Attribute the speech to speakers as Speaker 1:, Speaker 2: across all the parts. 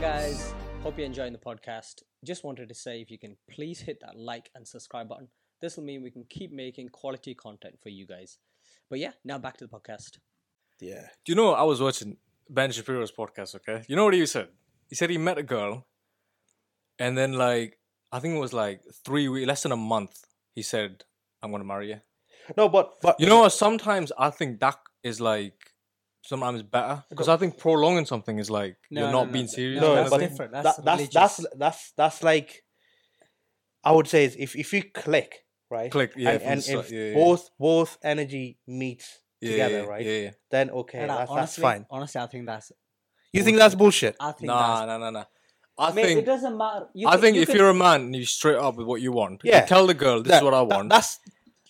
Speaker 1: guys. Hope you're enjoying the podcast. Just wanted to say if you can please hit that like and subscribe button. This will mean we can keep making quality content for you guys. But yeah, now back to the podcast.
Speaker 2: Yeah.
Speaker 3: Do you know I was watching Ben Shapiro's podcast? Okay, you know what he said? He said he met a girl, and then like I think it was like three weeks, less than a month. He said, "I'm gonna marry you."
Speaker 2: No, but but
Speaker 3: You know what? Sometimes I think that is like sometimes better because I think prolonging something is like
Speaker 1: No,
Speaker 3: you're
Speaker 1: no,
Speaker 3: not
Speaker 1: no,
Speaker 3: being
Speaker 1: no,
Speaker 3: serious.
Speaker 1: no,
Speaker 3: kind
Speaker 2: no,
Speaker 3: of
Speaker 1: that's
Speaker 2: but
Speaker 3: thing.
Speaker 1: different.
Speaker 2: that-
Speaker 1: That's
Speaker 2: that's that's that's that's like I would say is if if you click right,
Speaker 3: Click, yeah,
Speaker 2: and,
Speaker 3: if
Speaker 2: and
Speaker 3: it's, uh,
Speaker 2: if
Speaker 3: yeah, yeah.
Speaker 2: both both energy meets
Speaker 3: Yeah,
Speaker 2: together,
Speaker 3: yeah,
Speaker 2: right?
Speaker 3: Yeah, yeah.
Speaker 2: Then okay,
Speaker 1: And I
Speaker 2: that's, that's
Speaker 1: honestly-
Speaker 2: fine.
Speaker 1: Honestly, I think that's.
Speaker 2: You think that's bullshit?
Speaker 1: I think
Speaker 3: Nah,
Speaker 1: that's.
Speaker 3: nah, nah, nah. I
Speaker 1: Mate,
Speaker 3: think
Speaker 1: it doesn't matter. You
Speaker 3: I
Speaker 1: could-
Speaker 3: think
Speaker 1: you
Speaker 3: if
Speaker 1: could-
Speaker 3: you're a man and you straight up with what you want, you
Speaker 2: Yeah.
Speaker 3: tell the girl this is
Speaker 2: That-
Speaker 3: what I
Speaker 2: that-
Speaker 3: want.
Speaker 2: that's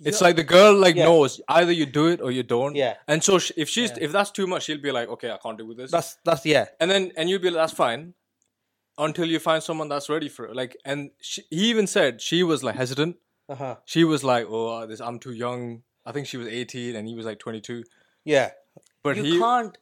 Speaker 3: it's like the girl like
Speaker 2: Yeah.
Speaker 3: knows either you do it or you don't.
Speaker 2: Yeah.
Speaker 3: And so she, if she's
Speaker 1: Yeah.
Speaker 3: if that's too much, she'll be like, okay, I can't do with this.
Speaker 2: that's that's yeah.
Speaker 3: and then and you'll be like, that's fine, until you find someone that's ready for it. Like, and she, he even said she was like hesitant.
Speaker 2: Uh
Speaker 1: Uh-huh.
Speaker 2: huh.
Speaker 3: She was like, oh, this I'm too young. I think she was 18 and he was like 22.
Speaker 2: Yeah.
Speaker 3: But
Speaker 1: you
Speaker 3: he,
Speaker 1: can't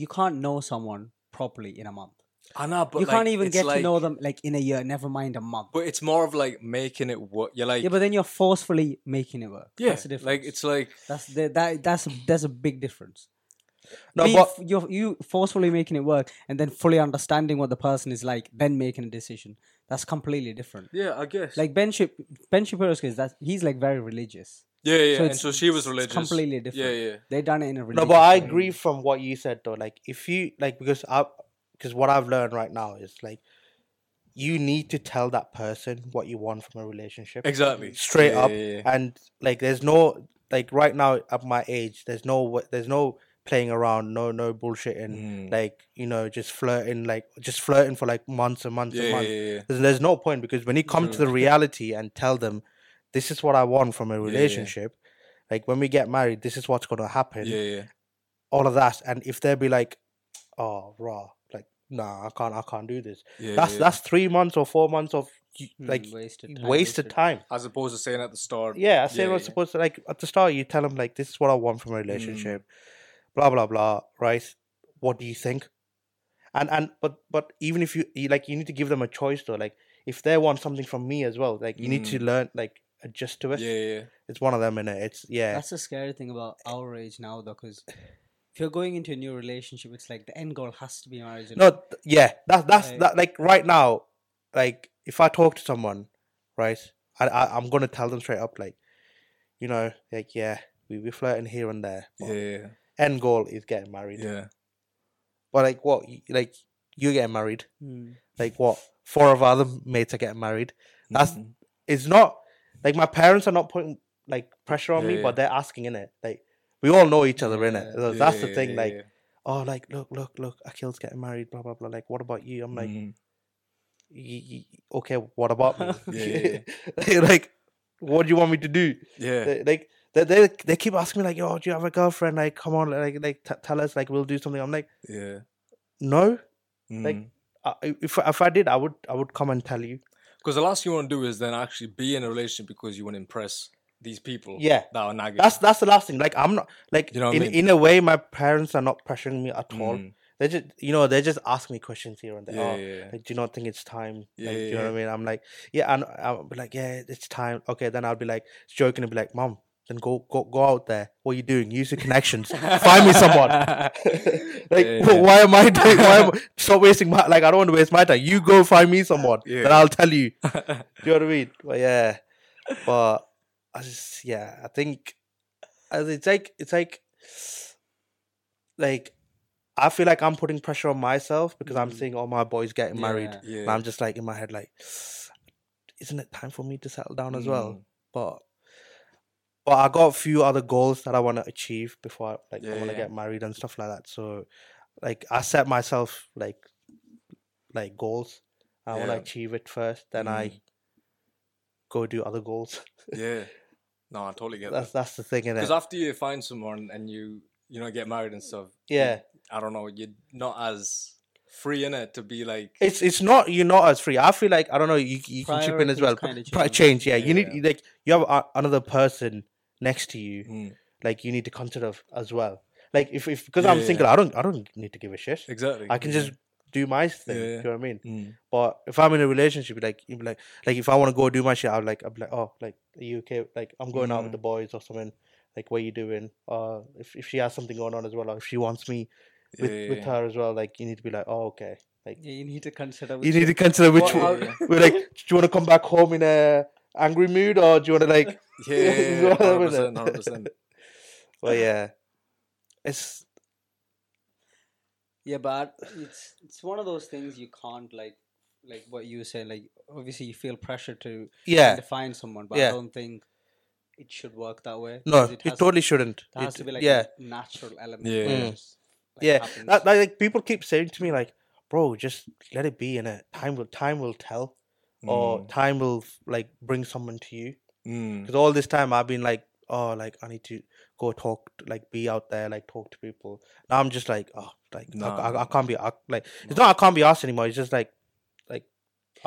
Speaker 1: you can't know someone properly in a month.
Speaker 3: I know, but
Speaker 1: you
Speaker 3: like,
Speaker 1: can't even
Speaker 3: it's
Speaker 1: get to
Speaker 3: like-
Speaker 1: know them like in a year. Never mind a month.
Speaker 3: But it's more of like making it work. You're like,
Speaker 1: yeah, but then you're forcefully making it work.
Speaker 3: yeah,
Speaker 1: that's the difference.
Speaker 3: like it's like
Speaker 1: that's the, that that's that's a big difference.
Speaker 2: No,
Speaker 1: Be-
Speaker 2: but
Speaker 1: you're you forcefully making it work and then fully understanding what the person is like, then making a decision. That's completely different.
Speaker 3: yeah, I guess
Speaker 1: Like Ben Shap- Ben Shapiro's case, that he's like very religious.
Speaker 3: Yeah, yeah.
Speaker 1: So
Speaker 3: and
Speaker 1: it's-
Speaker 3: so she was
Speaker 1: it's
Speaker 3: religious.
Speaker 1: completely different.
Speaker 3: Yeah, yeah.
Speaker 1: They done it in a religious.
Speaker 2: no, but I
Speaker 1: way.
Speaker 2: agree from what you said though. Like if you like because I because what I've learned right now is like you need to tell that person what you want from a relationship.
Speaker 3: Exactly.
Speaker 2: straight
Speaker 3: Yeah,
Speaker 2: up
Speaker 3: yeah, yeah.
Speaker 2: and like there's no like right now at my age there's no wa- there's no playing around no no bullshitting
Speaker 3: Mm.
Speaker 2: like you know just flirting like just flirting for like months and months and
Speaker 3: Yeah, yeah,
Speaker 2: months
Speaker 3: yeah, yeah.
Speaker 2: There's, there's no point because when you come to the reality and tell them this is what i want from a relationship like when we get married this is what's going to happen
Speaker 3: Yeah, yeah.
Speaker 2: all of that and if they'll be like oh raw like nah i can't i can't do this
Speaker 3: Yeah,
Speaker 2: that's
Speaker 3: yeah.
Speaker 2: that's three months or four months of y-
Speaker 1: Hmm,
Speaker 2: like
Speaker 1: wasted time,
Speaker 2: wasted time
Speaker 3: As opposed to saying at the start.
Speaker 2: yeah, I said
Speaker 3: yeah,
Speaker 2: I was
Speaker 3: yeah.
Speaker 2: supposed to like at the start you tell them like this is what I want from a relationship,
Speaker 3: Mm.
Speaker 2: blah blah blah, right? What do you think? And and but but even if you you- like you need to give them a choice though, like if they want something from me as well, like you need to learn like adjust to it.
Speaker 3: Mm. Yeah, yeah.
Speaker 2: It's one of them in it. It's yeah.
Speaker 1: That's the scary thing about our age now, though, because if you're going into a new relationship, it's like the end goal has to be marriage. and
Speaker 2: no, th- yeah. That's that's
Speaker 1: Like-
Speaker 2: that like right now, like if I talk to someone, right, I, I I'm gonna tell them straight up like, you know, like yeah, we we flirting here and there. but
Speaker 3: Yeah, yeah.
Speaker 2: End goal is getting married.
Speaker 3: yeah.
Speaker 2: But like what? You- Like you're getting married.
Speaker 1: Hmm.
Speaker 2: Like what? Four of our other mates are getting married. That's
Speaker 3: Mm-hmm.
Speaker 2: it's not like my parents are not putting like pressure on me,
Speaker 3: Yeah.
Speaker 2: but they're asking in it. Like we all know each other innit?
Speaker 1: Yeah.
Speaker 2: it. So that's the thing. like oh, like look, look, look, Akhil's getting married. Blah blah blah. Like what about you? I'm
Speaker 3: Mm.
Speaker 2: like
Speaker 3: Mm-hmm.
Speaker 2: y- y- y- okay. What about me?
Speaker 3: Yeah,
Speaker 2: like what do you want me to do?
Speaker 3: yeah.
Speaker 2: They- Like they, they they keep asking me like oh do you have a girlfriend? Like come on like like t- tell us like we'll do something. I'm like
Speaker 3: Yeah. Mm-hmm.
Speaker 2: no.
Speaker 3: Like
Speaker 2: I, if if I did, I would I would come and tell you.
Speaker 3: because the last thing you want to do is then actually be in a relationship because you want to impress these people.
Speaker 2: Yeah.
Speaker 3: That are nagging.
Speaker 2: That's that's the last thing. Like I'm not like
Speaker 3: You know what I
Speaker 2: in,
Speaker 3: mean?
Speaker 2: in a way, my parents are not pressuring me at all.
Speaker 3: Mm.
Speaker 2: They just you know they just ask me questions here and there.
Speaker 3: Yeah,
Speaker 2: oh,
Speaker 3: yeah, yeah.
Speaker 2: Like, do you not think it's time?
Speaker 3: Yeah,
Speaker 2: like, do you
Speaker 3: yeah,
Speaker 2: know what I mean? I'm like, yeah, and I'll be like, yeah, it's time. Okay, then I'll be like joking and be like, mom, then go go go out there. What are you doing? Use your connections. Find me someone. like,
Speaker 3: Yeah,
Speaker 2: wh-
Speaker 3: yeah.
Speaker 2: why am I doing? Why am I, stop wasting my like? I don't want to waste my time. You go find me someone.
Speaker 3: Yeah.
Speaker 2: Then I'll tell you. Do you know what I mean? But yeah, but I just yeah, I think as it's like it's like like I feel like I'm putting pressure on myself because I'm
Speaker 1: Mm.
Speaker 2: seeing all my boys getting married,
Speaker 1: Yeah.
Speaker 3: yeah.
Speaker 2: and I'm just like in my head like, isn't it time for me to settle down as well?
Speaker 3: Mm.
Speaker 2: But but I got a few other goals that I want to achieve before I, like I
Speaker 3: Yeah,
Speaker 2: want to
Speaker 3: yeah.
Speaker 2: get married and stuff like that. So like I set myself like like goals. I want to
Speaker 3: Yeah. Mm.
Speaker 2: achieve it first, then I go do other goals.
Speaker 3: Mm-hmm. Yeah. No, I totally get
Speaker 2: that's
Speaker 3: that.
Speaker 2: that's the thing in
Speaker 3: Because
Speaker 2: it.
Speaker 3: after you find someone and you you know get married and stuff, you-
Speaker 2: Yeah.
Speaker 3: I don't know, you're not as free in it to be like
Speaker 2: It's it's not you're not as free. I feel like I don't know. You you can chip in as
Speaker 1: Priorities
Speaker 2: well.
Speaker 1: kinda
Speaker 2: Pri-
Speaker 1: change.
Speaker 2: change, yeah. You
Speaker 3: Yeah,
Speaker 2: need like you have a, another person next to you.
Speaker 3: Mm.
Speaker 2: Like you need to consider f- as well. Like if if because
Speaker 3: Yeah,
Speaker 2: I'm
Speaker 3: yeah,
Speaker 2: single, I don't I don't need to give a shit.
Speaker 3: exactly.
Speaker 2: I can
Speaker 3: yeah.
Speaker 2: just do my thing.
Speaker 3: Yeah,
Speaker 2: Do
Speaker 3: yeah.
Speaker 2: you know what I mean?
Speaker 3: Mm.
Speaker 2: But if I'm in a relationship, like you'd be like like if I want to go do my shit, I'm like I'm like oh like are you okay? Like I'm going out with
Speaker 3: Mhm.
Speaker 2: the boys or something. Like what are you doing? Uh, if if she has something going on as well, or if she wants me with
Speaker 3: Yeah,
Speaker 2: with
Speaker 3: yeah,
Speaker 2: her as well, like you need to be like oh okay.
Speaker 4: Yeah, you need to consider.
Speaker 2: You need to consider which
Speaker 3: Well,
Speaker 2: one-
Speaker 3: I'll-
Speaker 4: yeah.
Speaker 2: we're like, do you want to come back home in a angry mood or do you want to like?
Speaker 3: yeah, yeah, yeah, yeah,
Speaker 2: What happened
Speaker 3: 100%,
Speaker 2: there?
Speaker 3: 100%.
Speaker 2: Well, yeah, it's
Speaker 4: Yeah, but it's it's one of those things you can't like like what you say. Like obviously you feel pressure to
Speaker 2: yeah.
Speaker 4: define someone, but I
Speaker 2: Yeah.
Speaker 4: don't think it should work that way.
Speaker 2: No,
Speaker 4: 'cause
Speaker 2: it,
Speaker 4: has,
Speaker 2: totally shouldn't.
Speaker 4: there has
Speaker 2: It-
Speaker 4: to be like
Speaker 2: yeah,
Speaker 4: a natural element.
Speaker 3: Yeah.
Speaker 4: where it
Speaker 2: Mm.
Speaker 4: just, like,
Speaker 2: yeah.
Speaker 4: happens.
Speaker 2: That, that- like people keep saying to me like, bro, just let it be, and uh, time will time will tell, or
Speaker 3: Mm,
Speaker 2: time will like bring someone to you.
Speaker 3: mm.
Speaker 2: Because all this time I've been like, oh, like I need to go talk, to- like be out there, like talk to people. Now I'm just like, oh, like I-
Speaker 3: Nah,
Speaker 2: I, I,
Speaker 3: nah.
Speaker 2: can't be ar- like it's
Speaker 3: Nah.
Speaker 2: not I can't be asked anymore. It's just like, like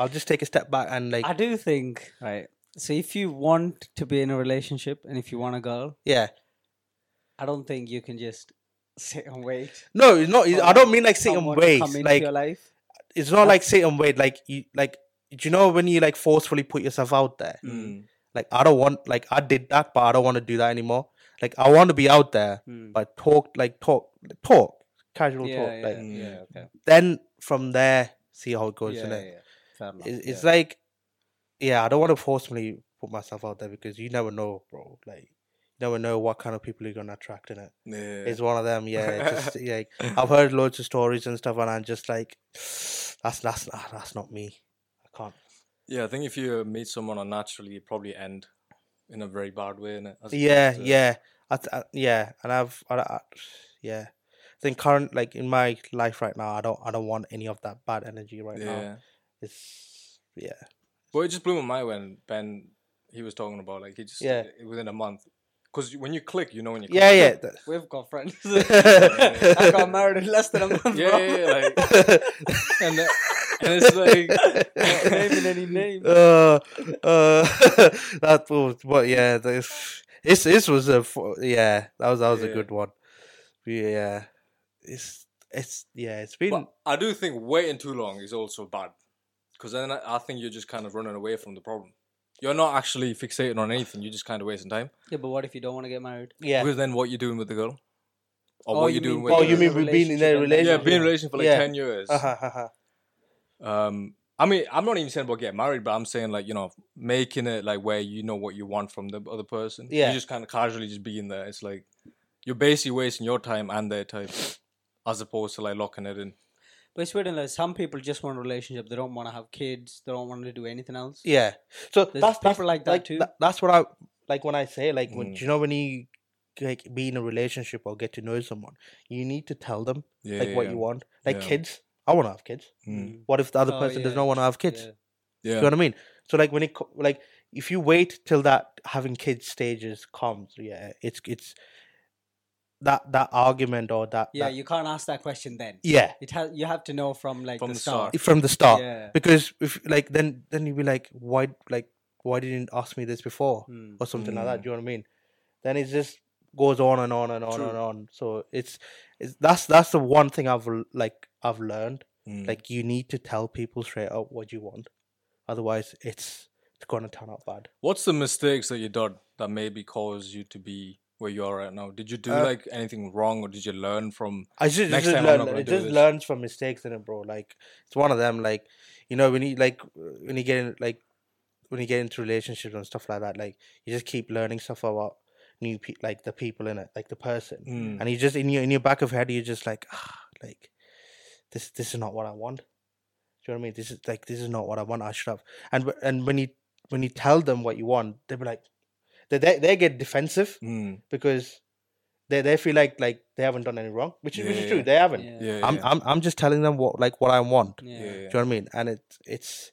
Speaker 2: I'll just take a step back and like
Speaker 4: I do think right. So if you want to be in a relationship and if you want a girl,
Speaker 2: yeah.
Speaker 4: I don't think you can just sit and wait.
Speaker 2: No, it's not. it- I
Speaker 4: Or
Speaker 2: don't mean like sit and
Speaker 4: someone to
Speaker 2: wait.
Speaker 4: come into
Speaker 2: Like
Speaker 4: your life.
Speaker 2: it's not like sit and wait. Like you like. Do you know when you like forcefully put yourself out there?
Speaker 3: Mm.
Speaker 2: Like I don't want. Like I did that, but I don't want to do that anymore. Like I want to be out there,
Speaker 4: Hmm.
Speaker 2: but talk like talk talk casual
Speaker 4: yeah,
Speaker 2: talk.
Speaker 4: yeah,
Speaker 2: Like
Speaker 3: Mm.
Speaker 4: yeah, okay.
Speaker 2: then from there, see how it goes.
Speaker 4: yeah,
Speaker 2: innit?
Speaker 4: yeah, yeah. Fair enough,
Speaker 2: It's, it's
Speaker 4: yeah.
Speaker 2: like yeah, I don't want to forcefully put myself out there because you never know, bro. Like you never know what kind of people you're gonna attract in it.
Speaker 3: Yeah.
Speaker 2: It's one of them. Yeah, it's just yeah. like, I've heard loads of stories and stuff, and I'm just like, that's that's ah, that's not me. I can't.
Speaker 3: Yeah, I think if you meet someone unnaturally, it probably end in a very bad way. innit? As
Speaker 2: Yeah,
Speaker 3: opposed to-
Speaker 2: yeah, I, th- I- yeah, and I've, I, I, yeah. I think current like in my life right now, I don't, I don't want any of that bad energy right now.
Speaker 3: yeah.
Speaker 2: It's yeah,
Speaker 3: Well, it just blew my mind when Ben he was talking about like he just
Speaker 2: Yeah.
Speaker 3: uh, within a month because when you click, you know when you click.
Speaker 2: yeah, yeah. th-
Speaker 4: We've got friends.
Speaker 2: yeah.
Speaker 4: I got married in less than a month,
Speaker 3: yeah,
Speaker 4: bro.
Speaker 3: yeah, yeah, like and, that- and it's like
Speaker 4: Not naming any names.
Speaker 2: uh, uh, that was, but yeah, this, this, this was a, fu- yeah, that was, that was a
Speaker 3: Yeah.
Speaker 2: good one. Yeah, it's, it's, yeah, it's been,
Speaker 3: but I do think waiting too long is also bad because then I, I think you're just kind of running away from the problem. You're not actually fixating on anything. You're just kind of wasting time.
Speaker 4: Yeah, but what if you don't want to get married?
Speaker 2: yeah,
Speaker 3: Because then what you doing with the girl, or
Speaker 4: Oh,
Speaker 3: what
Speaker 4: you
Speaker 3: you doing
Speaker 4: mean-
Speaker 3: with?
Speaker 2: oh,
Speaker 3: the-
Speaker 2: you mean we've been in
Speaker 4: Relationship.
Speaker 2: a
Speaker 3: yeah,
Speaker 2: relationship?
Speaker 3: being in a relationship for like
Speaker 2: Yeah.
Speaker 3: ten years.
Speaker 2: Uh-huh, uh-huh.
Speaker 3: Um, I mean, I'm not even saying about getting married, but I'm saying like you know, making it like where you know what you want from the other person.
Speaker 2: Yeah.
Speaker 3: you just kind of casually just being there. It's like you're basically wasting your time and their time, as opposed to like locking it in.
Speaker 4: But it's weird, like some people just want a relationship. They don't want to have kids. They don't want to do anything else.
Speaker 2: Yeah. So
Speaker 4: There's
Speaker 2: that's that's
Speaker 4: people like that too.
Speaker 2: tha- that's what I like when I say like when
Speaker 3: Mm.
Speaker 2: do you know when you like be in a relationship or get to know someone, you need to tell them
Speaker 3: Yeah,
Speaker 2: like what
Speaker 3: yeah,
Speaker 2: you want. Like
Speaker 3: Yeah.
Speaker 2: kids, I want to have kids.
Speaker 3: Mm.
Speaker 2: What if the other
Speaker 4: Oh,
Speaker 2: person does
Speaker 4: yeah.
Speaker 2: not want to have kids?
Speaker 4: Yeah.
Speaker 3: yeah.
Speaker 2: You know what I mean? So like when it co- like if you wait till that having kids stages comes, yeah, it's it's that that argument or that
Speaker 4: Yeah,
Speaker 2: that-
Speaker 4: you can't ask that question then.
Speaker 2: yeah
Speaker 4: It has you have to know from like
Speaker 3: From
Speaker 4: the
Speaker 3: the
Speaker 4: start.
Speaker 3: start.
Speaker 2: from the start
Speaker 4: Yeah.
Speaker 2: because if like then then you'd be like why like why didn't you ask me this before?
Speaker 4: Hmm.
Speaker 2: or something like that.
Speaker 3: Mm.
Speaker 2: Do you know what I mean? Then it just goes on and on and on and on. So it's, it's that's that's the one thing I've l- like I've learned.
Speaker 3: Mm.
Speaker 2: Like you need to tell people straight up what you want, otherwise it's it's gonna turn out bad.
Speaker 3: what's the mistakes that you done that maybe caused you to be where you are right now? Did you do
Speaker 2: Uh,
Speaker 3: like anything wrong, or did you learn from?
Speaker 2: I just,
Speaker 3: Next
Speaker 2: just
Speaker 3: time I'm not
Speaker 2: learn,
Speaker 3: gonna
Speaker 2: it
Speaker 3: do
Speaker 2: just
Speaker 3: this.
Speaker 2: learns from mistakes in it, bro. Like it's one of them. Like you know when you like when you get in, like when you get into relationships and stuff like that. Like you just keep learning stuff about new pe- like the people in it, like the person.
Speaker 3: Mm.
Speaker 2: and you just in your in your back of head you're just like ah, like this this is not what I want. Do you know what I mean? This is like this is not what I want. I should have and wh- and when you when you tell them what you want, they be like they they, they get defensive
Speaker 3: Mm.
Speaker 2: because they they feel like like they haven't done any wrong, which is which is
Speaker 3: Yeah.
Speaker 2: true. They haven't.
Speaker 4: Yeah.
Speaker 3: Yeah,
Speaker 2: I'm
Speaker 3: yeah.
Speaker 2: I'm I'm just telling them what like what I want.
Speaker 4: Yeah.
Speaker 3: yeah,
Speaker 2: Do you know what I mean? And it it's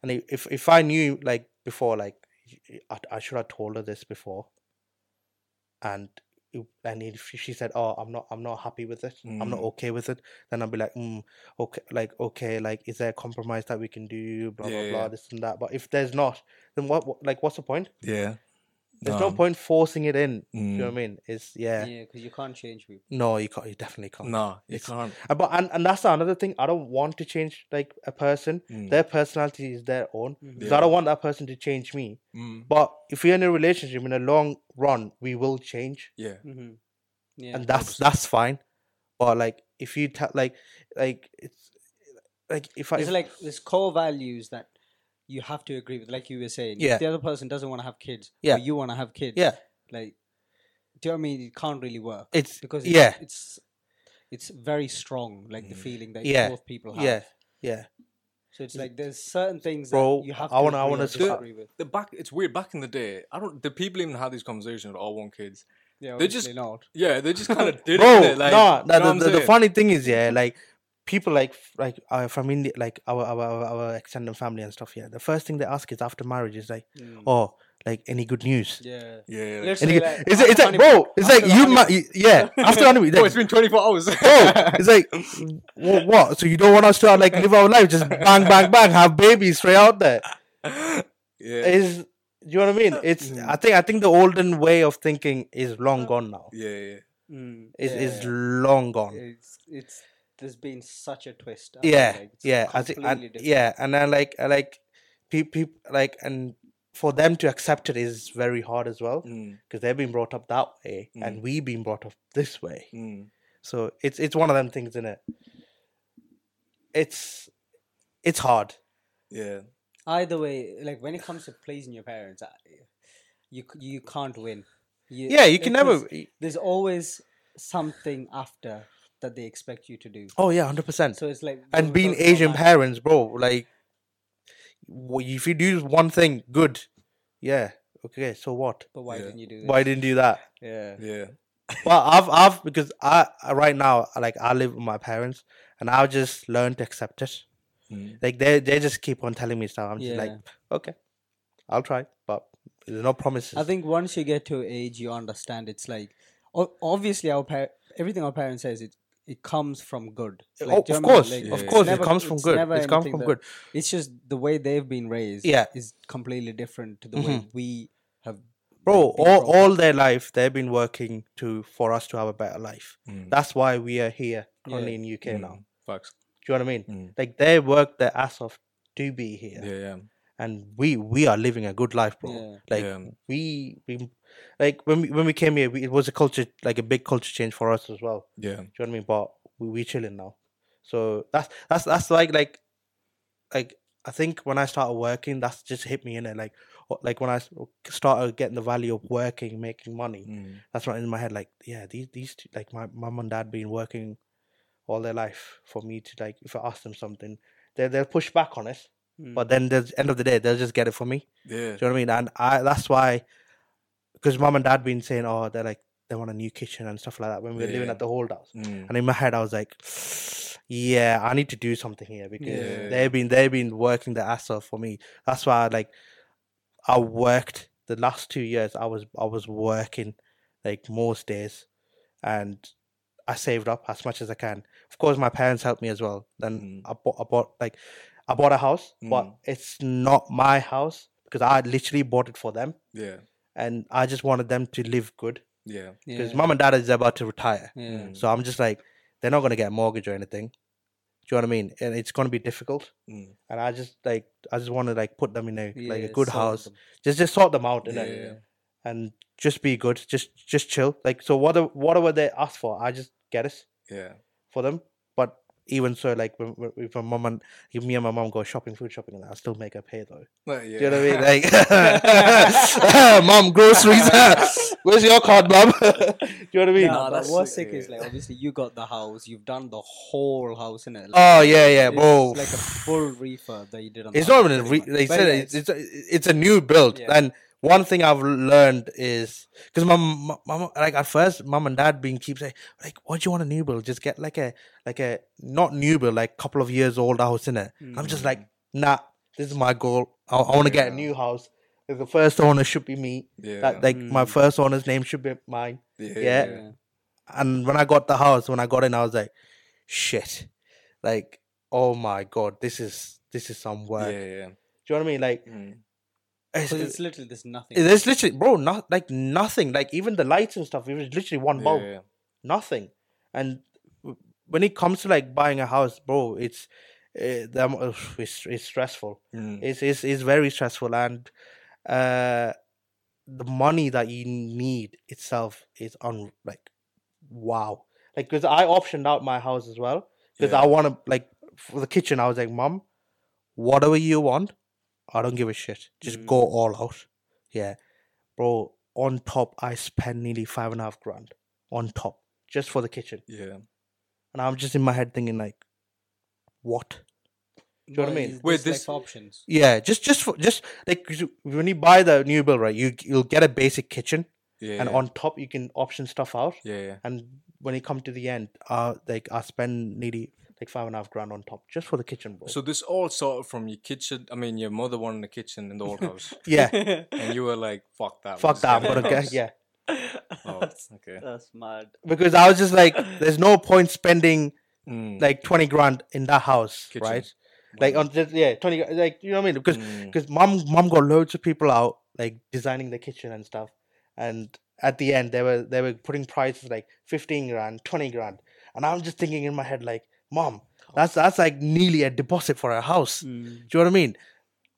Speaker 2: and i- if if I knew like before like I, I should have told her this before, and it- and if she said oh I'm not I'm not happy with it I'm not
Speaker 3: Mm.
Speaker 2: okay with it then I'll be like mm, okay like okay like is there a compromise that we can do blah blah
Speaker 3: Yeah,
Speaker 2: blah
Speaker 3: yeah.
Speaker 2: this and that but if there's not then what, what like what's the point
Speaker 3: yeah.
Speaker 2: There's no
Speaker 3: No.
Speaker 2: point forcing it in. Do you know
Speaker 3: Mm.
Speaker 2: what I mean? It's yeah.
Speaker 1: Yeah, because you can't change people.
Speaker 2: No, you can't. You definitely can't.
Speaker 3: No, you
Speaker 2: It's-
Speaker 3: can't.
Speaker 2: Uh, But and, and that's another thing. I don't want to change like a person.
Speaker 3: Mm.
Speaker 2: Their personality is their own.
Speaker 1: Mhm.
Speaker 2: Because
Speaker 3: Yeah.
Speaker 2: I don't want that person to change me.
Speaker 3: Mm.
Speaker 2: But if we're in a relationship in a long run, we will change,
Speaker 3: Yeah.
Speaker 1: hmm
Speaker 4: Mm-hmm.
Speaker 1: Yeah.
Speaker 2: and that's that's fine. But like, if you ta- like, like it's like if I
Speaker 1: it's like there's core values that you have to agree with, like you were saying.
Speaker 2: Yeah.
Speaker 1: If the other person doesn't want to have kids,
Speaker 2: Yeah.
Speaker 1: or you want to have kids,
Speaker 2: yeah,
Speaker 1: Like, do you know what I mean? It can't really work
Speaker 2: it's
Speaker 1: because it's,
Speaker 2: yeah,
Speaker 1: it's it's very strong, like the
Speaker 3: Mm.
Speaker 1: feeling that
Speaker 2: Yeah.
Speaker 1: both people have.
Speaker 2: yeah, yeah.
Speaker 1: So it's like there's certain things
Speaker 2: Bro,
Speaker 1: that you have
Speaker 2: I
Speaker 1: to
Speaker 2: wanna- I
Speaker 1: agree
Speaker 2: wanna
Speaker 1: or
Speaker 2: start-
Speaker 1: disagree with.
Speaker 3: The back, it's weird. Back in the day, I don't. The people even had these conversations. All want kids.
Speaker 1: Yeah,
Speaker 3: They just-
Speaker 1: obviously not.
Speaker 3: Yeah, they just kind of did
Speaker 2: Bro,
Speaker 3: it. Like,
Speaker 2: nah, nah,
Speaker 3: you know
Speaker 2: the-
Speaker 3: what I'm
Speaker 2: the, the,
Speaker 3: saying?
Speaker 2: funny thing is, yeah, like people like f- like uh, from India, like our our our, our extended family and stuff. Yeah, the first thing they ask is after marriage is like,
Speaker 1: Mm.
Speaker 2: oh, like any good news?
Speaker 1: Yeah.
Speaker 3: Yeah.
Speaker 1: Let's
Speaker 2: Any
Speaker 1: say,
Speaker 2: good-
Speaker 1: like,
Speaker 2: it's like, it's
Speaker 1: after
Speaker 2: like bro,
Speaker 1: honeymoon-
Speaker 2: it's
Speaker 1: after
Speaker 2: like
Speaker 1: the
Speaker 2: you,
Speaker 1: honeymoon-
Speaker 2: ma- you- yeah, after honeymoon,
Speaker 3: oh,
Speaker 2: like,
Speaker 3: it's been 24 hours.
Speaker 2: bro, it's like, wha- what? So you don't want us to like live our life, just bang, bang, bang, have babies straight out there?
Speaker 3: yeah.
Speaker 2: Is do you know what I mean? It's
Speaker 1: Mm.
Speaker 2: I think I think the olden way of thinking is long gone now.
Speaker 3: Yeah, yeah.
Speaker 1: Mm,
Speaker 2: Is is
Speaker 1: Uh, yeah.
Speaker 2: long gone.
Speaker 1: it's it's there's been such a twist. I feel
Speaker 2: Yeah,
Speaker 1: like. It's
Speaker 2: yeah. I think and-
Speaker 1: completely different.
Speaker 2: yeah, and I like I like people like and for them to accept it is very hard as well
Speaker 3: Mm,
Speaker 2: because they've been brought up that way
Speaker 3: Mm.
Speaker 2: and we've been brought up this way.
Speaker 3: mm.
Speaker 2: So it's it's one of them things, isn't it? It's it's hard.
Speaker 3: Yeah.
Speaker 1: Either way, like when it comes to pleasing your parents, I- you c- you can't win. You,
Speaker 2: Yeah, you can
Speaker 1: it-
Speaker 2: never.
Speaker 1: there's- There's always something after that they expect you to do.
Speaker 2: Oh yeah, hundred percent.
Speaker 1: So it's like
Speaker 2: And
Speaker 1: it
Speaker 2: being
Speaker 1: doesn't
Speaker 2: Asian
Speaker 1: matter.
Speaker 2: parents, bro, like, wh- if you do one thing good, yeah, okay, so what?
Speaker 1: But why
Speaker 3: Yeah.
Speaker 1: didn't you do? This?
Speaker 2: Why didn't you do that?
Speaker 1: Yeah.
Speaker 3: Yeah.
Speaker 2: Well, I've I've because I I- right now like I live with my parents and I've just learned to accept it.
Speaker 3: Mm.
Speaker 2: Like they they just keep on telling me stuff. I'm just like,
Speaker 1: Yeah.
Speaker 2: okay, I'll try, but there's no promises.
Speaker 1: I think once you get to age, you understand. It's like o- obviously our par- everything our parents says it it comes from good. Like,
Speaker 2: oh,
Speaker 1: do you
Speaker 2: of
Speaker 1: know what I mean?
Speaker 2: course,
Speaker 1: Like,
Speaker 2: of
Speaker 3: it's
Speaker 2: course,
Speaker 1: never-
Speaker 2: it comes from
Speaker 1: it's
Speaker 2: good.
Speaker 1: never
Speaker 2: It comes
Speaker 1: anything
Speaker 2: from
Speaker 1: that-
Speaker 2: good.
Speaker 1: It's just the way they've been raised.
Speaker 2: Yeah. Mm-hmm.
Speaker 1: is completely different to the way we have.
Speaker 2: bro
Speaker 1: like, been
Speaker 2: all,
Speaker 1: brought
Speaker 2: all
Speaker 1: up.
Speaker 2: their life they've been working to for us to have a better life
Speaker 3: Mm.
Speaker 2: that's why we are here
Speaker 1: Yeah.
Speaker 2: currently in uk
Speaker 3: Mm.
Speaker 2: now
Speaker 3: Facts.
Speaker 2: do you know what i mean
Speaker 3: Mm.
Speaker 2: like they worked their ass off to be here
Speaker 3: Yeah, yeah.
Speaker 2: and we we are living a good life bro
Speaker 1: Yeah.
Speaker 2: like mm.
Speaker 3: Yeah.
Speaker 2: we, we like when we when we came here we, it was a culture like a big culture change for us as well do
Speaker 3: Yeah.
Speaker 2: you know what i mean but we, we chilling now so that's that's that's like like like i think when i started working that's just hit me in it like o- like when i s- started getting the value of working making money
Speaker 3: Mm.
Speaker 2: that's right in my head like yeah these these two, like my mum and dad been working all their life for me to like if i ask them something they, they'll push back on it
Speaker 1: Mm.
Speaker 2: but then there's end of the day they'll just get it for me
Speaker 3: Yeah.
Speaker 2: do you know what i mean and i that's why because mum and dad been saying oh they're like they want a new kitchen and stuff like that when we were living
Speaker 3: Yeah.
Speaker 2: at the old house
Speaker 3: Mm.
Speaker 2: and in my head i was like yeah i need to do something here because
Speaker 1: Yeah.
Speaker 2: they've been they've been working their ass off for me that's why like i worked the last two years i was i was working like most days and i saved up as much as i can of course my parents helped me as well then
Speaker 3: Mm.
Speaker 2: i bought i bought like i bought a house but
Speaker 3: Mm.
Speaker 2: it's not my house because i literally bought it for them
Speaker 3: Yeah.
Speaker 2: and i just wanted them to live good
Speaker 3: Yeah.
Speaker 2: because
Speaker 1: Mm. Yeah.
Speaker 2: mum and dad is about to retire
Speaker 1: Yeah.
Speaker 3: Mm.
Speaker 2: so I'm just like, they're not gonna get a mortgage or anything. Do you know what I mean? And it's gonna be difficult.
Speaker 3: Mm.
Speaker 2: And I just like, I just want to like put them in a like a
Speaker 1: Yeah,
Speaker 2: good
Speaker 1: sort
Speaker 2: house.
Speaker 1: them.
Speaker 2: Just just sort them out,
Speaker 3: Yeah.
Speaker 2: innit?
Speaker 3: Yeah.
Speaker 2: And just be good. Just just chill. Like so, whatever whatever they ask for, I just get it
Speaker 3: Yeah.
Speaker 2: for them. But even so, like when, when, if my mom and if me and my mom go shopping, food shopping, and I still make her pay though.
Speaker 3: Well,
Speaker 2: Do you
Speaker 3: yeah.
Speaker 2: know what I mean? Like, mom, groceries. Where's your card, mom? Do you know what I mean?
Speaker 1: Nah,
Speaker 3: No,
Speaker 1: but
Speaker 3: that's-
Speaker 1: what's sick is
Speaker 3: yeah.
Speaker 1: like obviously you got the house, you've done the whole house in it.
Speaker 2: Oh yeah, yeah, bro.
Speaker 1: It's like a full refurb that you did on.
Speaker 2: It's
Speaker 1: the
Speaker 2: not
Speaker 1: house,
Speaker 2: even a re-
Speaker 1: pretty much.
Speaker 2: they
Speaker 1: But
Speaker 2: said
Speaker 1: yeah,
Speaker 2: it's, it's a, it's a new build.
Speaker 1: Yeah.
Speaker 2: And one thing I've learned is because my, my, my like at first mom and dad being keep saying like why do you want a new build? Just get like a like a not new build like couple of years old house in it.
Speaker 1: Mm.
Speaker 2: I'm just like nah, this is my goal. I, I want to get a
Speaker 3: Yeah.
Speaker 2: new house. The first owner should be me.
Speaker 3: Yeah.
Speaker 2: That like my
Speaker 1: Mm.
Speaker 2: first owner's name should be mine.
Speaker 3: yeah.
Speaker 2: yeah.
Speaker 1: yeah.
Speaker 2: And when I got the house, when I got in, I was like, shit, like oh my god, this is this is some work.
Speaker 3: Yeah. Yeah.
Speaker 2: Do you know what I mean? Like
Speaker 3: Mm.
Speaker 2: It's-
Speaker 4: Because it's literally there's nothing.
Speaker 2: there's literally, bro, not like nothing. Like even the lights and stuff, it was literally one bulb,
Speaker 3: Mm. Yeah, yeah.
Speaker 2: nothing. And w- when it comes to like buying a house, bro, it's uh, the am- oof, it's, it's stressful.
Speaker 3: Mm.
Speaker 2: It's, it's it's very stressful, and uh, the money that you need itself is on like wow. Like, because I optioned out my house as well because
Speaker 3: Yeah.
Speaker 2: I want to like for the kitchen. I was like, Mom, whatever you want, I don't give a shit. Just
Speaker 4: Mhm.
Speaker 2: go
Speaker 3: Mm.
Speaker 2: all out. Yeah, bro. On top, I spent nearly five and a half grand on top just for the kitchen,
Speaker 3: Yeah.
Speaker 2: and I'm just in my head thinking like, what? you know what I
Speaker 4: Well,
Speaker 2: mean?
Speaker 4: there's
Speaker 3: Wait,
Speaker 4: like,
Speaker 3: this-
Speaker 4: options.
Speaker 2: Yeah, just just for just like 'cause you- when you buy the new build, right? You you'll get a basic kitchen,
Speaker 3: Yeah.
Speaker 2: and
Speaker 3: yeah.
Speaker 2: on top you can option stuff out.
Speaker 3: Yeah, yeah.
Speaker 2: And when you come to the end, uh, like I spend nearly like five and a half grand on top just for the kitchen, bro.
Speaker 3: So this all started from your kitchen. I mean, your mother wanted the kitchen in the old house,
Speaker 2: yeah,
Speaker 3: and you were like, "Fuck that." we're
Speaker 2: fuck
Speaker 3: just
Speaker 2: that.
Speaker 3: getting
Speaker 2: But
Speaker 3: a
Speaker 2: okay,
Speaker 3: house."
Speaker 2: yeah,
Speaker 3: Oh,
Speaker 4: that's,
Speaker 3: okay.
Speaker 4: that's mad.
Speaker 2: because I was just like, there's no point spending
Speaker 3: Mm,
Speaker 2: like twenty grand in that house,
Speaker 3: Kitchen.
Speaker 2: right? Like on just yeah, twenty. gra- Like you know what I mean? Because
Speaker 3: mm,
Speaker 2: because mom mom got loads of people out like designing the kitchen and stuff and at the end they were they were putting prices like 15 grand 20 grand and i'm just thinking in my head like mom that's that's like nearly a deposit for a house do you know what i mean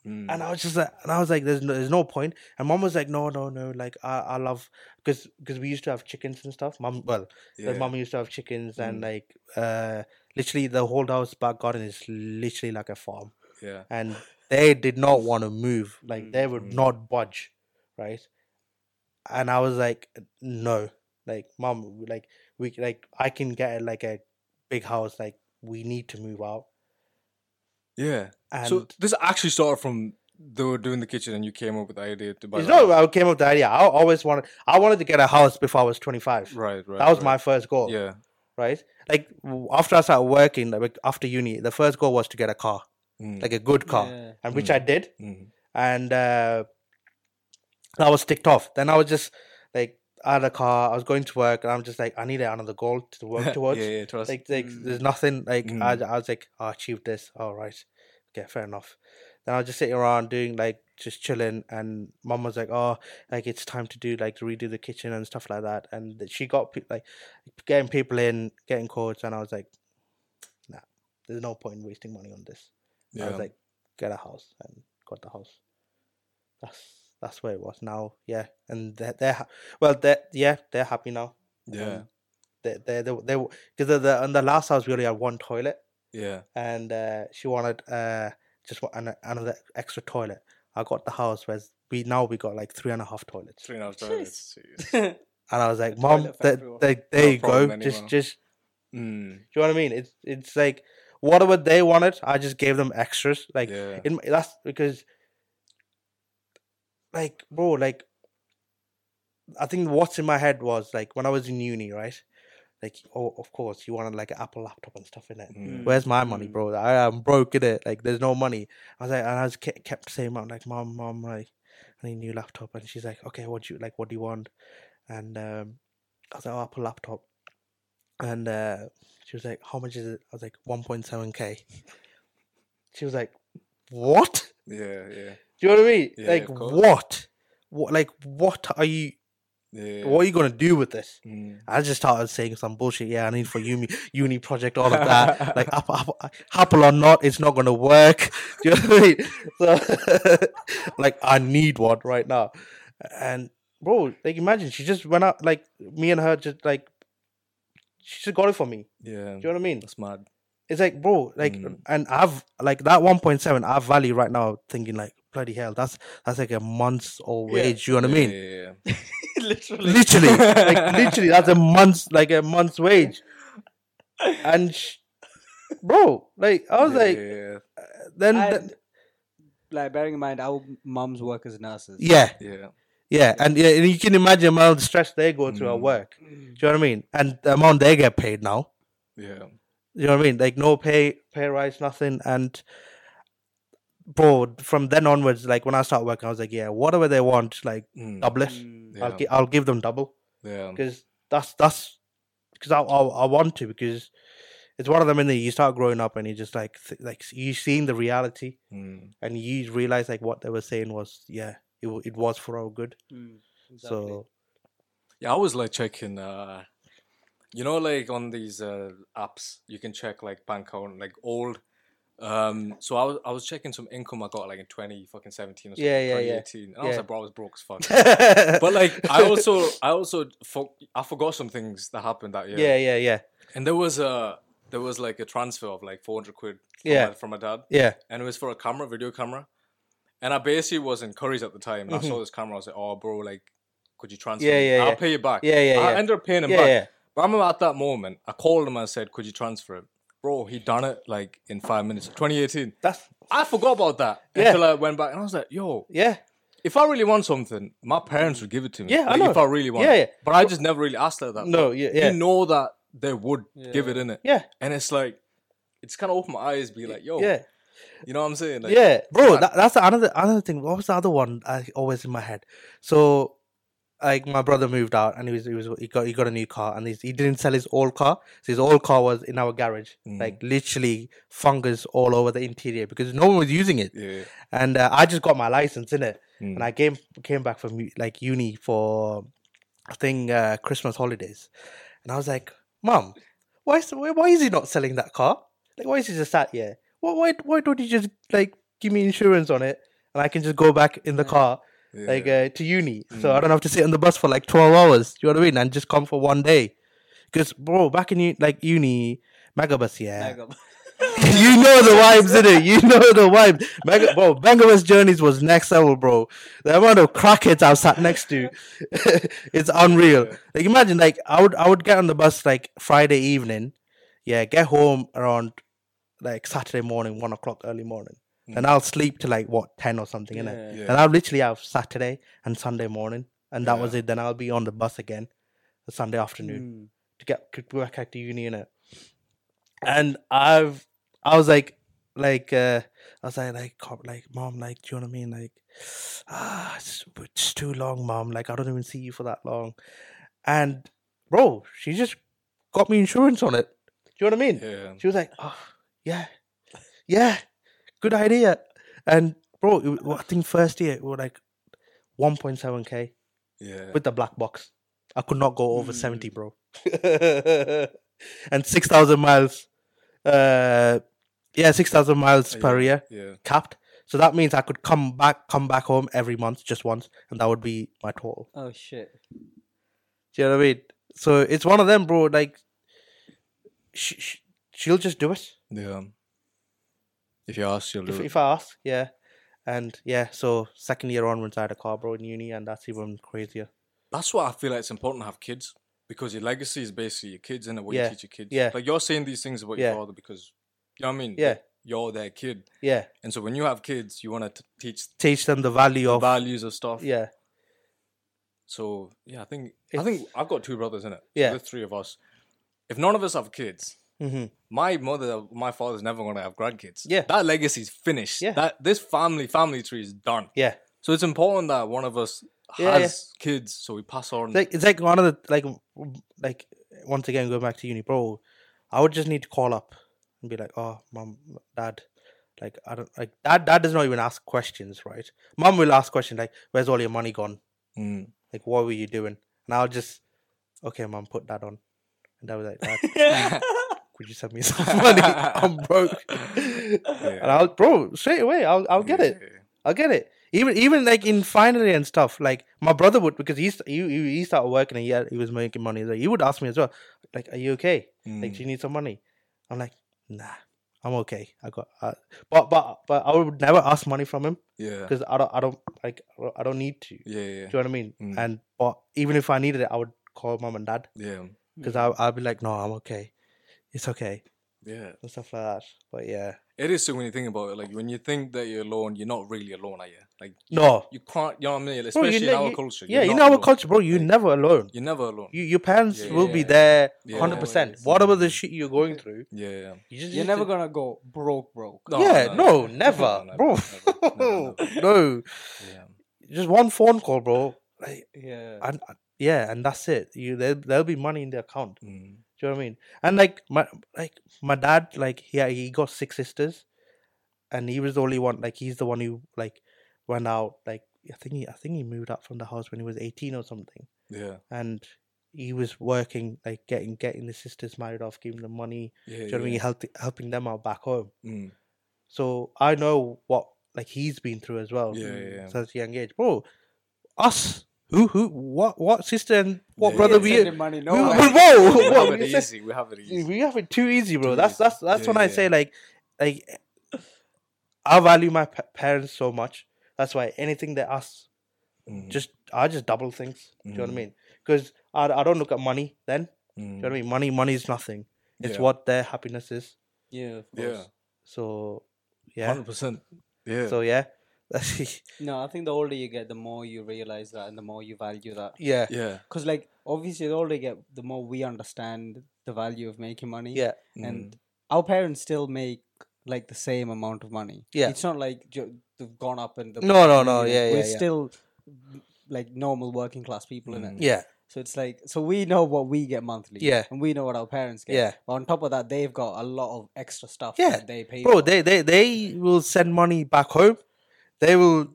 Speaker 3: mm.
Speaker 2: and i was just like and i was like there's no, there's no point and mom was like no no no like i, I love because because we used to have chickens and stuff mom well
Speaker 3: yeah.
Speaker 2: like mom used to have chickens and
Speaker 3: Mm.
Speaker 2: like uh literally the whole house back garden is literally like a farm
Speaker 3: yeah,
Speaker 2: and they did not want to move. Like
Speaker 4: Mm,
Speaker 2: they would
Speaker 3: mm.
Speaker 2: not budge, right? And I was like, no, like mom, like we like I can get like a big house. Like we need to move out.
Speaker 3: yeah.
Speaker 2: And
Speaker 3: so this actually started from they were doing the kitchen, and you came up with the idea to buy.
Speaker 2: it's
Speaker 3: the
Speaker 2: not
Speaker 3: house.
Speaker 2: I came up with the idea. I always wanted. I wanted to get a house before I was twenty five.
Speaker 3: right, right.
Speaker 2: that was
Speaker 3: right.
Speaker 2: my first goal.
Speaker 3: Yeah,
Speaker 2: Right. Like w- after I started working, like after uni, the first goal was to get a car,
Speaker 3: mm,
Speaker 2: like a good car,
Speaker 4: Yeah.
Speaker 2: and which
Speaker 3: Mm.
Speaker 2: I did.
Speaker 3: mm,
Speaker 2: and uh, I was ticked off. Then I was just like out of the car. I was going to work, and I'm just like, I need another goal to work towards.
Speaker 3: yeah, Hmm. yeah, trust.
Speaker 2: Like, like
Speaker 4: Mm.
Speaker 2: there's nothing. Like I, I was like, I achieved this. All right, okay, fair enough. Then I was just sitting around doing like just chilling, and mom was like, oh, like it's time to do like to redo the kitchen and stuff like that. And th- she got pe- like getting people in, getting quotes, and I was like, nah, there's no point wasting money on this. I
Speaker 3: yeah.
Speaker 2: was like, get a house and got the house. That's that's where it was now. Yeah, and they're, they're ha- well, they're yeah, they're happy now.
Speaker 3: yeah,
Speaker 2: and They they they they because the, the on the last house we only had one toilet
Speaker 3: yeah,
Speaker 2: and uh, she wanted uh just wa- an, another extra toilet. I got the house where we now we got like three and a half toilets,
Speaker 3: three and a half
Speaker 4: Jeez.
Speaker 3: toilets. jeez.
Speaker 2: and I was like,
Speaker 4: The
Speaker 2: mom,
Speaker 4: toilet
Speaker 2: that
Speaker 4: factory was-
Speaker 2: that there you go,
Speaker 3: problem
Speaker 2: just
Speaker 3: anymore.
Speaker 2: just do
Speaker 3: Mm,
Speaker 2: you know what I mean? It's it's like whatever they wanted, I just gave them extras. Like
Speaker 3: yeah,
Speaker 2: in my, that's because like bro like i think what's in my head was like when i was in uni right like oh of course you wanted like an apple laptop and stuff in it
Speaker 3: mm,
Speaker 2: where's my money
Speaker 4: Mm.
Speaker 2: bro I, i'm broke in it like there's no money i was like and i was ke- kept saying mom like mom mom like i need a new laptop and she's like okay what do you like what do you want and um i was like oh, apple laptop and uh she was like how much is it i was like 1.7k she was like what
Speaker 3: yeah, yeah,
Speaker 2: do you know what I mean?
Speaker 3: Yeah,
Speaker 2: like
Speaker 3: of course.
Speaker 2: what? What like what are you
Speaker 3: yeah.
Speaker 2: what are you gonna do with this?
Speaker 3: Mm.
Speaker 2: I just started saying some bullshit. Yeah, I need for uni uni project, all of that. like up, up, Apple or not, it's not gonna work. Do you know what I mean? So like I need one right now. And bro, like imagine she just went out like me and her just like she just got it for me. Do
Speaker 3: yeah,
Speaker 2: you know what I mean?
Speaker 3: that's mad.
Speaker 2: It's like, bro, like,
Speaker 3: Mm.
Speaker 2: and I've like that one point seven. I value right now, thinking like, bloody hell, that's that's like a month's old
Speaker 4: Yeah.
Speaker 2: wage. You know what I
Speaker 3: Yeah,
Speaker 2: mean?
Speaker 3: yeah, yeah.
Speaker 4: literally.
Speaker 2: Literally, like literally, that's a month's like a month's wage. And sh- bro, like I was
Speaker 3: yeah,
Speaker 2: like,
Speaker 3: yeah, yeah.
Speaker 2: then
Speaker 4: And,
Speaker 2: th-
Speaker 4: like bearing in mind our mums work as nurses.
Speaker 2: yeah,
Speaker 3: Yeah.
Speaker 2: yeah, and yeah, and you can imagine the amount of stress they go through at
Speaker 3: Mm.
Speaker 2: work.
Speaker 4: Mm.
Speaker 2: Do you know what I mean? And the amount they get paid now.
Speaker 3: Yeah.
Speaker 2: You know what I mean? Like no pay, pay rise, nothing. And bro, from then onwards, like when I start working, I was like, yeah, whatever they want, like
Speaker 3: Mm.
Speaker 2: double it.
Speaker 4: Mm.
Speaker 2: I'll
Speaker 3: Yeah.
Speaker 2: gi- I'll give them double
Speaker 3: Yeah.
Speaker 2: because that's that's because I, I I want to because it's one of them in there. You start growing up and you just like th- like you seeing the reality
Speaker 3: Mm.
Speaker 2: and you realize like what they were saying was yeah it, wa- it was for our good.
Speaker 4: Mm, exactly.
Speaker 2: So
Speaker 3: Yeah, I was like checking. Uh, you know, like on these uh, apps, you can check like bank account, like old. Um, so I was I was checking some income I got like in twenty fucking seventeen or something,
Speaker 2: Yeah, yeah, yeah.
Speaker 3: 2018. and I was
Speaker 2: Yeah.
Speaker 3: like, bro, I was broke as
Speaker 2: but
Speaker 3: fuck. but like, I also I also for, I forgot some things that happened that year.
Speaker 2: yeah, yeah, yeah,
Speaker 3: And there was a there was like a transfer of like four hundred quid. From
Speaker 2: Yeah.
Speaker 3: my, from my dad,
Speaker 2: yeah.
Speaker 3: and it was for a camera, video camera. And I basically was in Curry's at the time. And I
Speaker 2: Mhm.
Speaker 3: saw this camera. I was like, "Oh, bro, like, could you transfer?
Speaker 2: Yeah,
Speaker 3: me?
Speaker 2: yeah,
Speaker 3: I'll
Speaker 2: yeah.
Speaker 3: pay you back."
Speaker 2: Yeah, yeah,
Speaker 3: I
Speaker 2: yeah.
Speaker 3: ended up paying him
Speaker 2: yeah,
Speaker 3: back.
Speaker 2: yeah.
Speaker 3: But I remember at that moment, I called him and I said, Could you transfer it? Bro, he done it like in five minutes, 2018.
Speaker 2: That's
Speaker 3: I forgot about that
Speaker 2: Yeah.
Speaker 3: until I went back and I was like, yo,
Speaker 2: yeah,
Speaker 3: if I really want something, my parents would give it to me.
Speaker 2: Yeah, I
Speaker 3: Like,
Speaker 2: know.
Speaker 3: If I really want
Speaker 2: Yeah,
Speaker 3: it.
Speaker 2: yeah.
Speaker 3: But I just never really asked like that.
Speaker 2: no, yeah,
Speaker 3: But
Speaker 2: yeah,
Speaker 3: You know that they would give it in it.
Speaker 2: yeah,
Speaker 3: And it's like, it's kind of opened my eyes, be like, yo,
Speaker 2: yeah,
Speaker 3: you know what I'm saying? Like,
Speaker 2: yeah, bro.
Speaker 3: that-
Speaker 2: That, that's the another another thing. What was the other one? I always in my head. So, like, my brother moved out, and he was he was he got he got a new car, and he's, he didn't sell his old car. So his old car was in our garage,
Speaker 3: Mm.
Speaker 2: like literally fungus all over the interior because no one was using it.
Speaker 3: Yeah.
Speaker 2: And uh, I just got my license in it,
Speaker 3: Mm.
Speaker 2: and I came came back from u- like uni for I think uh, Christmas holidays, and I was like, "Mom, why is why, why is he not selling that car? Like, why is he just sat here? Why why why don't you just like give me insurance on it, and I can just go back in the
Speaker 4: Yeah.
Speaker 2: car
Speaker 3: yeah.
Speaker 2: like uh, to uni, so I don't have to sit on the bus for like twelve hours. Do you know what I mean? And just come for one day, because bro, back in u- like uni, megabus, yeah,
Speaker 4: Bag up.
Speaker 2: you know the vibes in it. You know the vibe. Mega, bro, Bengawa's journeys was next level, bro. The amount of crackheads I was sat next to, it's unreal. Like imagine, like I would, I would get on the bus like Friday evening, yeah, get home around like Saturday morning, one o'clock, early morning, and I'll sleep till like what ten or something, innit?
Speaker 4: Hmm. Yeah.
Speaker 2: And
Speaker 3: Yeah.
Speaker 2: I'll literally have Saturday and Sunday morning, and that was
Speaker 3: Yeah.
Speaker 2: it. Then I'll be on the bus again, the Sunday afternoon
Speaker 4: Mm.
Speaker 2: to get to go back to uni in it. And I've I was like like uh I was like like com- like mom like do you know what I mean like ah it's, it's too long mom like I don't even see you for that long and bro she just got me insurance on it do you know what I mean
Speaker 3: yeah.
Speaker 2: she was like oh yeah yeah good idea and bro it, wa- I think first year we were like 1.7k
Speaker 3: Yeah.
Speaker 2: with the black box. I could not go over
Speaker 4: Hmm.
Speaker 2: 70, bro. and 6,000 miles. Uh, yeah, 6,000 miles
Speaker 3: Yeah.
Speaker 2: per year
Speaker 3: Yeah.
Speaker 2: capped. So that means I could come back, come back home every month just once, and that would be my total.
Speaker 4: Oh shit.
Speaker 2: Do you know what I mean? So it's one of them, bro. Like, sh- sh- she'll just do it
Speaker 3: Yeah. If you ask, you'll do
Speaker 2: if,
Speaker 3: it.
Speaker 2: if I ask. Yeah, and yeah. So second year onwards, I had a car, bro, in uni, and that's even crazier.
Speaker 3: that's why I feel like it's important to have kids because your legacy is basically your kids and what you
Speaker 2: Yeah,
Speaker 3: teach your kids.
Speaker 2: yeah.
Speaker 3: Like you're saying these things about
Speaker 2: Yeah.
Speaker 3: your father because you know what I mean.
Speaker 2: Yeah.
Speaker 3: You're their kid,
Speaker 2: Yeah,
Speaker 3: and so when you have kids, you want to teach
Speaker 2: teach them the value
Speaker 3: the
Speaker 2: of
Speaker 3: values of stuff.
Speaker 2: yeah,
Speaker 3: So yeah, I think I
Speaker 2: It's-
Speaker 3: think I've got two brothers in it.
Speaker 2: Yeah.
Speaker 3: The three of us. If none of us have kids,
Speaker 2: hmm
Speaker 3: my mother, my father's never going to have grandkids.
Speaker 2: Yeah.
Speaker 3: That legacy's finished.
Speaker 2: Yeah.
Speaker 3: That this family family tree is done.
Speaker 2: yeah.
Speaker 3: So it's important that one of us
Speaker 2: Yeah, yeah.
Speaker 3: has kids, so we pass on.
Speaker 2: It's like it's like one of the like w- like once again going back to uni, bro. I would just need to call up and be like, "Oh, mom, dad, like I don't like dad. Dad does not even ask questions, right? Mom will ask questions like, "Where's all your money gone?
Speaker 3: Mm.
Speaker 2: Like, what were you doing?" And I'll just, "Okay, mom, put that on." And dad was like, "Dad, could you send me some money? I'm broke." And I'll, bro, straight away, I'll I'll get
Speaker 3: Yeah,
Speaker 2: it.
Speaker 3: yeah, yeah.
Speaker 2: I get it. Even even like in finally and stuff, like my brother would because he's he, he he started working and he, had, he was making money. Like he would ask me as well, like, "Are you okay? Like,
Speaker 3: Mm.
Speaker 2: do you need some money?" I'm like, "Nah, I'm okay. I got." Uh, but but but I would never ask money from him
Speaker 3: Yeah.
Speaker 2: because I don't I don't like I don't- I don't need to.
Speaker 3: Yeah, yeah,
Speaker 2: Do you know what I mean?
Speaker 3: Mm.
Speaker 2: And but even if I needed it, I would call mom and dad
Speaker 3: yeah.
Speaker 2: because
Speaker 3: Mm.
Speaker 2: I I'd be like, "No, I'm okay. It's okay,"
Speaker 3: Yeah.
Speaker 2: and stuff like that. But yeah,
Speaker 3: It is so when you think about it, like when you think that you're alone, you're not really alone, are you? Like
Speaker 2: no,
Speaker 3: you can't you know what I mean?
Speaker 2: Bro, you
Speaker 3: Especially in
Speaker 2: ne-
Speaker 3: our
Speaker 2: you-
Speaker 3: culture.
Speaker 2: yeah,
Speaker 3: you're
Speaker 2: in
Speaker 3: not
Speaker 2: our
Speaker 3: alone.
Speaker 2: culture, bro, you're
Speaker 3: Like,
Speaker 2: never alone.
Speaker 3: You're never alone.
Speaker 2: you, your parents
Speaker 3: Yeah,
Speaker 2: will be
Speaker 3: yeah,
Speaker 2: there
Speaker 3: yeah.
Speaker 2: 100%
Speaker 4: Always.
Speaker 2: whatever the shit you're going through
Speaker 3: yeah, yeah.
Speaker 2: you just
Speaker 4: You're
Speaker 2: need
Speaker 4: never
Speaker 2: to-
Speaker 4: gonna go broke, broke.
Speaker 3: No,
Speaker 2: yeah no,
Speaker 3: no,
Speaker 2: never
Speaker 3: no, no,
Speaker 2: bro
Speaker 3: never, never, never.
Speaker 2: no
Speaker 3: Yeah.
Speaker 2: just one phone call bro like,
Speaker 4: Yeah.
Speaker 2: and yeah and that's it you there, there'll be money in the account
Speaker 3: Mm.
Speaker 2: do you know what i mean and like my like my dad like yeah he got six sisters and he was the only one like he's the one who like went out like I think he, I think he moved out from the house when he was eighteen or something,
Speaker 3: Yeah.
Speaker 2: and he was working like getting getting the sisters married off, giving them money, do
Speaker 3: Yeah.
Speaker 2: you know what I mean, help, helping them out back home.
Speaker 3: Mm.
Speaker 2: So I know what like he's been through as well.
Speaker 3: Yeah, yeah, yeah.
Speaker 2: Since young age, bro. Us, who, who, what, what sister and what
Speaker 3: Yeah,
Speaker 2: brother?
Speaker 3: yeah,
Speaker 2: We,
Speaker 3: yeah.
Speaker 5: money,
Speaker 2: we-
Speaker 5: no.
Speaker 2: we-
Speaker 5: way.
Speaker 2: whoa,
Speaker 3: We
Speaker 2: whoa,
Speaker 3: have it
Speaker 2: you said-
Speaker 3: easy. We have it easy.
Speaker 2: we have it too easy, bro.
Speaker 3: Too
Speaker 2: that's
Speaker 3: easy.
Speaker 2: that's that's
Speaker 3: Yeah,
Speaker 2: when I
Speaker 3: yeah,
Speaker 2: say
Speaker 3: yeah.
Speaker 2: like, like, I value my pa- parents so much. That's why anything they ask,
Speaker 3: Mm.
Speaker 2: just I just double things. Do you know what I
Speaker 3: Mhm.
Speaker 2: mean? Because I, I don't look at money then. Do you know
Speaker 3: Mm.
Speaker 2: what I mean? Money money is nothing. It's
Speaker 3: Yeah.
Speaker 2: what their happiness is.
Speaker 1: Yeah, of
Speaker 3: Yeah.
Speaker 1: course.
Speaker 2: So yeah.
Speaker 3: Hundred percent. Yeah.
Speaker 2: So yeah.
Speaker 1: No, I think the older you get, the more you realize that, and the more you value that.
Speaker 2: yeah.
Speaker 3: yeah.
Speaker 1: Because like obviously, the older you get, the more we understand the value of making money.
Speaker 2: Yeah.
Speaker 1: and
Speaker 3: Mm.
Speaker 1: our parents still make like the same amount of money.
Speaker 2: Yeah.
Speaker 1: it's not like ju- they've gone up and the
Speaker 2: No, no, no,
Speaker 1: you know,
Speaker 2: yeah,
Speaker 1: we're
Speaker 2: yeah, yeah.
Speaker 1: still like normal working class people in it.
Speaker 3: Mm.
Speaker 2: Yeah.
Speaker 1: So it's like so we know what we get monthly.
Speaker 2: Yeah.
Speaker 1: and we know what our parents get.
Speaker 2: Yeah.
Speaker 1: but on top of that, they've got a lot of extra stuff.
Speaker 2: Yeah.
Speaker 1: that they pay.
Speaker 2: Bro,
Speaker 1: for.
Speaker 2: they, they they will send money back home. They will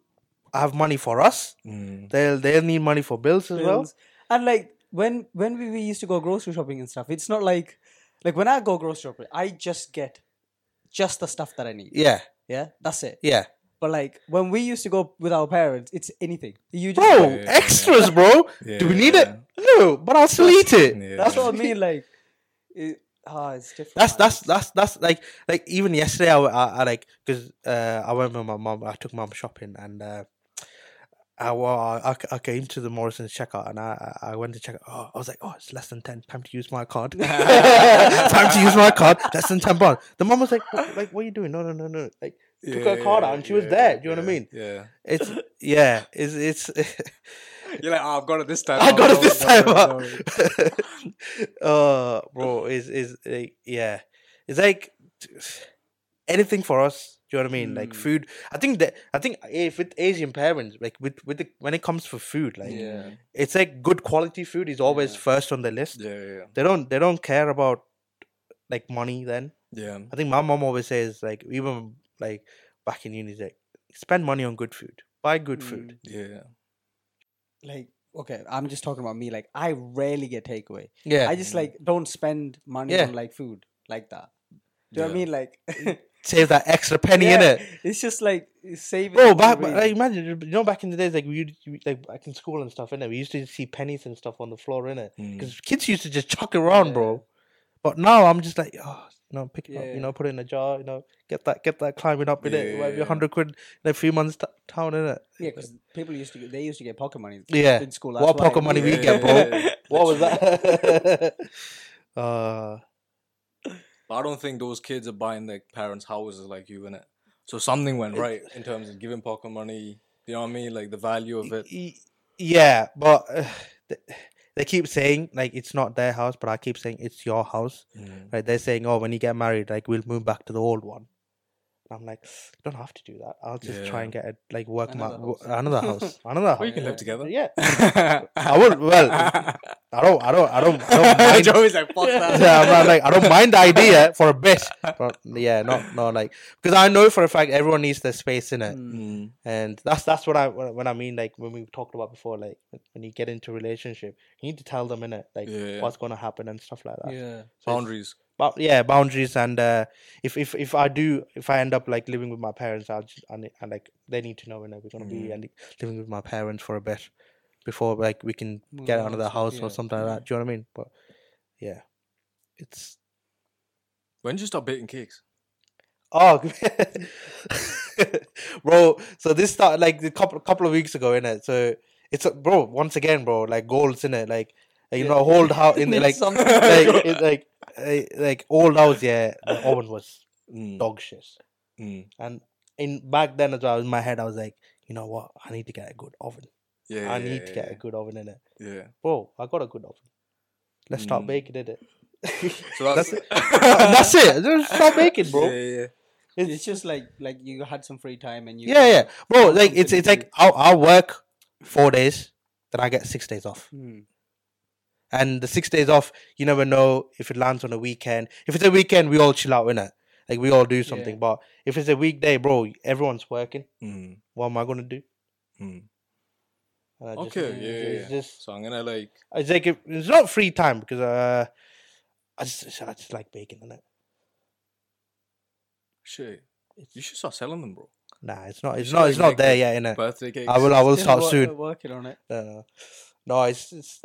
Speaker 2: have money for us.
Speaker 3: Mm.
Speaker 2: They'll they'll need money for bills as well.
Speaker 1: bills. And like when when we, we used to go grocery shopping and stuff, it's not like like when I go grocery shopping, I just get just the stuff that I need.
Speaker 2: Yeah.
Speaker 1: Yeah, that's it.
Speaker 2: Yeah.
Speaker 1: But like when we used to go with our parents, it's anything. You just
Speaker 2: Bro,
Speaker 3: yeah, yeah.
Speaker 2: extras, bro.
Speaker 3: Yeah,
Speaker 2: Do we need
Speaker 3: mm, yeah.
Speaker 2: it? No, but I'll still eat it.
Speaker 3: Yeah.
Speaker 1: That's what I mean. Like, it, ah, it's different.
Speaker 2: That's
Speaker 1: man.
Speaker 2: that's that's that's like like even yesterday I, w- I- I, like because uh, I went with my mom I took mom shopping and uh, I, well, I I came to the Morrison's checkout and I I I went to check out oh, I was like oh it's less than ten time to use my card time to use my card less than ten pound the mom was like "What- like what are you doing no no no no like took her card out and she was there do you know what I mean
Speaker 3: Yeah.
Speaker 2: it's yeah it's it's
Speaker 3: You're like, oh, I've got it this time.
Speaker 2: I
Speaker 3: Oh,
Speaker 2: got it
Speaker 3: don't
Speaker 2: this
Speaker 3: worry,
Speaker 2: time.
Speaker 3: don't worry, don't worry.
Speaker 2: uh, bro, is is like, yeah, it's like anything for us. Do you know what I mean? Like
Speaker 1: Mm.
Speaker 2: food. I think that I think if with Asian parents, like with with the, when it comes for food, like
Speaker 1: yeah,
Speaker 2: it's like good quality food is always
Speaker 1: Yeah.
Speaker 2: first on the list.
Speaker 3: Yeah, yeah,
Speaker 2: They don't they don't care about like money. Then
Speaker 3: yeah.
Speaker 2: I think my mom always says like even like back in uni, like spend money on good food, buy good food.
Speaker 3: Yeah, yeah.
Speaker 1: like okay. I'm just talking about me. Like, I rarely get takeaway.
Speaker 2: Yeah,
Speaker 1: I just like don't spend money
Speaker 2: Yeah.
Speaker 1: on like food like that. Do you know what I
Speaker 3: Yeah.
Speaker 1: mean? Like,
Speaker 2: save that extra penny in
Speaker 1: yeah,
Speaker 2: it.
Speaker 1: It's just like saving.
Speaker 2: Bro,
Speaker 1: it
Speaker 2: back,
Speaker 1: for
Speaker 2: back-
Speaker 1: me.
Speaker 2: like, imagine you know back in the days like we used to- like back in school and stuff, innit? We used to see pennies and stuff on the floor, innit?
Speaker 3: Mm.
Speaker 2: Because kids used to just chuck it around, bro. But now I'm just like, oh, you know, pick it up,
Speaker 1: Yeah.
Speaker 2: you know, put it in a jar, you know, get that, get that climbing up in it. It might be
Speaker 3: Yeah.
Speaker 2: a hundred quid in a few months t- town, innit?
Speaker 1: Yeah, because people used to get, they used to get pocket money.
Speaker 2: Yeah.
Speaker 1: in school.
Speaker 2: What
Speaker 1: that's why
Speaker 2: pocket money we
Speaker 1: yeah.
Speaker 2: get, bro?
Speaker 3: Yeah.
Speaker 2: What was that? uh,
Speaker 3: But I don't think those kids are buying their parents' houses like you in it. So something went right in terms of giving pocket money. You know what I mean? Like the value of it.
Speaker 2: y- yeah, but uh, th- they keep saying like it's not their house, but I keep saying it's your house.
Speaker 3: Mm.
Speaker 2: Right, they're saying, oh, when you get married, like we'll move back to the old one. And I'm like, you don't have to do that. I'll just try
Speaker 3: Yeah.
Speaker 2: and get a, like work my
Speaker 1: Another
Speaker 2: wo-
Speaker 1: house.
Speaker 2: another house, another
Speaker 3: Well, you
Speaker 2: house.
Speaker 3: can
Speaker 1: Yeah.
Speaker 3: live together.
Speaker 2: Yeah,
Speaker 3: I
Speaker 2: I would. Well, I don't, I don't, I don't, I don't mind.
Speaker 3: Joey's like, fuck that.
Speaker 2: Yeah, I'm not like I don't mind the idea for a bit, but yeah, not no like because I know for a fact everyone needs their space in it,
Speaker 1: Mm.
Speaker 3: Mm.
Speaker 2: and that's that's what I when I mean like when we talked about before like when you get into a relationship you need to tell them in it like
Speaker 3: Yeah.
Speaker 2: what's gonna happen and stuff like that.
Speaker 1: Yeah.
Speaker 2: So it's-
Speaker 3: Boundaries.
Speaker 2: but yeah boundaries and uh if if if i do if i end up like living with my parents i'll just I, ne- I like they need to know when we're gonna be
Speaker 1: Mm.
Speaker 3: Mhm.
Speaker 2: and living with my parents for a bit before like we can
Speaker 1: Move
Speaker 2: get
Speaker 1: on
Speaker 2: out of
Speaker 1: and
Speaker 2: the
Speaker 1: stuff,
Speaker 2: house
Speaker 1: yeah.
Speaker 2: or something like that do you know what i mean but yeah it's
Speaker 3: When did you start baking cakes?
Speaker 2: oh bro so this started like a couple couple of weeks ago in it so it's a, bro once again bro like goals in it like you
Speaker 1: Yeah.
Speaker 2: know hold house in the,
Speaker 1: Need
Speaker 2: like
Speaker 1: something.
Speaker 2: like it, like eh, like old house yeah the oven was
Speaker 3: Mm.
Speaker 2: dog shit
Speaker 3: Mm.
Speaker 2: And in back then as well, in my head, I was like, you know what? I need to get a good oven.
Speaker 3: Yeah,
Speaker 2: I
Speaker 3: yeah,
Speaker 2: need
Speaker 3: yeah,
Speaker 2: to get a good oven in it.
Speaker 3: yeah. yeah.
Speaker 2: Bro, I got a good oven. Let's start
Speaker 3: Mm.
Speaker 2: baking in it.
Speaker 3: So that's,
Speaker 2: That's That's it. Just start baking, bro.
Speaker 3: Yeah, yeah, yeah.
Speaker 1: It's just like like you had some free time and you.
Speaker 2: Yeah, yeah, bro.
Speaker 1: Something
Speaker 2: Like it's
Speaker 1: to
Speaker 2: it's like I'll, I'll work four days, then I get six days off.
Speaker 1: Mm.
Speaker 2: And the six days off, you never know if it lands on a weekend. If it's a weekend, we all chill out in it. Like we all do something. But if it's a weekday, bro, everyone's working.
Speaker 3: Mm.
Speaker 2: What am I gonna do?
Speaker 3: Mm.
Speaker 2: And I just-
Speaker 3: Okay, yeah, yeah,
Speaker 2: It's
Speaker 3: yeah.
Speaker 2: just
Speaker 3: So I'm gonna like
Speaker 2: it's like if- it's not free time because uh, I just I just like baking in it.
Speaker 3: shit. You should start selling them, bro.
Speaker 2: Nah, it's not. It's
Speaker 3: should,
Speaker 2: not. It's
Speaker 3: like,
Speaker 2: not there yet. In it.
Speaker 3: Birthday cakes.
Speaker 2: I will. I will start
Speaker 1: wor-
Speaker 2: soon.
Speaker 1: uh, Working on it.
Speaker 2: No, no, no. It's. it's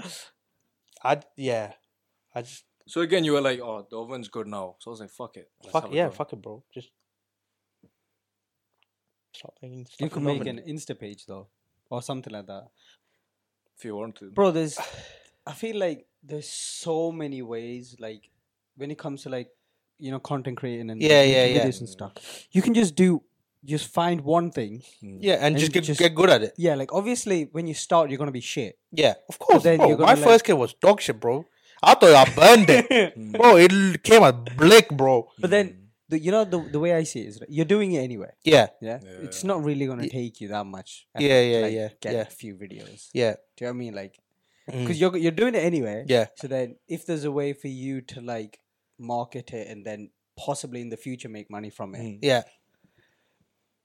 Speaker 2: I yeah. I just
Speaker 3: So again, you were like, "Oh, the oven's good now." So I was like, "Fuck it." let's
Speaker 2: fuck
Speaker 3: have a
Speaker 2: yeah.
Speaker 3: go."
Speaker 2: Fuck it, bro. Just stop making.
Speaker 1: You
Speaker 2: Stop
Speaker 1: could
Speaker 2: filming.
Speaker 1: make an Insta page though, or something like that.
Speaker 3: If you want to,
Speaker 1: Bro, there's. I feel like there's so many ways. Like when it comes to like, you know, content creating and
Speaker 2: Yeah,
Speaker 1: making
Speaker 2: yeah, yeah.
Speaker 1: videos and stuff, you can just do, just find one thing.
Speaker 3: Mm,
Speaker 2: Yeah, and,
Speaker 1: and
Speaker 2: just, get,
Speaker 1: just-
Speaker 2: get good at it.
Speaker 1: Yeah, like obviously when you start, you're gonna be shit.
Speaker 2: Yeah, of course,
Speaker 1: then
Speaker 2: bro.
Speaker 1: you're
Speaker 2: My
Speaker 1: gonna, like-
Speaker 2: first kid was dog shit, bro. I thought I burned it, bro. It l- came a blick, bro.
Speaker 1: But
Speaker 3: mm.
Speaker 1: then, the, you know, the the way I see it is, like, you're doing it anyway.
Speaker 2: Yeah,
Speaker 1: Yeah,
Speaker 3: Yeah.
Speaker 1: it's not really gonna take you that much.
Speaker 2: Yeah,
Speaker 1: effort to,
Speaker 2: yeah,
Speaker 1: like,
Speaker 2: yeah,
Speaker 1: Get
Speaker 2: yeah.
Speaker 1: a few videos.
Speaker 2: yeah,
Speaker 1: Do you know what I mean? Like,
Speaker 2: Mm.
Speaker 1: because you're you're doing it anyway.
Speaker 2: yeah,
Speaker 1: So then, if there's a way for you to like market it and then possibly in the future make money from it,
Speaker 3: Mm.
Speaker 2: yeah.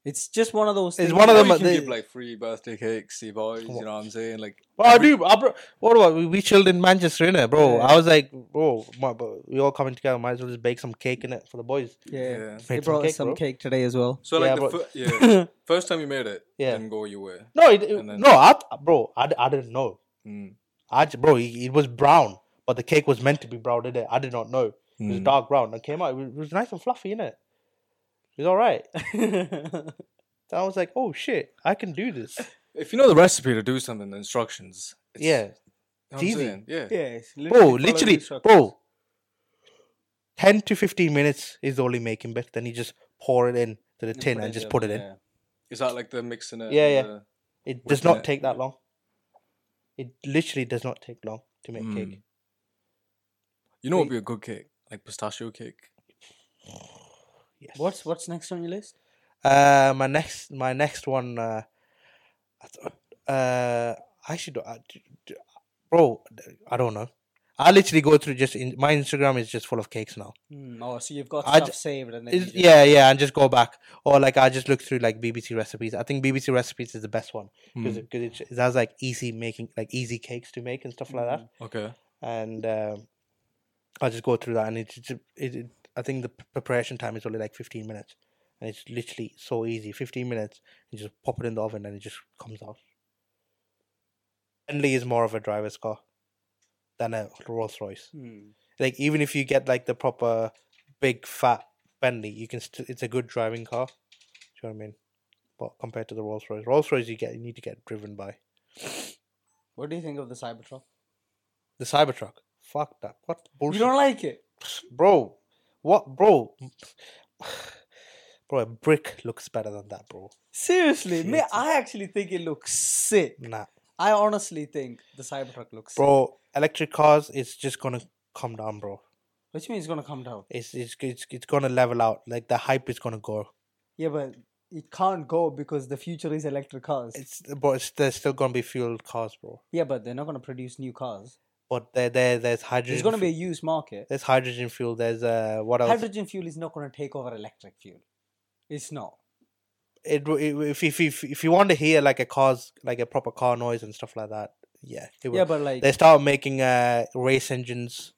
Speaker 1: it's just one of those.
Speaker 2: It's
Speaker 1: things
Speaker 2: one of
Speaker 1: where
Speaker 3: Or
Speaker 2: them-
Speaker 3: you
Speaker 2: uh,
Speaker 3: can
Speaker 2: they-
Speaker 3: give like free birthday cakes, see boys. You know what I'm saying? Like,
Speaker 2: Well, I do. I bro, what about we, we chilled in Manchester, innit, bro?
Speaker 1: Yeah.
Speaker 2: I was like, bro, my, bro, we all coming together. Might as well just bake some cake in it for the boys.
Speaker 1: Yeah.
Speaker 3: yeah.
Speaker 1: They
Speaker 2: Make some
Speaker 1: brought us
Speaker 2: cake,
Speaker 1: some
Speaker 2: bro.
Speaker 1: cake today as well.
Speaker 3: So like
Speaker 2: Yeah,
Speaker 3: the
Speaker 2: but-
Speaker 3: fir- yeah, first time you made it,
Speaker 2: Yeah.
Speaker 3: didn't go your way.
Speaker 2: No, it, it-
Speaker 3: And then-
Speaker 2: no, I, bro, I, d- I didn't know.
Speaker 3: Mm.
Speaker 2: I j- bro, it, it was brown, but the cake was meant to be brown, did it? I did not know. It was
Speaker 3: Mm.
Speaker 2: dark brown. It came out. It was, it was nice and fluffy, innit? It was all right. So I was like, oh shit, I can do this.
Speaker 3: If you know the recipe to do something, the instructions. It's,
Speaker 2: yeah,
Speaker 3: you know what I'm
Speaker 2: easy.
Speaker 3: saying? Yeah.
Speaker 1: yes,
Speaker 2: bro, literally, bro. Ten to fifteen minutes is the only making bit. Then you just pour it in to the tin and just put it in.
Speaker 3: Is that like the mixing it?
Speaker 2: Yeah,
Speaker 3: and
Speaker 2: yeah.
Speaker 3: the-
Speaker 2: It
Speaker 3: What's
Speaker 2: does not
Speaker 3: that?
Speaker 2: take that long. It literally does not take long to
Speaker 1: Hmm.
Speaker 2: make cake.
Speaker 3: Mm. You know what would
Speaker 2: Wait.
Speaker 3: be a good cake? Like pistachio cake.
Speaker 2: Yes.
Speaker 1: What's what's next on your list?
Speaker 2: uh my next my next one? Uh, I th- uh, I should, I, d- d- bro. I don't know. I literally go through just in, my Instagram is just full of cakes now.
Speaker 1: Hmm, oh, so you've got
Speaker 2: I
Speaker 1: stuff
Speaker 2: j-
Speaker 1: saved and then you
Speaker 2: Is
Speaker 1: just,
Speaker 2: yeah, yeah, and just go back or like I just look through like BBC recipes. I think BBC recipes is the best one
Speaker 1: Hmm.
Speaker 2: because
Speaker 3: Mm.
Speaker 2: it, it has like easy making like easy cakes to make and stuff like that.
Speaker 3: Okay.
Speaker 2: and um, I just go through that, and it's it's- it, it. I think the p- preparation time is only like fifteen minutes, and it's literally so easy. Fifteen minutes, you just pop it in the oven, and it just comes out. Bentley is more of a driver's car than a Rolls Royce.
Speaker 1: Hmm.
Speaker 2: Like even if you get like the proper big fat Bentley, you can. St- it's a good driving car. Do you know what I mean? But compared to the Rolls Royce, Rolls Royce you get you need to get driven by
Speaker 1: What do you think of the
Speaker 2: Oh,
Speaker 1: Cybertruck?
Speaker 2: the Cybertruck. Fuck that! What bullshit?
Speaker 1: You don't like it?
Speaker 2: bro. What, bro? bro, a brick looks better than that, bro.
Speaker 1: Seriously, me,
Speaker 2: Shit.
Speaker 1: I actually think it looks sick.
Speaker 2: Nah,
Speaker 1: I honestly think the Cybertruck looks sick.
Speaker 2: bro. Electric cars, it's just gonna come down, bro.
Speaker 1: Which means it's gonna come down.
Speaker 2: It's it's it's, it's gonna level out. Like the hype is gonna go.
Speaker 1: Yeah, but it can't go because the future is electric cars.
Speaker 2: It's bro. It's, there's still gonna be fuel cars, bro.
Speaker 1: yeah, but they're not gonna produce new cars.
Speaker 2: But there there there's hydrogen.
Speaker 1: There's gonna be a
Speaker 2: fu-
Speaker 1: used market.
Speaker 2: there's hydrogen fuel. There's uh what else?
Speaker 1: Hydrogen fuel is not gonna take over electric fuel. It's not.
Speaker 2: it, w- it w- if, if if if you want to hear like a cars like a proper car noise and stuff like that, yeah, it will.
Speaker 1: Yeah, but like
Speaker 2: they start making uh race engines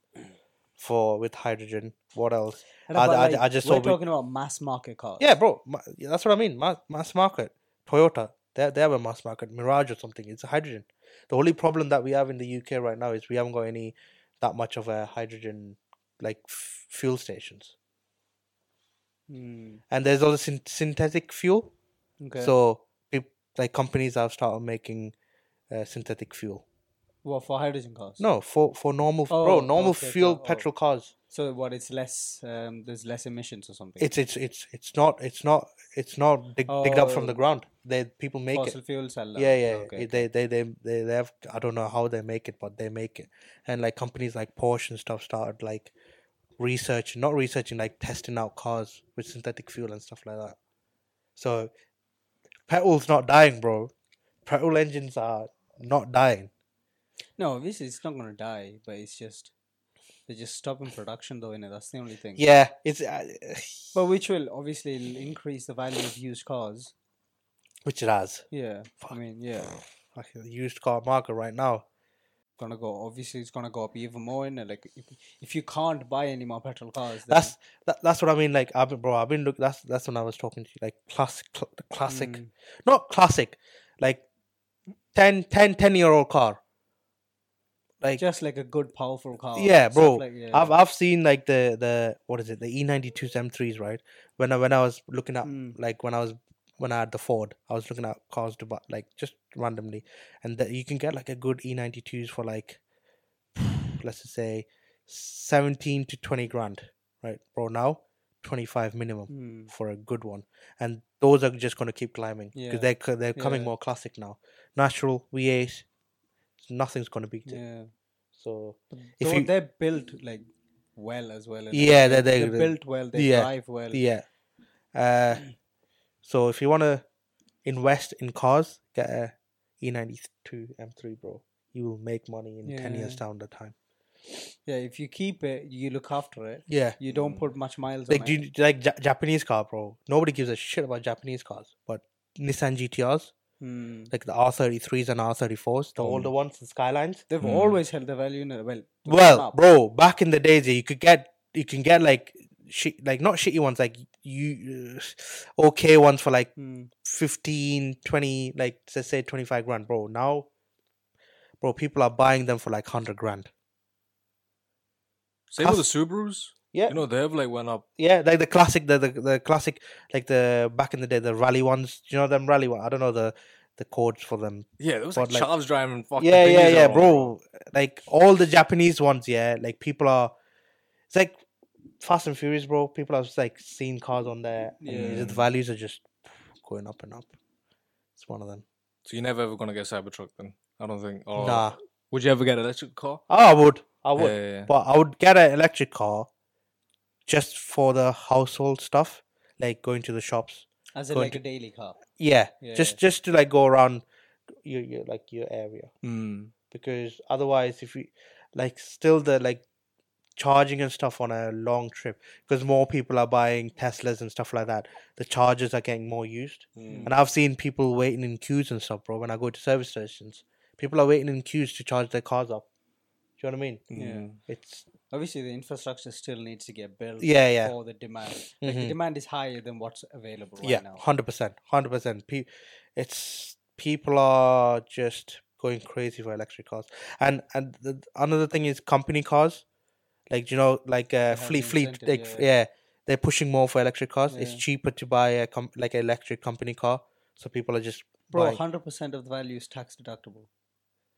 Speaker 2: for with hydrogen. What else?
Speaker 1: I,
Speaker 2: I- I- I just
Speaker 1: we're
Speaker 2: saw we-
Speaker 1: talking about mass market cars.
Speaker 2: Yeah, bro, ma- yeah, that's what I mean. Mass, mass market, Toyota. They they have a mass market Mirage or something. It's hydrogen. The only problem that we have in the UK right now is we haven't got any that much of a hydrogen like f- fuel stations.
Speaker 1: Hmm,
Speaker 2: And there's also syn- synthetic fuel.
Speaker 1: okay. So
Speaker 2: So peop like companies have started making uh, synthetic fuel.
Speaker 1: well, for hydrogen cars.
Speaker 2: No, for for normal
Speaker 1: Oh,
Speaker 2: bro, normal
Speaker 1: okay,
Speaker 2: fuel
Speaker 1: so- oh.
Speaker 2: petrol cars.
Speaker 1: So what? It's less. Um, there's less emissions or something.
Speaker 2: it's it's it's it's not it's not it's not dig, digged up from
Speaker 1: Oh.
Speaker 2: the ground. They people make
Speaker 1: fossil
Speaker 2: it.
Speaker 1: fuels are low.
Speaker 2: Yeah, yeah.
Speaker 1: Okay.
Speaker 2: it- They, they they they they have. I don't know how they make it, but they make it. And like companies like Porsche and stuff started like researching, not researching, like testing out cars with synthetic fuel and stuff like that. So petrol's not dying, bro. Petrol engines are not dying.
Speaker 1: No, obviously it's not gonna die, but it's just they're just stopping production though. In it, that's the only thing.
Speaker 2: Yeah, it's uh,
Speaker 1: But which will obviously l- increase the value of used cars.
Speaker 2: which it has.
Speaker 1: Yeah. I mean, yeah.
Speaker 2: like the used car market right now.
Speaker 1: gonna go. Obviously, it's gonna go up even more. In like, if, if you can't buy any more petrol cars, then,
Speaker 2: That's that, that's what I mean. Like I've been, bro, I've been look. That's that's when I was talking to you. Like classic, cl- the classic,
Speaker 1: Mm.
Speaker 2: not classic, like 10, 10, 10 year old car. Like
Speaker 1: just like a good, powerful car.
Speaker 2: yeah,
Speaker 1: stuff
Speaker 2: bro.
Speaker 1: like- yeah.
Speaker 2: I've I've seen like the the what is it the E ninety two M threes right when I when I was looking at
Speaker 1: Mm.
Speaker 2: like when I was when I had the Ford I was looking at cars to buy like just randomly and that you can get like a good E ninety twos for like let's just say seventeen to twenty grand right bro now twenty five minimum
Speaker 1: Mm.
Speaker 2: for a good one and those are just going to keep climbing because
Speaker 1: Yeah.
Speaker 2: they're co- they're coming
Speaker 1: Yeah.
Speaker 2: more classic now natural V8 nothing's going to beat it
Speaker 1: yeah.
Speaker 2: so
Speaker 1: If
Speaker 2: if you
Speaker 1: they're built like well as well. and
Speaker 2: Yeah,
Speaker 1: everything.
Speaker 2: they're-
Speaker 1: they're,
Speaker 2: they're-
Speaker 1: built well. They
Speaker 2: yeah,
Speaker 1: drive well.
Speaker 2: Yeah. Uh, so if you want to invest in cars, get a E E92 M3, bro. You will make money in 10 years
Speaker 1: Yeah.
Speaker 2: down the time.
Speaker 1: Yeah, if you keep it, you look after it.
Speaker 2: Yeah.
Speaker 1: You don't put much miles
Speaker 2: Hmm. Like
Speaker 1: on
Speaker 2: do
Speaker 1: it.
Speaker 2: you, like ja- Japanese car, bro. Nobody gives a shit about Japanese cars, but Nissan GTRs,
Speaker 1: Mm.
Speaker 2: like the R33s and R34s, the older ones, the Skylines.
Speaker 1: They've
Speaker 3: Mm.
Speaker 1: always held the value in it. Well, to
Speaker 2: Well,
Speaker 1: up.
Speaker 2: bro, back in the days, you could get you can get like shit, like not shitty ones, like you uh, okay ones for like
Speaker 1: Mm.
Speaker 2: 15 20 like let's say 25 grand bro now bro people are buying them for like 100 grand
Speaker 3: Same with the Subarus.
Speaker 2: yeah
Speaker 3: You know, they have like went up.
Speaker 2: yeah like the classic the, the the classic like the back in the day the rally ones you know them rally one i don't know the the codes for them
Speaker 3: Yeah, there was
Speaker 2: But,
Speaker 3: like,
Speaker 2: like-
Speaker 3: Charles driving fucking
Speaker 2: yeah yeah
Speaker 3: thingies
Speaker 2: yeah
Speaker 3: around,
Speaker 2: bro like all the japanese ones yeah like people are it's like fast and furious bro people are just like seeing cars on there and
Speaker 1: Yeah.
Speaker 2: the values are just going up and up it's one of them
Speaker 3: So you're never ever gonna get a Cybertruck then. I don't think. Or
Speaker 2: nah
Speaker 3: Would you ever get an electric car?
Speaker 2: oh, i would i would
Speaker 3: Yeah, yeah, yeah.
Speaker 2: But I would get an electric car just for the household stuff, like going to the shops.
Speaker 1: As in
Speaker 2: Going
Speaker 1: like
Speaker 2: to-
Speaker 1: a daily car.
Speaker 2: Yeah,
Speaker 1: Yeah,
Speaker 2: just just to like go around your, your like your area
Speaker 3: Mm.
Speaker 2: because otherwise, if you like still the like charging and stuff on a long trip because more people are buying Teslas and stuff like that. The chargers are getting more used,
Speaker 1: Hmm.
Speaker 3: Mm.
Speaker 2: and I've seen people waiting in queues and stuff, bro. When I go to service stations, people are waiting in queues to charge their cars up. Do you know what I mean?
Speaker 1: Yeah.
Speaker 3: Mm.
Speaker 2: It's
Speaker 1: Obviously, the infrastructure still needs to get built.
Speaker 2: yeah, yeah.
Speaker 1: For the demand, like
Speaker 2: Mhm.
Speaker 1: the demand is higher than what's available right
Speaker 2: yeah,
Speaker 1: now.
Speaker 2: hundred percent, hundred percent. Pe- It's people are just going crazy for electric cars, and and the, another thing is company cars, like you know, like uh,
Speaker 1: have
Speaker 2: fleet
Speaker 1: the
Speaker 2: fleet,
Speaker 1: incentive,
Speaker 2: like
Speaker 1: yeah,
Speaker 2: f-
Speaker 1: yeah.
Speaker 2: yeah. they're pushing more for electric cars. It's
Speaker 1: Yeah.
Speaker 2: cheaper to buy a com- like an electric company car, so people are just
Speaker 1: Bro,
Speaker 2: buying-
Speaker 1: hundred percent of the value is tax deductible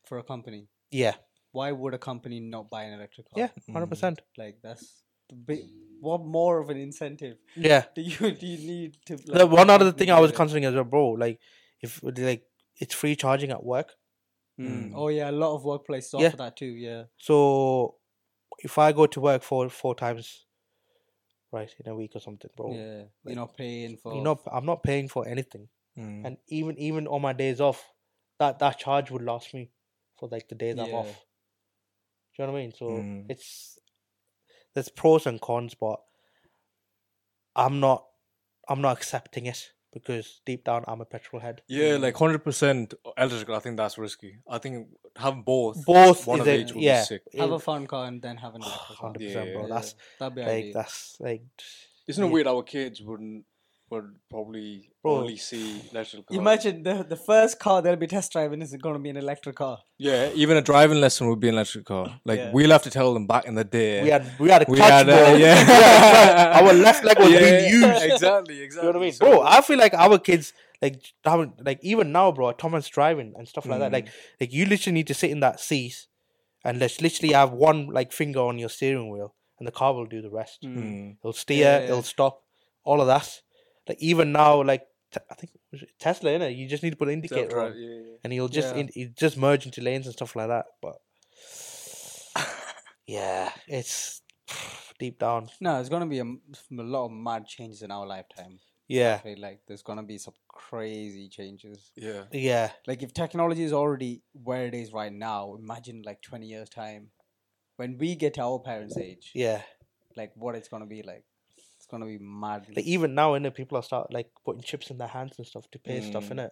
Speaker 1: for a company.
Speaker 2: yeah,
Speaker 1: Why would a company not buy an electric car?
Speaker 2: yeah, hundred percent,
Speaker 1: like that's the big, what more of an incentive
Speaker 2: yeah.
Speaker 1: do you do you need to? Like,
Speaker 2: the one
Speaker 1: for a
Speaker 2: other
Speaker 1: company
Speaker 2: thing
Speaker 1: to
Speaker 2: I
Speaker 1: do
Speaker 2: was
Speaker 1: it?
Speaker 2: considering as well, bro, like if like it's free charging at work,
Speaker 1: Mm.
Speaker 3: Mm.
Speaker 1: Oh yeah, a lot of workplaces
Speaker 2: Hmm. Yeah.
Speaker 1: offer that too. Yeah.
Speaker 2: So if I go to work four four times, right in a week or something, bro,
Speaker 1: Yeah,
Speaker 2: like,
Speaker 1: you're not paying for.
Speaker 2: you know I'm not paying for anything,
Speaker 3: Mm.
Speaker 2: and even even on my days off, that that charge would last me for like the days I'm
Speaker 1: Yeah.
Speaker 2: off. Do you know what I mean? So
Speaker 3: Mm.
Speaker 2: it's there's pros and cons, but I'm not I'm not accepting it because deep down I'm a petrol head.
Speaker 3: Yeah, like hundred percent electric. I think that's risky. I think have both.
Speaker 2: Both
Speaker 3: one
Speaker 2: is
Speaker 3: of
Speaker 2: a-
Speaker 3: each would
Speaker 2: yeah.
Speaker 3: be sick.
Speaker 1: have a
Speaker 2: it-
Speaker 1: fun car and then have an electric car.
Speaker 2: 100%,
Speaker 3: Yeah.
Speaker 2: bro. That's
Speaker 1: that'd be
Speaker 2: like
Speaker 1: ideal.
Speaker 2: that's like
Speaker 3: Isn't it
Speaker 2: Yeah.
Speaker 3: weird? Our kids wouldn't would probably
Speaker 2: Bro.
Speaker 3: only see electric cars.
Speaker 1: Imagine the the first car they'll be test driving is going to be an electric car.
Speaker 3: Yeah, even a driving lesson would be an electric car. Like
Speaker 1: Yeah.
Speaker 3: we'll have to tell them back in the day.
Speaker 2: we had we had a
Speaker 3: we
Speaker 2: clutch
Speaker 3: had, uh,
Speaker 2: ball.
Speaker 3: yeah.
Speaker 2: We had a clutch. Our left leg was being used.
Speaker 3: Exactly, exactly.
Speaker 2: You know what I mean,
Speaker 3: So-
Speaker 2: bro? I feel like our kids, like down, like even now, bro, Thomas driving and stuff like that.
Speaker 3: Mm.
Speaker 2: Like, like you literally need to sit in that seat, and let's literally have one like finger on your steering wheel, and the car will do the rest.
Speaker 3: Mm.
Speaker 2: It'll steer,
Speaker 1: Yeah, yeah, yeah.
Speaker 2: it'll stop, all of that. Like even now, like t- I think was it Tesla, innit? You just need to put an indicator
Speaker 3: Self-drive,
Speaker 2: on,
Speaker 3: yeah, yeah.
Speaker 2: and you'll just
Speaker 1: Yeah.
Speaker 2: in, it just merge into lanes and stuff like that. But yeah, it's deep down.
Speaker 1: No, it's going to be a, m- a lot of mad changes in our lifetime.
Speaker 2: Yeah,
Speaker 1: I feel like there's going to be some crazy changes.
Speaker 3: yeah.
Speaker 2: yeah.
Speaker 1: Like if technology is already where it is right now, imagine like 20 years time when we get to our parents' age.
Speaker 2: Yeah,
Speaker 1: Like what it's going to be like. It's going to be mad.
Speaker 2: like even now, innit, people are start like putting chips in their hands and stuff to pay stuff
Speaker 3: Mm.
Speaker 2: in it.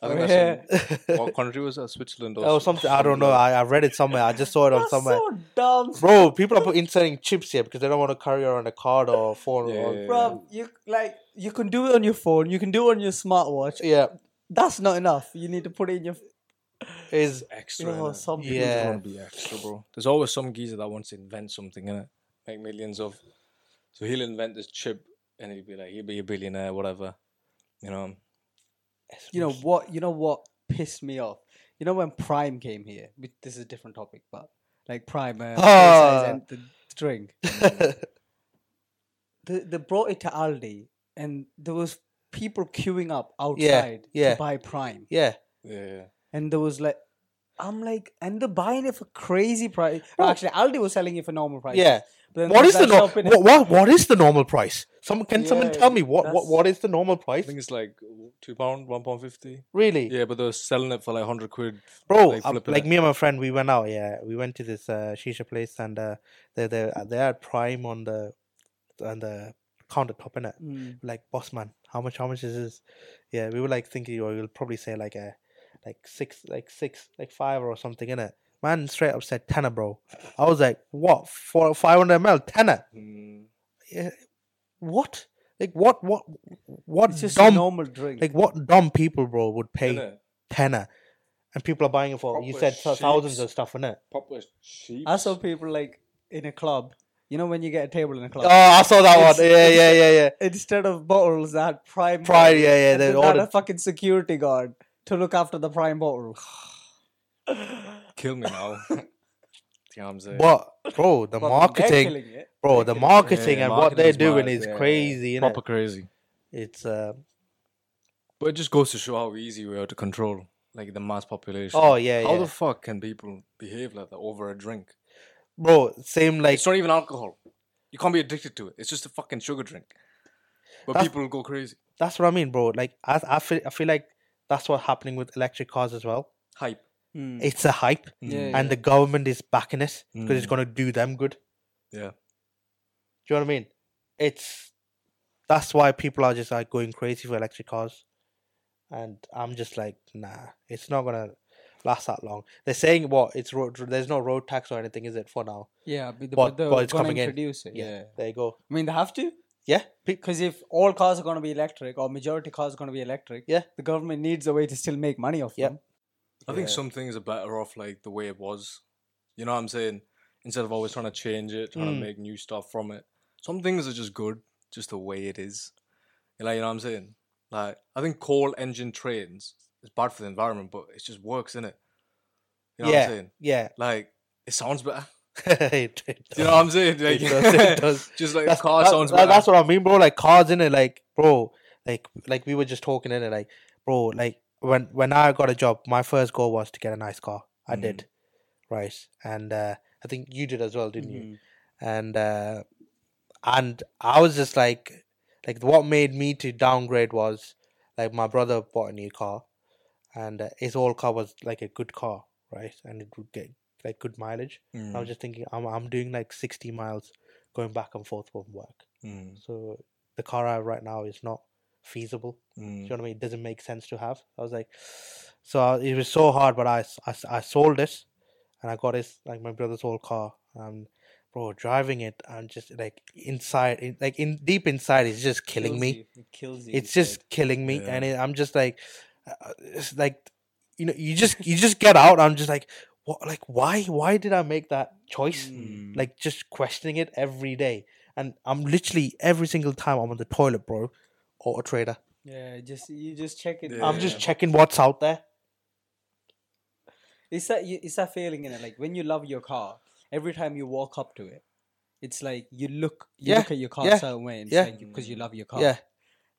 Speaker 3: I think that's in, what country was that? Switzerland or
Speaker 2: Oh,
Speaker 3: some-
Speaker 2: something. I don't know. I, I read it somewhere. I just saw it on
Speaker 1: That's
Speaker 2: somewhere.
Speaker 1: so dumb,
Speaker 2: Bro, people are put- inserting chips here because they don't want to carry around a card or phone.
Speaker 3: Yeah,
Speaker 2: or,
Speaker 3: yeah, yeah.
Speaker 1: bro. You like you can do it on your phone. You can do it on your smartwatch.
Speaker 2: yeah.
Speaker 1: That's not enough. You need to put it in your
Speaker 2: Is
Speaker 3: extra.
Speaker 1: oh,
Speaker 3: innit?
Speaker 1: some
Speaker 3: People just
Speaker 2: Yeah.
Speaker 3: wanna be extra, bro. There's always some geezer that wants to invent something in it, make millions of. So he'll invent this chip, and he'll be like, he'll be a billionaire, whatever. You know,
Speaker 1: You know what? You know what pissed me off. You know when Prime came here. we- This is a different topic, but like Prime uh,
Speaker 2: Ah.
Speaker 1: and the drink. They, they brought it to Aldi, and there was people queuing up outside
Speaker 2: yeah.
Speaker 1: to buy Prime,
Speaker 2: yeah.
Speaker 3: yeah,
Speaker 1: and there was like. I'm like, and they're buying it for crazy price.
Speaker 2: Bro.
Speaker 1: Actually, Aldi was selling it for normal price.
Speaker 2: Yeah.
Speaker 1: But then
Speaker 2: What
Speaker 1: there's
Speaker 2: is the
Speaker 1: that
Speaker 2: no-
Speaker 1: shop in-
Speaker 2: what, what what is the normal price? Some can someone
Speaker 1: Yeah,
Speaker 2: tell me what, what
Speaker 1: that's-
Speaker 2: what is the normal
Speaker 3: I
Speaker 2: price?
Speaker 3: think it's like two pound, one pound fifty.
Speaker 2: Really,
Speaker 3: Yeah, but they're selling it for like hundred quid.
Speaker 2: bro?
Speaker 3: like
Speaker 2: um,
Speaker 3: flipping
Speaker 2: like
Speaker 3: it.
Speaker 2: me and my friend, we went out. Yeah, we went to this uh, shisha place and uh, they they they had Prime on the on the countertop in it.
Speaker 1: Mm.
Speaker 2: Like, boss man, how much how much is this? Yeah, we were like thinking, or we'll probably say like a like six like six like five or something in it. Man, straight up said tenner, bro. I was like, what for five hundred ml tenner?
Speaker 3: Mm,
Speaker 2: Yeah, what? Like what? What? What
Speaker 1: It's just a
Speaker 2: dumb?
Speaker 1: normal drink.
Speaker 2: like what dumb people, bro, would pay
Speaker 3: innit?
Speaker 2: tenner, and people are buying it for you
Speaker 3: Proper
Speaker 2: said th- thousands
Speaker 3: shapes.
Speaker 2: of stuff in it.
Speaker 3: Proper cheap.
Speaker 1: I saw people like in a club. You know when you get a table in a club.
Speaker 2: Oh, I saw that
Speaker 1: It's-
Speaker 2: one. Yeah, yeah, yeah, yeah.
Speaker 1: instead of bottles they had prime
Speaker 2: Pride.
Speaker 1: bottles,
Speaker 2: Yeah, yeah.
Speaker 1: and
Speaker 2: They
Speaker 1: then they had a
Speaker 2: ordered.
Speaker 1: fucking security guard to look after the prime bottle
Speaker 3: kill me now. yeah, I'm saying.
Speaker 2: But bro, the
Speaker 1: But they're
Speaker 2: marketing,
Speaker 1: killing it.
Speaker 2: bro, the marketing
Speaker 3: Yeah,
Speaker 2: and
Speaker 3: marketing
Speaker 2: what they're
Speaker 3: is
Speaker 2: doing
Speaker 3: mad,
Speaker 2: is
Speaker 3: yeah, yeah.
Speaker 2: crazy. innit?
Speaker 3: proper crazy.
Speaker 2: It's uh,
Speaker 3: But it just goes to show how easy we are to control, like the mass population.
Speaker 2: oh yeah,
Speaker 3: How
Speaker 2: yeah.
Speaker 3: the fuck can people behave like that over a drink?
Speaker 2: bro. Same like
Speaker 3: It's not even alcohol. You can't be addicted to it. It's just a fucking sugar drink. But
Speaker 2: That's-
Speaker 3: people go crazy.
Speaker 2: that's what I mean, bro. Like I, I feel, I feel like that's what's happening with electric cars as well.
Speaker 3: Hype.
Speaker 1: Mm.
Speaker 2: It's a hype.
Speaker 1: Yeah.
Speaker 2: and the government is backing us because it's
Speaker 3: Mm.
Speaker 2: going to do them good.
Speaker 3: Yeah.
Speaker 2: Do you know what I mean? It's that's why people are just like going crazy for electric cars, and I'm just like, nah, it's not gonna last that long. They're saying what it's road, there's no road tax or anything, is it for now?
Speaker 1: yeah but, the,
Speaker 2: But-
Speaker 1: but they're
Speaker 2: but it's
Speaker 1: gonna
Speaker 2: coming in.
Speaker 1: introduce it yeah.
Speaker 2: there you go.
Speaker 1: I mean they have to
Speaker 2: Yeah, pe-
Speaker 1: because if all cars are going to be electric or majority cars are going to be electric
Speaker 2: Yeah.
Speaker 1: the government needs a way to still make money off
Speaker 2: Yeah.
Speaker 1: them
Speaker 3: I think
Speaker 2: Yeah.
Speaker 3: some things are better off like the way it was. You know what I'm saying? Instead of always trying to change it, trying
Speaker 2: Mm.
Speaker 3: to make new stuff from it. Some things are just good, just the way it is. You know, you know what I'm saying? Like I think coal engine trains is bad for the environment, but it just works, innit? You know
Speaker 2: yeah,
Speaker 3: what I'm saying?
Speaker 2: yeah.
Speaker 3: Like it sounds better.
Speaker 2: It- it
Speaker 3: You
Speaker 2: does.
Speaker 3: know what I'm saying? Like,
Speaker 2: It does, it does.
Speaker 3: just like
Speaker 2: that's,
Speaker 3: car
Speaker 2: that-
Speaker 3: sounds
Speaker 2: that-
Speaker 3: better.
Speaker 2: that's what I mean, bro. Like cars in it, like bro, like like we were just talking in it, like bro, like when when I got a job, my first goal was to get a nice car. I
Speaker 3: Mhm.
Speaker 2: did, right? And uh, I think you did as well, didn't you?
Speaker 1: Mm.
Speaker 3: Mm-hmm.
Speaker 2: And uh, and I was just like, like what made me to downgrade was like my brother bought a new car, and uh, his old car was like a good car, right? And it would get like good mileage.
Speaker 3: Mm,
Speaker 2: I was just thinking, I'm I'm doing like 60 miles going back and forth from work.
Speaker 3: Mm,
Speaker 2: So the car I have right now is not feasible.
Speaker 3: mm,
Speaker 2: Do you know what I mean? It doesn't make sense to have. I was like, so I, it was so hard, but I, s- I s- I sold it and I got this, like my brother's old car. Um, bro, driving it, I'm just like inside, in, like in deep inside, it's just killing
Speaker 1: Kills
Speaker 2: me
Speaker 1: you. it kills you
Speaker 2: it's just killing me
Speaker 3: Yeah.
Speaker 2: and it, i'm just like uh, uh, it's like you know you just you just get out i'm just like what like why why did i make that choice
Speaker 3: mm.
Speaker 2: like just questioning it every day and i'm literally every single time i'm on the toilet bro or a trader
Speaker 1: yeah just you just check it
Speaker 3: Yeah.
Speaker 2: i'm just checking what's out there
Speaker 1: It's that you- it's that feeling in it. Like when you love your car, every time you walk up to it, it's like you look you
Speaker 2: Yeah,
Speaker 1: look at your car
Speaker 2: yeah,
Speaker 1: a certain way, and it's
Speaker 2: yeah.
Speaker 1: like because you love your car.
Speaker 2: yeah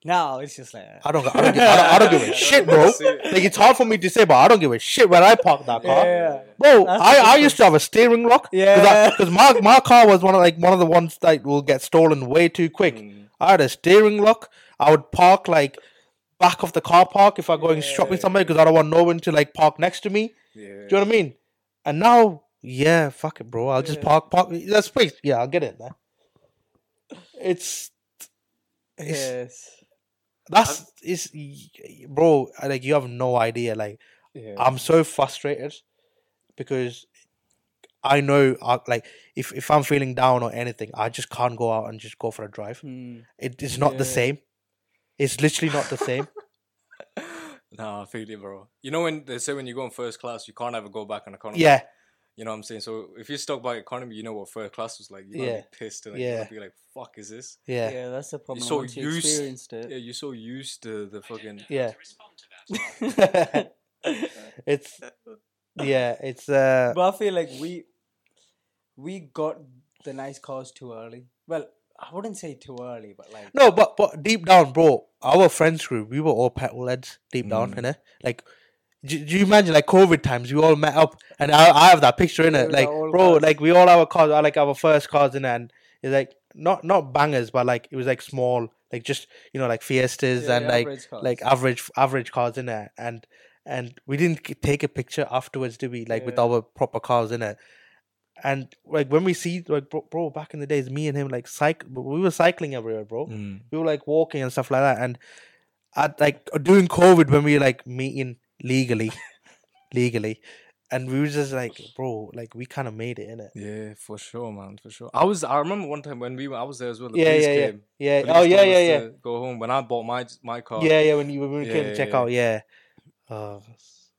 Speaker 1: Now it's just like
Speaker 2: i don't gi- i don't, gi- I don't, I don't give a shit bro
Speaker 3: See it.
Speaker 2: like it's hard for me to say but i don't give a shit where i park that car
Speaker 1: yeah.
Speaker 2: Bro,
Speaker 1: That's
Speaker 2: I,
Speaker 1: the
Speaker 2: I used to have a steering lock.
Speaker 1: Yeah.
Speaker 2: Because my, my car was one of like one of the ones that will get stolen way too quick.
Speaker 3: Mm.
Speaker 2: I had a steering lock. I would park like back of the car park if I go and shopping somewhere because I don't want no one to like park next to me.
Speaker 3: Yeah.
Speaker 2: Do you know what I mean? And now, yeah, fuck it, bro. I'll just
Speaker 1: Yeah.
Speaker 2: park park. That's space. Yeah, I'll get it there. It's, it's
Speaker 1: Yes.
Speaker 2: That's is, bro. Like you have no idea. Like
Speaker 3: Yeah.
Speaker 2: I'm so frustrated because I know, I, like, if if I'm feeling down or anything, I just can't go out and just go for a drive.
Speaker 1: Hmm.
Speaker 2: It is not the
Speaker 3: Yeah.
Speaker 2: same. It's literally not the same.
Speaker 3: Nah, I feel it, bro. You know when they say when you go in first class, you can't ever go back on economy.
Speaker 2: yeah,
Speaker 3: You know what I'm saying? So if you're stuck by economy, you know what first class was like. You're
Speaker 2: Yeah.
Speaker 3: gonna be pissed and like, you're
Speaker 2: Yeah.
Speaker 3: gonna be like, "Fuck is this?"
Speaker 2: yeah, yeah.
Speaker 1: Yeah, that's the problem.
Speaker 3: so
Speaker 1: Once you
Speaker 3: used-
Speaker 1: experienced
Speaker 3: Yeah,
Speaker 1: it,
Speaker 3: you're so used to the fucking.
Speaker 2: it's yeah, it's uh,
Speaker 1: but I feel like we we got the nice cars too early. Well, I wouldn't say too early, but like
Speaker 2: no, but but deep down, bro, our friends group, we were all petrol heads deep down,
Speaker 3: Mm.
Speaker 2: you know, like. Do, do you imagine like COVID times? We all met up, and I, I have that picture in
Speaker 1: Yeah,
Speaker 2: it.
Speaker 1: we
Speaker 2: Like,
Speaker 1: were all
Speaker 2: bro,
Speaker 1: cars.
Speaker 2: like we all our cars are like our first cars in it, and it's like not not bangers, but like it was like small, like just you know like Fiestas
Speaker 1: yeah,
Speaker 2: and
Speaker 1: the
Speaker 2: like
Speaker 1: average cars.
Speaker 2: like average average cars in it and and we didn't k- take a picture afterwards did we like with
Speaker 1: Yeah.
Speaker 2: our proper cars in it and like when we see like bro, bro back in the days me and him like cycle we were cycling everywhere bro
Speaker 3: Mm.
Speaker 2: we were like walking and stuff like that and at like during covid when we were like meeting legally legally and we were just like bro like we kind of made it in it
Speaker 3: Yeah, for sure, man, for sure. I was. I remember one time when we were. I was there as well. The
Speaker 2: Yeah,
Speaker 3: police
Speaker 2: yeah, yeah.
Speaker 3: came.
Speaker 2: yeah
Speaker 3: Police
Speaker 2: oh yeah
Speaker 3: told
Speaker 2: yeah
Speaker 3: us
Speaker 2: yeah
Speaker 3: to Go home when I bought my my car.
Speaker 2: yeah yeah when you when we
Speaker 3: Yeah,
Speaker 2: came to
Speaker 3: yeah,
Speaker 2: check
Speaker 3: yeah.
Speaker 2: out yeah uh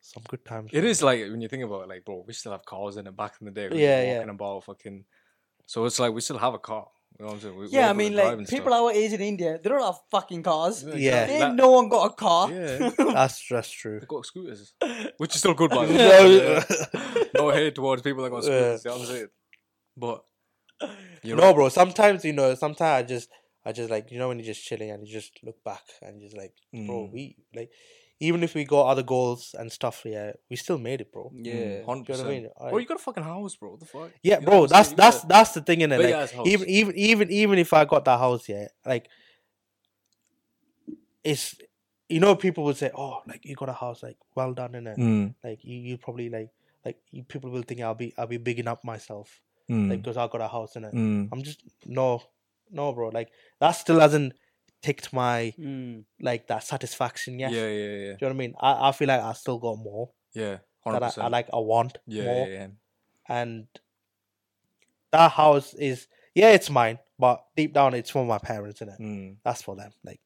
Speaker 2: some good times
Speaker 3: It
Speaker 2: man.
Speaker 3: is like when you think about it, like, bro, we still have cars in it back in the day. We
Speaker 2: Yeah,
Speaker 3: yeah,
Speaker 2: yeah.
Speaker 3: walking about, fucking. So it's like we still have a car. You know what I'm saying? We,
Speaker 1: yeah, I mean, like people our age in India, they don't have fucking cars.
Speaker 3: Yeah,
Speaker 2: Yeah.
Speaker 1: They
Speaker 3: exactly.
Speaker 1: ain't no one got a car.
Speaker 3: Yeah.
Speaker 2: that's that's true
Speaker 3: They got scooters, which is still good, by the
Speaker 2: No.
Speaker 3: way. no hate towards people that got
Speaker 2: Yeah.
Speaker 3: scooters. You know what I'm saying? But you
Speaker 2: no, bro. Sometimes you know. Sometimes I just, I just like you know when you're just chilling and you just look back and just like, bro,
Speaker 3: Mm.
Speaker 2: we like, even if we got other goals and stuff, yeah, we still made it, bro.
Speaker 1: Yeah.
Speaker 3: hundred
Speaker 2: Do you know what I mean?
Speaker 3: percent. Bro,
Speaker 2: Like-
Speaker 3: you got a fucking house, bro. What the fuck?
Speaker 2: Yeah,
Speaker 3: You know
Speaker 2: bro.
Speaker 3: what I'm
Speaker 2: That's
Speaker 3: saying?
Speaker 2: that's
Speaker 3: You
Speaker 2: that's the thing in it.
Speaker 3: got a
Speaker 2: Like,
Speaker 3: big-ass house.
Speaker 2: even even even even if I got that house, yeah, like, it's, you know, people would say, oh, like you got a house, like well done in it.
Speaker 3: Mm,
Speaker 2: Like you, you probably like like you, people will think I'll be I'll be bigging up myself
Speaker 3: mm,
Speaker 2: like because I got a house in it.
Speaker 3: mm.
Speaker 2: I'm just no, no, bro. Like that still hasn't ticked my
Speaker 1: Mm.
Speaker 2: like that satisfaction
Speaker 3: Yeah,
Speaker 2: yet.
Speaker 3: yeah,
Speaker 2: Do
Speaker 3: yeah,
Speaker 2: you know what I mean? I, I feel like I still got more
Speaker 3: yeah.
Speaker 2: that
Speaker 3: Hundred
Speaker 2: I, I
Speaker 3: percent.
Speaker 2: like. I want
Speaker 3: Yeah,
Speaker 2: more,
Speaker 3: yeah, yeah.
Speaker 2: and that house is yeah, it's mine, but deep down, it's for my parents, innit?
Speaker 3: Mm.
Speaker 2: That's for them. Like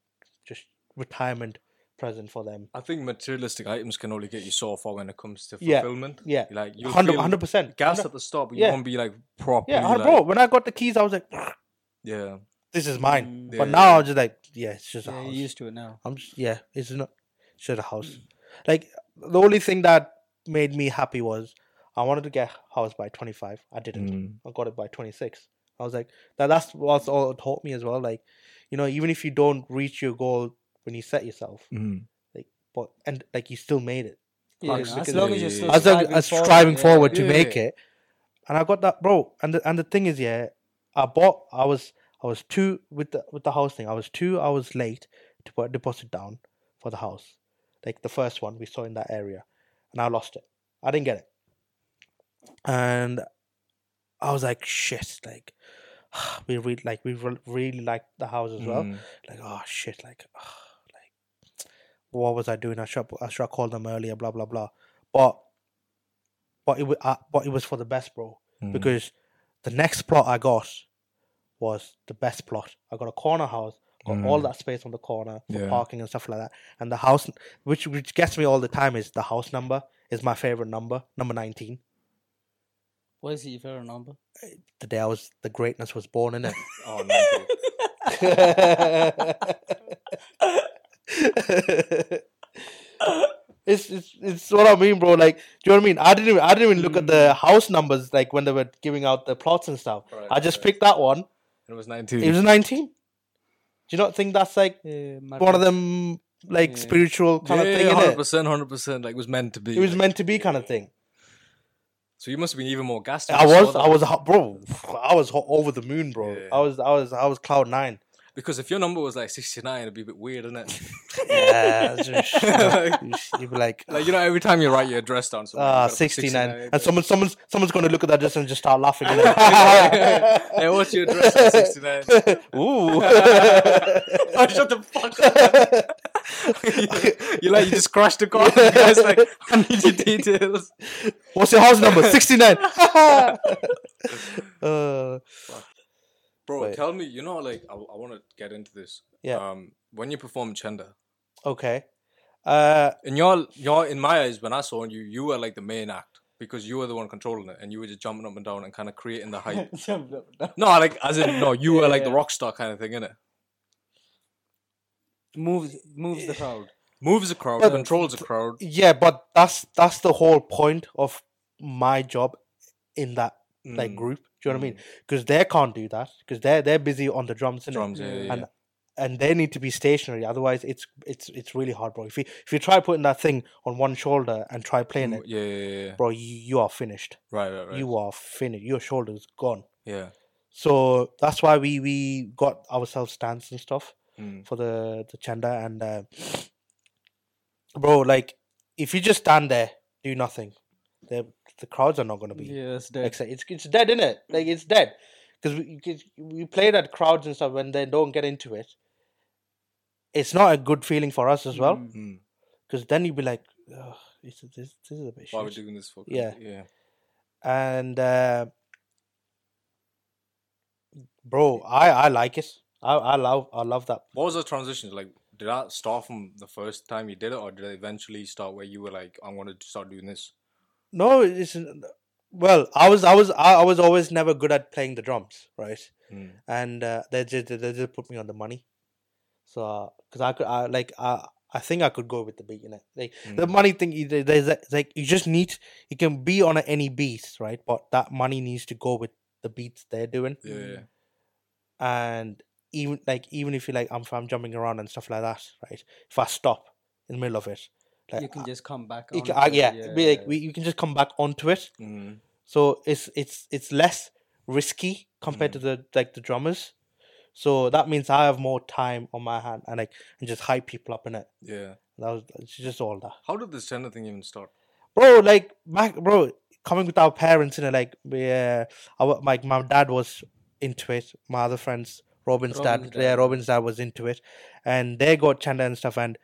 Speaker 2: just retirement present for them.
Speaker 3: I think materialistic items can only get you so far when it comes to
Speaker 2: Yeah.
Speaker 3: fulfillment.
Speaker 2: Yeah,
Speaker 3: Like you
Speaker 2: hundred hundred percent.
Speaker 3: gas at the stop, but
Speaker 2: Yeah.
Speaker 3: you won't be like properly.
Speaker 2: Yeah, I-
Speaker 3: like,
Speaker 2: bro. When I got the keys, I was like,
Speaker 3: Yeah.
Speaker 2: "This is mine."
Speaker 1: Mm.
Speaker 3: Yeah,
Speaker 2: But
Speaker 3: yeah,
Speaker 2: now I'm just like, "Yeah, it's just a
Speaker 1: Yeah,
Speaker 2: house."
Speaker 1: you're used to it now.
Speaker 2: I'm just, yeah, it's not it's just a house. Like the only thing that made me happy was I wanted to get a house by 25. I didn't.
Speaker 3: Mm.
Speaker 2: I got it by 26. I was like that. That's what's all it taught me as well. Like, you know, even if you don't reach your goal when you set yourself,
Speaker 3: Mm.
Speaker 2: but and like you still made it.
Speaker 1: Yeah,
Speaker 2: Like,
Speaker 1: as
Speaker 2: because-
Speaker 1: long as you're still
Speaker 2: I was like, I was striving forward to
Speaker 3: yeah,
Speaker 2: make
Speaker 3: yeah.
Speaker 2: it, and I got that, bro. And the, and the thing is, yeah, I bought. I was I was two with the with the house thing. I was two hours late to put a deposit down for the house, like the first one we saw in that area, and I lost it. I didn't get it, and I was like, shit, like. We really like we re- really liked the house as well.
Speaker 3: Mm.
Speaker 2: Like oh shit, like like what was I doing? I should I should have called them earlier. Blah blah blah. But but it was uh, but it was for the best, bro
Speaker 3: Mm.
Speaker 2: because the next plot I got was the best plot. I got a corner house, got all
Speaker 3: Mm.
Speaker 2: that space on the corner for
Speaker 3: Yeah.
Speaker 2: parking and stuff like that. And the house, which which gets me all the time, is the house number is my favorite number, number nineteen.
Speaker 1: What is it, your favorite number?
Speaker 2: The day I was the greatness was born in
Speaker 3: Oh, no, dude.
Speaker 2: it. It's, it's it's what I mean, bro. Like, do you know what I mean? I didn't even, I didn't even look at the house numbers like when they were giving out the plots and stuff.
Speaker 3: Mm. Right,
Speaker 2: I just
Speaker 3: right. Mm.
Speaker 2: picked that one
Speaker 3: It was 19.
Speaker 2: He was 19. Do you not think that's like
Speaker 1: Yeah, my
Speaker 2: one of them, like
Speaker 1: Yeah.
Speaker 2: spiritual kind
Speaker 3: yeah,
Speaker 2: of thing? innit?
Speaker 3: 100%, 100%. Like, it was meant to be.
Speaker 2: It was
Speaker 3: like-
Speaker 2: meant to be kind of thing.
Speaker 3: So you must have been even more gassed. when
Speaker 2: I
Speaker 3: you saw
Speaker 2: was,
Speaker 3: that.
Speaker 2: I was, ho- bro. I was ho- over the moon, bro.
Speaker 3: Yeah.
Speaker 2: I was, I was, I was cloud nine.
Speaker 3: Because if your number was like 69, it'd be a bit weird, isn't it?
Speaker 2: Yeah, just-
Speaker 3: Like-
Speaker 2: you'd be like,
Speaker 3: like, you know, every time you write your address down, so
Speaker 2: ah, 69. And someone, someone's, someone's going to look at that just and just start laughing. you know.
Speaker 3: hey, what's your address at 69?
Speaker 2: Ooh.
Speaker 3: oh, shut the fuck up. you like, you just crashed the car. The guy's like, I need your details.
Speaker 2: What's your house number? 69. uh,
Speaker 3: Bro,
Speaker 2: Wait.
Speaker 3: tell me, you know, like, I, I want to get into this.
Speaker 2: Yeah.
Speaker 3: Um, when you perform Chanda,
Speaker 2: okay. Uh,
Speaker 3: in your, your, in my eyes, when I saw you, you were like the main act because you were the one controlling it and you were just jumping up and down and kind of creating the hype. No, like as in no, you were like the
Speaker 1: Yeah.
Speaker 3: rock star kind of thing, innit?
Speaker 1: moves moves the crowd.
Speaker 3: Moves a crowd,
Speaker 2: But-
Speaker 3: controls a crowd.
Speaker 2: yeah, but that's that's the whole point of my job in that like
Speaker 3: Mm,
Speaker 2: group. Do you know what I mean? Because they can't do that because they're they're busy on the drums, innit?
Speaker 3: Drums, yeah,
Speaker 1: Yeah.
Speaker 3: yeah,
Speaker 2: And and they need to be stationary. Otherwise, it's it's it's really hard, bro. If you if you try putting that thing on one shoulder and try
Speaker 3: yeah.
Speaker 2: playing
Speaker 3: Mm,
Speaker 2: it,
Speaker 3: yeah, yeah, yeah.
Speaker 2: bro, you, you are finished.
Speaker 3: Right, right, right.
Speaker 2: You are finished. Your shoulder's gone.
Speaker 3: yeah.
Speaker 2: So that's why we we got ourselves stands and stuff
Speaker 3: Mm.
Speaker 2: for the the chanda and uh, bro, like if you just stand there, do nothing, the the crowds are not gonna be
Speaker 1: Yes,
Speaker 2: Exce- It's it's dead, isn't it? Like it's dead because we 'cause we played at crowds and stuff when they don't get into it. It's not a good feeling for us as
Speaker 1: Hmm.
Speaker 2: well
Speaker 3: Mm.
Speaker 2: because then you'd be like, "Ugh, this, is- this this is a bit
Speaker 3: Why are we
Speaker 2: shit.
Speaker 3: doing this for?
Speaker 2: Yeah.
Speaker 3: yeah.
Speaker 2: And uh, bro, I I like it. I I love I love that.
Speaker 3: What was the transition like? Did that start from the first time you did it, or did it eventually start where you were like, "I'm gonna start doing this"?
Speaker 2: No, it's well, I was I was I, I was always never good at playing the drums, right?
Speaker 3: Mm.
Speaker 2: and uh, they just they just put me on the money. So because I could I like I I think I could go with the beat in it. Like the
Speaker 3: Mm.
Speaker 2: money thing, you- there- there's a- like you just need you can be on a- any beat, right? But that money needs to go with the beats they're doing,
Speaker 3: Yeah, yeah.
Speaker 2: and even like even if you like I'm if I'm jumping around and stuff like that, right? If I stop in the middle of it, like
Speaker 1: You can just come back.
Speaker 2: I, Uh, it
Speaker 1: onto
Speaker 2: can- I-
Speaker 1: it,
Speaker 2: yeah, it'd be like we, you can just come back onto it.
Speaker 3: Mm.
Speaker 2: So it's it's it's less risky compared
Speaker 1: Mm.
Speaker 2: to the like the drummers. So that means I have more time on my hand and like and just hype people up in it.
Speaker 3: yeah.
Speaker 2: That was it's just all that.
Speaker 3: How did this gender thing even start?
Speaker 2: Bro, like back bro, coming with our parents and like we uh, our like my dad was into it, my other friends, Robin's, dad,
Speaker 1: Robin's
Speaker 2: yeah,
Speaker 1: dad.
Speaker 2: Robin's dad was into it. And they got Chanda and stuff and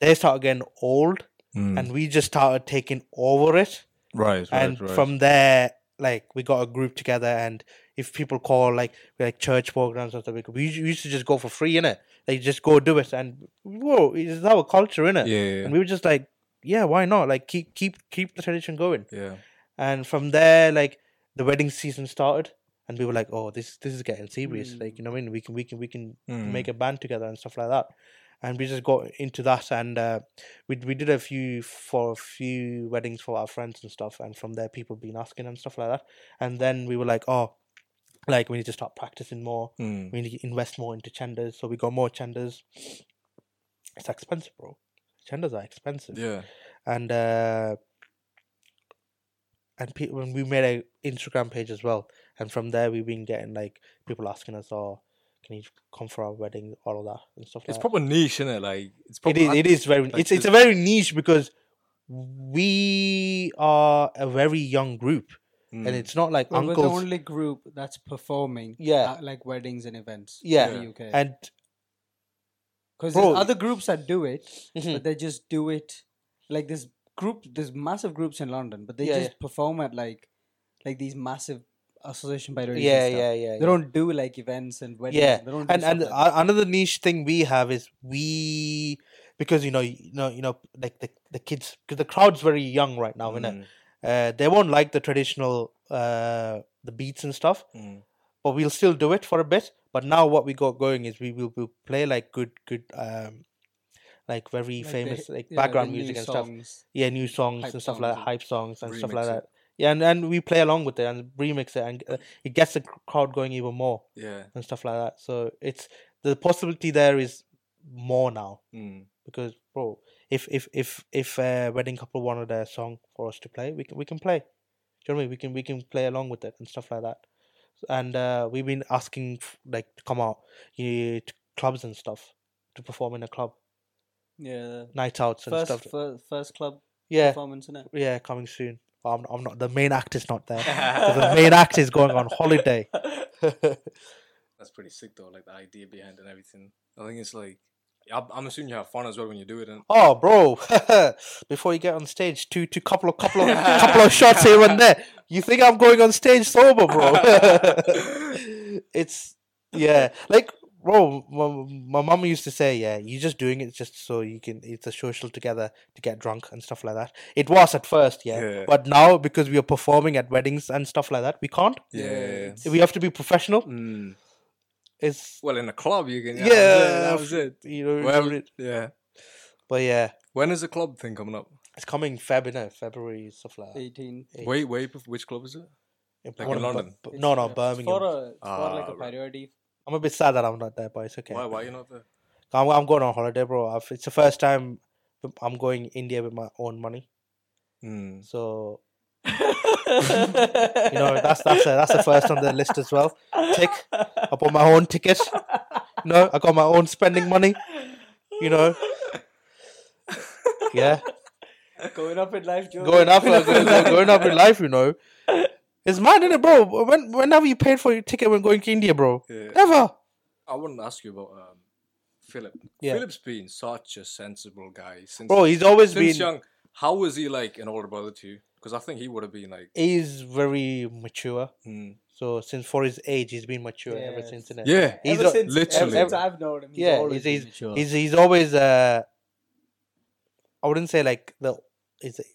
Speaker 2: they started getting old and we just started taking over it
Speaker 3: Hmm. right,
Speaker 2: and from there like we got a group together and if people call like we like church programs and stuff like we used we used to just go for free in it like just go do it and whoa it's our culture in
Speaker 3: yeah,
Speaker 2: it
Speaker 3: yeah,
Speaker 2: and we were just like yeah why not like keep keep keep the tradition going
Speaker 3: yeah.
Speaker 2: and from there like the wedding season started and we were like oh this this is getting serious
Speaker 1: Mm.
Speaker 2: like you know what i mean we can we can we can
Speaker 3: Mm.
Speaker 2: make a band together and stuff like that and we just got into that and uh, we we did a few for a few weddings for our friends and stuff and from there people been asking and stuff like that and then we were like oh like we need to start practicing more
Speaker 3: Mm.
Speaker 2: we need to invest more into chendas so we got more chendas it's expensive bro chendas are expensive
Speaker 3: Yeah.
Speaker 2: and uh and pe- when we made a instagram page as well and from there we've been getting like people asking us oh can you come for our wedding all of that and stuff like
Speaker 3: It's
Speaker 2: that
Speaker 3: proper niche, isn't it? Like it's
Speaker 2: Uh, it
Speaker 3: proper.
Speaker 2: is it is very
Speaker 3: like
Speaker 2: it's it's a
Speaker 3: this-
Speaker 2: very niche because we are a very young group
Speaker 3: mm. Hmm.
Speaker 2: and it's not like
Speaker 1: Well, we're the
Speaker 2: uncles
Speaker 1: only group that's performing
Speaker 2: Yeah.
Speaker 1: at like weddings and events
Speaker 2: Yeah.
Speaker 1: in the UK.
Speaker 2: and
Speaker 1: Because
Speaker 2: bro-
Speaker 1: there's other groups that do it,
Speaker 2: Mhm.
Speaker 1: but they just do it like there's group there's massive groups in London, but they
Speaker 2: Yeah,
Speaker 1: just perform at like like these massive association by the Reef and
Speaker 2: yeah
Speaker 1: stuff.
Speaker 2: yeah yeah
Speaker 1: They don't do like events and weddings.
Speaker 2: Yeah,
Speaker 1: They don't do
Speaker 2: and
Speaker 1: stuff
Speaker 2: and
Speaker 1: like that.
Speaker 2: a- another niche thing we have is we because you know you know you know like the, the kids because the crowd's very young right now innit?
Speaker 3: Mm,
Speaker 2: uh, they won't like the traditional uh, the beats and stuff
Speaker 3: mm.
Speaker 2: but we'll still do it for a bit but now what we got going is we will we'll play like good good um like very
Speaker 1: Like the-
Speaker 2: famous like
Speaker 1: yeah, the
Speaker 2: background
Speaker 1: new
Speaker 2: music and stuff
Speaker 1: songs.
Speaker 2: yeah new songs
Speaker 1: Hype
Speaker 2: and stuff like
Speaker 1: songs
Speaker 2: that hype songs and stuff like
Speaker 3: Remix it.
Speaker 2: that yeah and, and we play along with it and remix it and uh, it gets the cr- crowd going even more
Speaker 3: Yeah.
Speaker 2: and stuff like that so it's the possibility there is more now
Speaker 3: Mm.
Speaker 2: because bro if if if if a wedding couple wanted a song for us to play we can we can play do you know what I mean? we can we can play along with it and stuff like that and uh, we've been asking f- like to come out you to clubs and stuff to perform in a club,
Speaker 1: Yeah.
Speaker 2: night outs and
Speaker 1: First,
Speaker 2: stuff.
Speaker 1: first, first club
Speaker 2: yeah,
Speaker 1: performance, innit?
Speaker 2: yeah, coming soon. I'm, I'm not the main act is not there. 'cause the main act is going on holiday.
Speaker 3: That's pretty sick though, like the idea behind it and everything. I think it's like, I'm, I'm assuming you have fun as well when you do it. And
Speaker 2: oh, bro! Before you get on stage, two two couple of couple of couple of shots here and there. You think I'm going on stage sober, bro? it's yeah, like bro. My, my mom used to say, yeah, you're just doing it just so you can. It's a social together to get drunk and stuff like that. It was at first, yeah,
Speaker 3: Yeah.
Speaker 2: but now because we are performing at weddings and stuff like that, we can't.
Speaker 3: yeah.
Speaker 2: We have to be professional.
Speaker 3: Mm.
Speaker 2: It's
Speaker 3: Well, in a club, you can.
Speaker 2: yeah,
Speaker 3: that was it.
Speaker 2: you know.
Speaker 3: That was
Speaker 2: it's-
Speaker 3: it. yeah.
Speaker 2: But yeah,
Speaker 3: When is the club thing coming up?
Speaker 2: it's coming Feb, innit? February stuff like that.
Speaker 1: 18.
Speaker 2: Eight.
Speaker 3: Wait, wait, bef- which club is it?
Speaker 2: It-
Speaker 3: Like
Speaker 2: one
Speaker 3: in
Speaker 2: of Bu-
Speaker 3: London?
Speaker 2: Bu- no, no,
Speaker 1: It's For, a,
Speaker 2: Birmingham.
Speaker 1: it's for like
Speaker 3: Ah,
Speaker 1: a
Speaker 3: right.
Speaker 1: priority.
Speaker 2: I'm a bit sad that I'm not there, but it's okay.
Speaker 3: Why, why you not there?
Speaker 2: I'm, I'm going on holiday, bro. I've, it's the first time I'm going India with my own money,
Speaker 3: Mm.
Speaker 2: so you know that's that's a, that's the first on the list as well. Tick. I bought my own ticket. No, I got my own spending money. You know. Yeah,
Speaker 1: Going up in life, Joe.
Speaker 2: going up, uh, going, going up in life. You know, it's mad, innit, bro? When when have you paid for your ticket when going to India, bro?
Speaker 3: Yeah.
Speaker 2: Never.
Speaker 3: I want to ask you about um, Philip.
Speaker 2: Yeah.
Speaker 3: Philip's been such a sensible guy since
Speaker 2: Bro, he's always
Speaker 3: since
Speaker 2: been.
Speaker 3: young. How was he like an older brother to you? Because I think he would have been like.
Speaker 2: He's very mature.
Speaker 3: mm.
Speaker 2: So since for his age, he's been mature ever
Speaker 1: Yes.
Speaker 2: since. Innit?
Speaker 3: Yeah.
Speaker 2: He's
Speaker 1: Ever
Speaker 2: a-
Speaker 1: since,
Speaker 3: literally.
Speaker 1: Ever since I've known him, he's
Speaker 2: Yeah,
Speaker 1: always
Speaker 2: he's- he's-
Speaker 1: been mature.
Speaker 2: he's he's always uh I wouldn't say like the is it-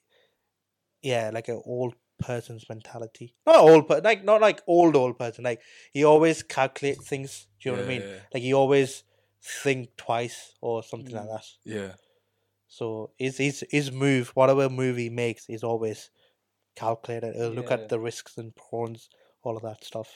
Speaker 2: yeah like an old person's mentality not old but like not like old old person like he always calculate things do you know what I mean
Speaker 3: Yeah.
Speaker 2: like he always think twice or something like that
Speaker 3: Yeah.
Speaker 2: so his his his move whatever move he makes is always calculated he'll look
Speaker 1: Yeah.
Speaker 2: at the risks and prawns all of that stuff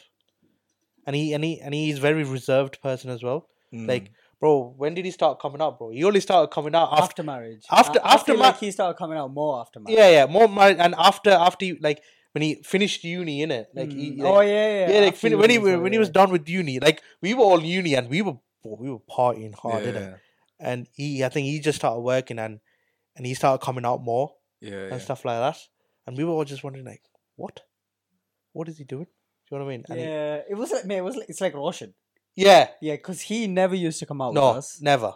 Speaker 2: and he and he and he's very reserved person as well
Speaker 3: Mm.
Speaker 2: like, bro, when did he start coming out, bro? He only started coming out after.
Speaker 1: after marriage.
Speaker 2: after-
Speaker 1: I, I
Speaker 2: after
Speaker 1: feel
Speaker 2: ma-
Speaker 1: like he started coming out more after marriage.
Speaker 2: yeah, yeah, more my and after after he, like when he finished uni, in it, like, he,
Speaker 1: Mm.
Speaker 2: like
Speaker 1: oh yeah, yeah.
Speaker 2: yeah, like
Speaker 1: after
Speaker 2: fin- when he
Speaker 1: uni as
Speaker 2: wa-
Speaker 1: well,
Speaker 2: when he
Speaker 1: yeah.
Speaker 2: was done with uni, like we were all uni and we were bro, we were partying hard,
Speaker 3: yeah.
Speaker 2: oh, didn't it? And he, I think he just started working and and he started coming out more
Speaker 3: Yeah. yeah.
Speaker 2: and stuff like that. And we were all just wondering like, what, what is he doing? Do you know what I mean? And he-
Speaker 1: Yeah, it was like man, it was like, it's like Roshan.
Speaker 2: yeah,
Speaker 1: Yeah, because he never used to come out with
Speaker 2: no,
Speaker 1: us,
Speaker 2: never,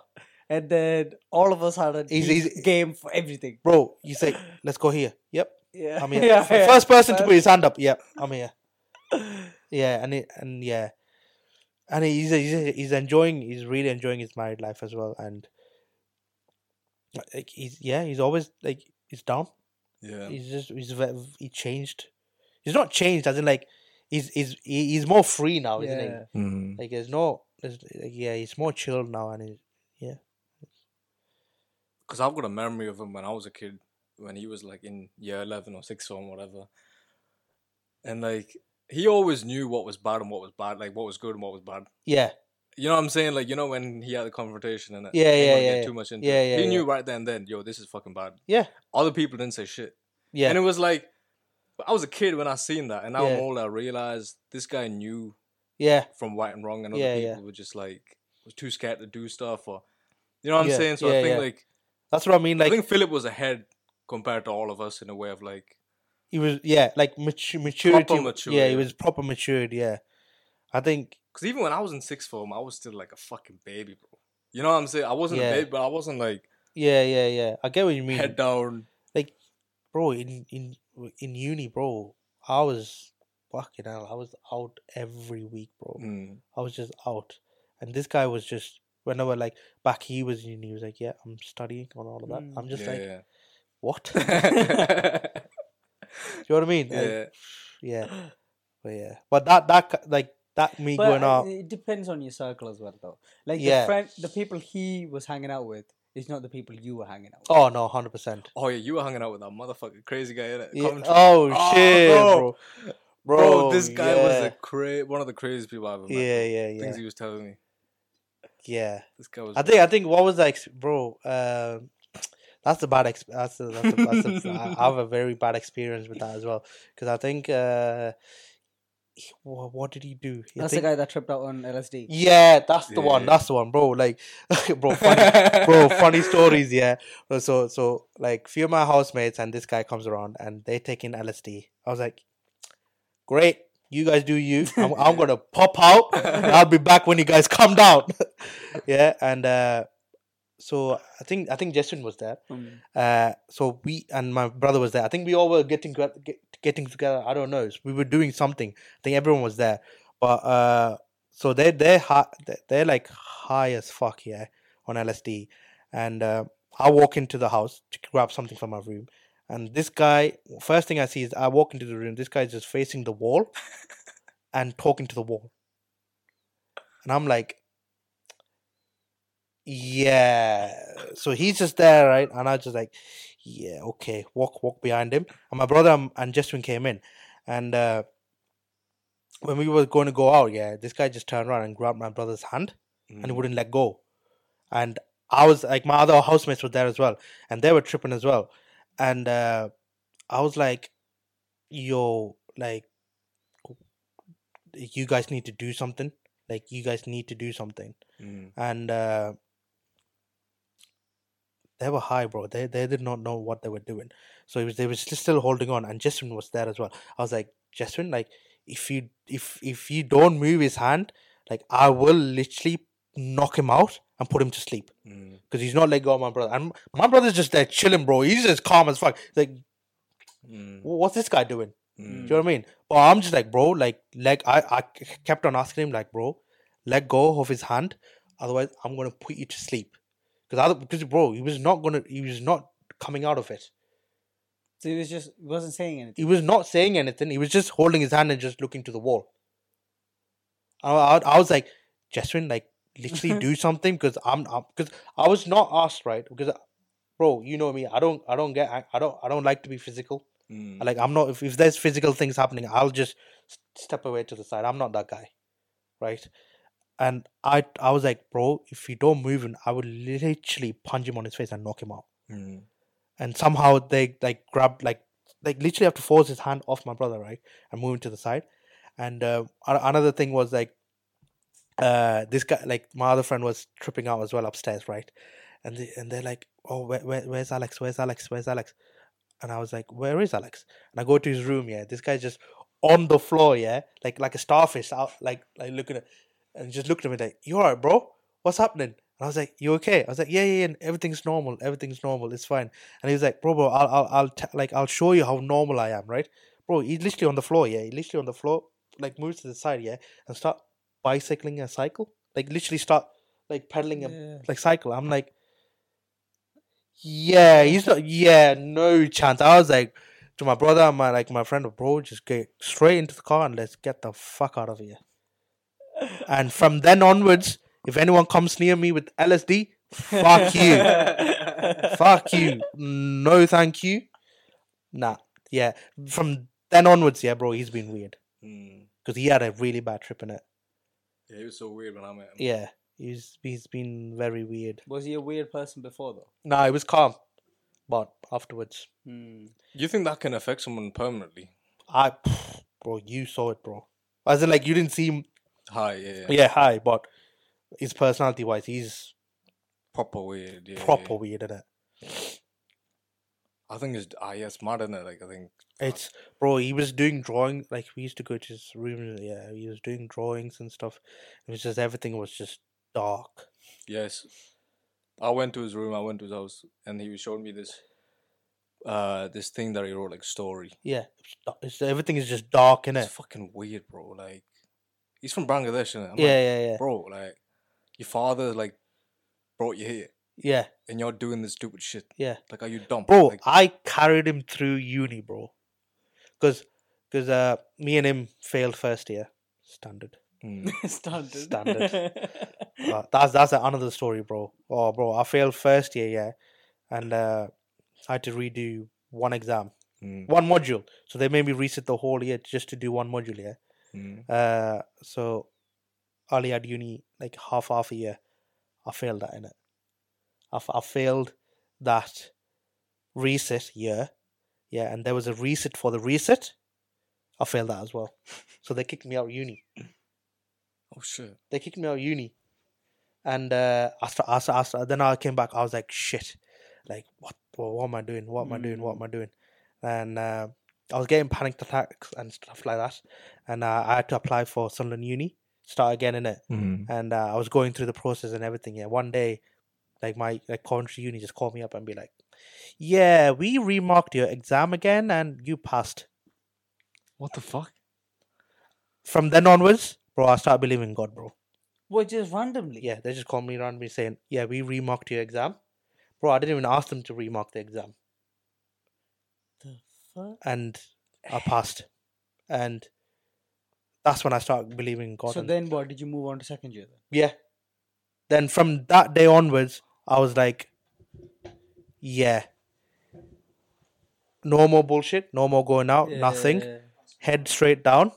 Speaker 1: and then all of us had a
Speaker 2: He's-
Speaker 1: deep
Speaker 2: he's-
Speaker 1: game for everything.
Speaker 2: bro. You say, let's go here. Yep,
Speaker 1: Yeah,
Speaker 2: I'm here.
Speaker 1: yeah,
Speaker 2: F- First person to put his hand up. Yep, I'm here. Yeah, and it, and yeah, and he's, he's he's enjoying. He's really enjoying his married life as well, and like he's yeah, he's always like he's down.
Speaker 3: Yeah.
Speaker 2: He's just he's ve- he changed. He's not changed as in like he's he's he- he's more free now, isn't he?
Speaker 1: Yeah.
Speaker 3: Mm.
Speaker 2: Like there's no there's, like, yeah, he's more chilled now, and he's,
Speaker 3: because I've got a memory of him when I was a kid, when he was like in year 11 or 6 form, whatever. And like, he always knew what was bad and what was bad, like what was good and what was bad.
Speaker 2: yeah,
Speaker 3: You know what I'm saying? Like, you know, when he had the confrontation and uh,
Speaker 2: Yeah, yeah,
Speaker 3: get
Speaker 2: yeah,
Speaker 3: too much into
Speaker 2: yeah,
Speaker 3: it.
Speaker 2: yeah,
Speaker 3: He
Speaker 2: yeah.
Speaker 3: knew right then and then, yo, this is fucking bad.
Speaker 2: Yeah.
Speaker 3: Other people didn't say shit.
Speaker 2: yeah,
Speaker 3: And it was like, I was a kid when I seen that, and now
Speaker 2: Yeah.
Speaker 3: I'm older. I realized this guy knew
Speaker 2: yeah,
Speaker 3: from right and wrong, and other
Speaker 2: Yeah, yeah.
Speaker 3: people were just like was too scared to do stuff, or you know what I'm
Speaker 2: Yeah,
Speaker 3: saying. So
Speaker 2: yeah,
Speaker 3: I think
Speaker 2: yeah.
Speaker 3: like
Speaker 2: that's what I mean. Like
Speaker 3: I think Philip was ahead compared to all of us in a way of like,
Speaker 2: he was yeah, like mature, maturity.
Speaker 3: mature,
Speaker 2: yeah, he
Speaker 3: yeah.
Speaker 2: was proper matured. Yeah, I think
Speaker 3: because even when I was in sixth form, I was still like a fucking baby, bro. You know what I'm saying? I wasn't
Speaker 2: Yeah.
Speaker 3: a baby, but I wasn't like
Speaker 2: yeah, yeah, yeah. I get what you mean.
Speaker 3: head down.
Speaker 2: bro in in in uni bro i was fucking hell i was out every week bro
Speaker 3: Mm.
Speaker 2: i was just out and this guy was just whenever like back he was in uni he was like yeah i'm studying on all of that
Speaker 1: Mm.
Speaker 2: i'm just like
Speaker 3: yeah,
Speaker 2: what Do
Speaker 3: yeah.
Speaker 2: you know what i mean Like,
Speaker 3: yeah.
Speaker 2: yeah but yeah but that that ki- like that me
Speaker 1: But
Speaker 2: going
Speaker 1: I-
Speaker 2: out
Speaker 1: it depends on your circle as well, though. Like
Speaker 2: Yeah.
Speaker 1: the friend, the people he was hanging out with is not the people you were hanging out. with.
Speaker 2: oh no 100 percent
Speaker 3: Oh yeah, you were hanging out with that motherfucking crazy guy. Innit?
Speaker 2: yeah.
Speaker 3: Coventry.
Speaker 2: oh,
Speaker 3: Oh,
Speaker 2: shit
Speaker 3: bro.
Speaker 2: bro.
Speaker 3: bro,
Speaker 2: bro
Speaker 3: this guy
Speaker 2: yeah.
Speaker 3: was a cra- one of the craziest people I've ever met.
Speaker 2: yeah yeah yeah
Speaker 3: Things he was telling me.
Speaker 2: yeah
Speaker 3: This guy was.
Speaker 2: I think I think what was that, bro? Uh, that's a bad. Exp- that's a, that's a, that's a, I I have a very bad experience with that as well because I think uh, he- wha- what did he do? I
Speaker 1: That's
Speaker 2: think-
Speaker 1: the guy that tripped out on LSD.
Speaker 2: Yeah, that's the one.
Speaker 3: Yeah.
Speaker 2: That's the one, bro. Like, bro, funny, bro, funny stories. Yeah. Bro, So, so like, few of my housemates and this guy comes around and they take in LSD. I was like, great, you guys do you. I'm, I'm gonna pop out. and I'll be back when you guys come down. yeah, and uh, so I think I think Justin was there.
Speaker 1: Mm.
Speaker 2: Uh, so we and my brother was there. I think we all were getting get, getting together. I don't know. We were doing something. I think everyone was there. But uh, so they they high, they're like high as fuck yeah on LSD. And uh, I walk into the house to grab something from my room. And this guy, first thing I see is I walk into the room. This guy's just facing the wall and talking to the wall. And I'm like, yeah. So he's just there, right? And I was just like, yeah, okay. Walk, walk behind him. And my brother and- and Justin came in, and uh, when we were going to go out, yeah, this guy just turned around and grabbed my brother's hand
Speaker 3: Mm,
Speaker 2: and he wouldn't let go. And I was like, my other housemates were there as well, and they were tripping as well. And uh, I was like, yo, like, you guys need to do something. Like, you guys need to do something
Speaker 3: Mm.
Speaker 2: and uh, they were high, bro. They they did not know what they were doing, so it was they were still, still holding on. And Jeswin was there as well. I was like, Jeswin, like if you if if you don't move his hand, like I will literally knock him out and put him to sleep
Speaker 3: Mm.
Speaker 2: because he's not let go of my brother. And my brother's just there chilling, bro. He's just calm as fuck. Like,
Speaker 3: Mm.
Speaker 2: what's this guy doing? Do
Speaker 3: Mm.
Speaker 2: you know what I mean? But I'm just like, bro, like, like I, I kept on asking him, like, bro, let go of his hand, otherwise I'm gonna put you to sleep. Because other, because bro, he was not gonna, he was not coming out of it.
Speaker 1: So he was just he wasn't saying anything.
Speaker 2: He was not saying anything. He was just holding his hand and just looking to the wall. I, I, I was like, Jasmine, like, literally do something, because I'm, because I was not asked, right? Because, bro, you know me, I don't, I don't get, I, I don't, I don't like to be physical.
Speaker 3: Mm.
Speaker 2: Like I'm not if, if there's physical things happening, I'll just s- step away to the side. I'm not that guy, right? And I I was like, bro, if you don't move him, I would literally punch him on his face and knock him out.
Speaker 3: Mm.
Speaker 2: And somehow they like grabbed like like literally have to force his hand off my brother, right, and move him to the side. And uh, a- another thing was like, uh, this guy like my other friend was tripping out as well upstairs, right? And they, and they're like, oh, where, where, where's Alex? Where's Alex? Where's Alex? And I was like, where is Alex? And I go to his room. Yeah, this guy's just on the floor. Yeah, like like a starfish out, like like looking at, and he just looked at me like, you alright, bro? What's happening? And I was like, you okay? I was like, yeah, yeah, yeah. And everything's normal. Everything's normal. It's fine. And he was like, bro, bro, I'll, I'll, I'll t- like, I'll show you how normal I am, right? Bro, he's literally on the floor. Yeah, he literally on the floor, like moves to the side. Yeah, and start bicycling a cycle, like literally start like pedaling a
Speaker 1: Yeah.
Speaker 2: like cycle. I'm like, yeah, he's not. Yeah, no chance. I was like to my brother, and my like my friend, bro, just get straight into the car and let's get the fuck out of here. And from then onwards, if anyone comes near me with LSD, fuck you, fuck you, no thank you, nah, yeah. From then onwards, yeah, bro, he's been weird
Speaker 3: Mm.
Speaker 2: because he had a really bad trip in it.
Speaker 3: Yeah, it was so weird when I met him.
Speaker 2: Yeah, he's he's been very weird.
Speaker 1: Was he a weird person before though?
Speaker 2: Nah, it was calm, but afterwards.
Speaker 1: Hmm.
Speaker 3: You think that can affect someone permanently?
Speaker 2: I, bro, you saw it, bro. As in, like, you didn't see him,
Speaker 3: Hi, yeah, yeah.
Speaker 2: yeah, high, but his personality wise, he's
Speaker 3: proper weird. Yeah, yeah,
Speaker 2: proper
Speaker 3: yeah.
Speaker 2: weird, innit?
Speaker 3: I think it's ah, yeah, it's mad, isn't it? Like I think
Speaker 2: It's, bro, he was doing drawing, like, we used to go to his room, yeah, he was doing drawings and stuff. It was just, everything was just dark.
Speaker 3: Yes. I went to his room, I went to his house, and he showed me this uh this thing that he wrote like story.
Speaker 2: Yeah, it's, da- it's, everything is just dark, innit?
Speaker 3: It's fucking weird, bro. Like he's from Bangladesh, isn't it? I'm
Speaker 2: Yeah, yeah, yeah,
Speaker 3: like, bro, like your father like brought you here
Speaker 2: yeah,
Speaker 3: and you're doing this stupid shit.
Speaker 2: yeah.
Speaker 3: Like are you dumb?
Speaker 2: bro
Speaker 3: Like,
Speaker 2: i carried him through uni bro because because uh me and him failed first year standard
Speaker 3: mm,
Speaker 1: Standard.
Speaker 2: Standard. Uh, that's that's another story bro oh bro i failed first year yeah and uh i had to redo one exam
Speaker 3: mm,
Speaker 2: one module so they made me resit the whole year just to do one module yeah
Speaker 3: mm.
Speaker 2: uh so early had uni like half half a year i failed that in it I, f- I failed that reset year yeah and there was a reset for the reset I failed that as well. So they kicked me out of uni.
Speaker 3: Oh shit.
Speaker 2: They kicked me out of uni, and uh, I, sta- I, sta- I sta- then I came back. I was like, shit, like what? What, what am I doing? What am I doing? What am I doing? And uh, I was getting panicked attacks and stuff like that. And uh, I had to apply for Sunderland Uni, start again in it.
Speaker 3: Mm-hmm.
Speaker 2: and uh, I was going through the process and everything. Yeah, one day, like my like Coventry Uni just called me up and be like, "Yeah, we remarked your exam again and you passed."
Speaker 3: What the fuck?
Speaker 2: From then onwards, bro, I started believing in God, bro.
Speaker 1: Well, just randomly.
Speaker 2: Yeah, they just called me around me saying, "Yeah, we remarked your exam." Bro, I didn't even ask them to remark the exam,
Speaker 1: The fuck?
Speaker 2: and I passed, and that's when I started believing in God.
Speaker 1: So
Speaker 2: and-
Speaker 1: then what? Did you move on to second year then?
Speaker 2: Yeah. Then from that day onwards, I was like, yeah. No more bullshit, no more going out, Oh, nothing. Head straight down.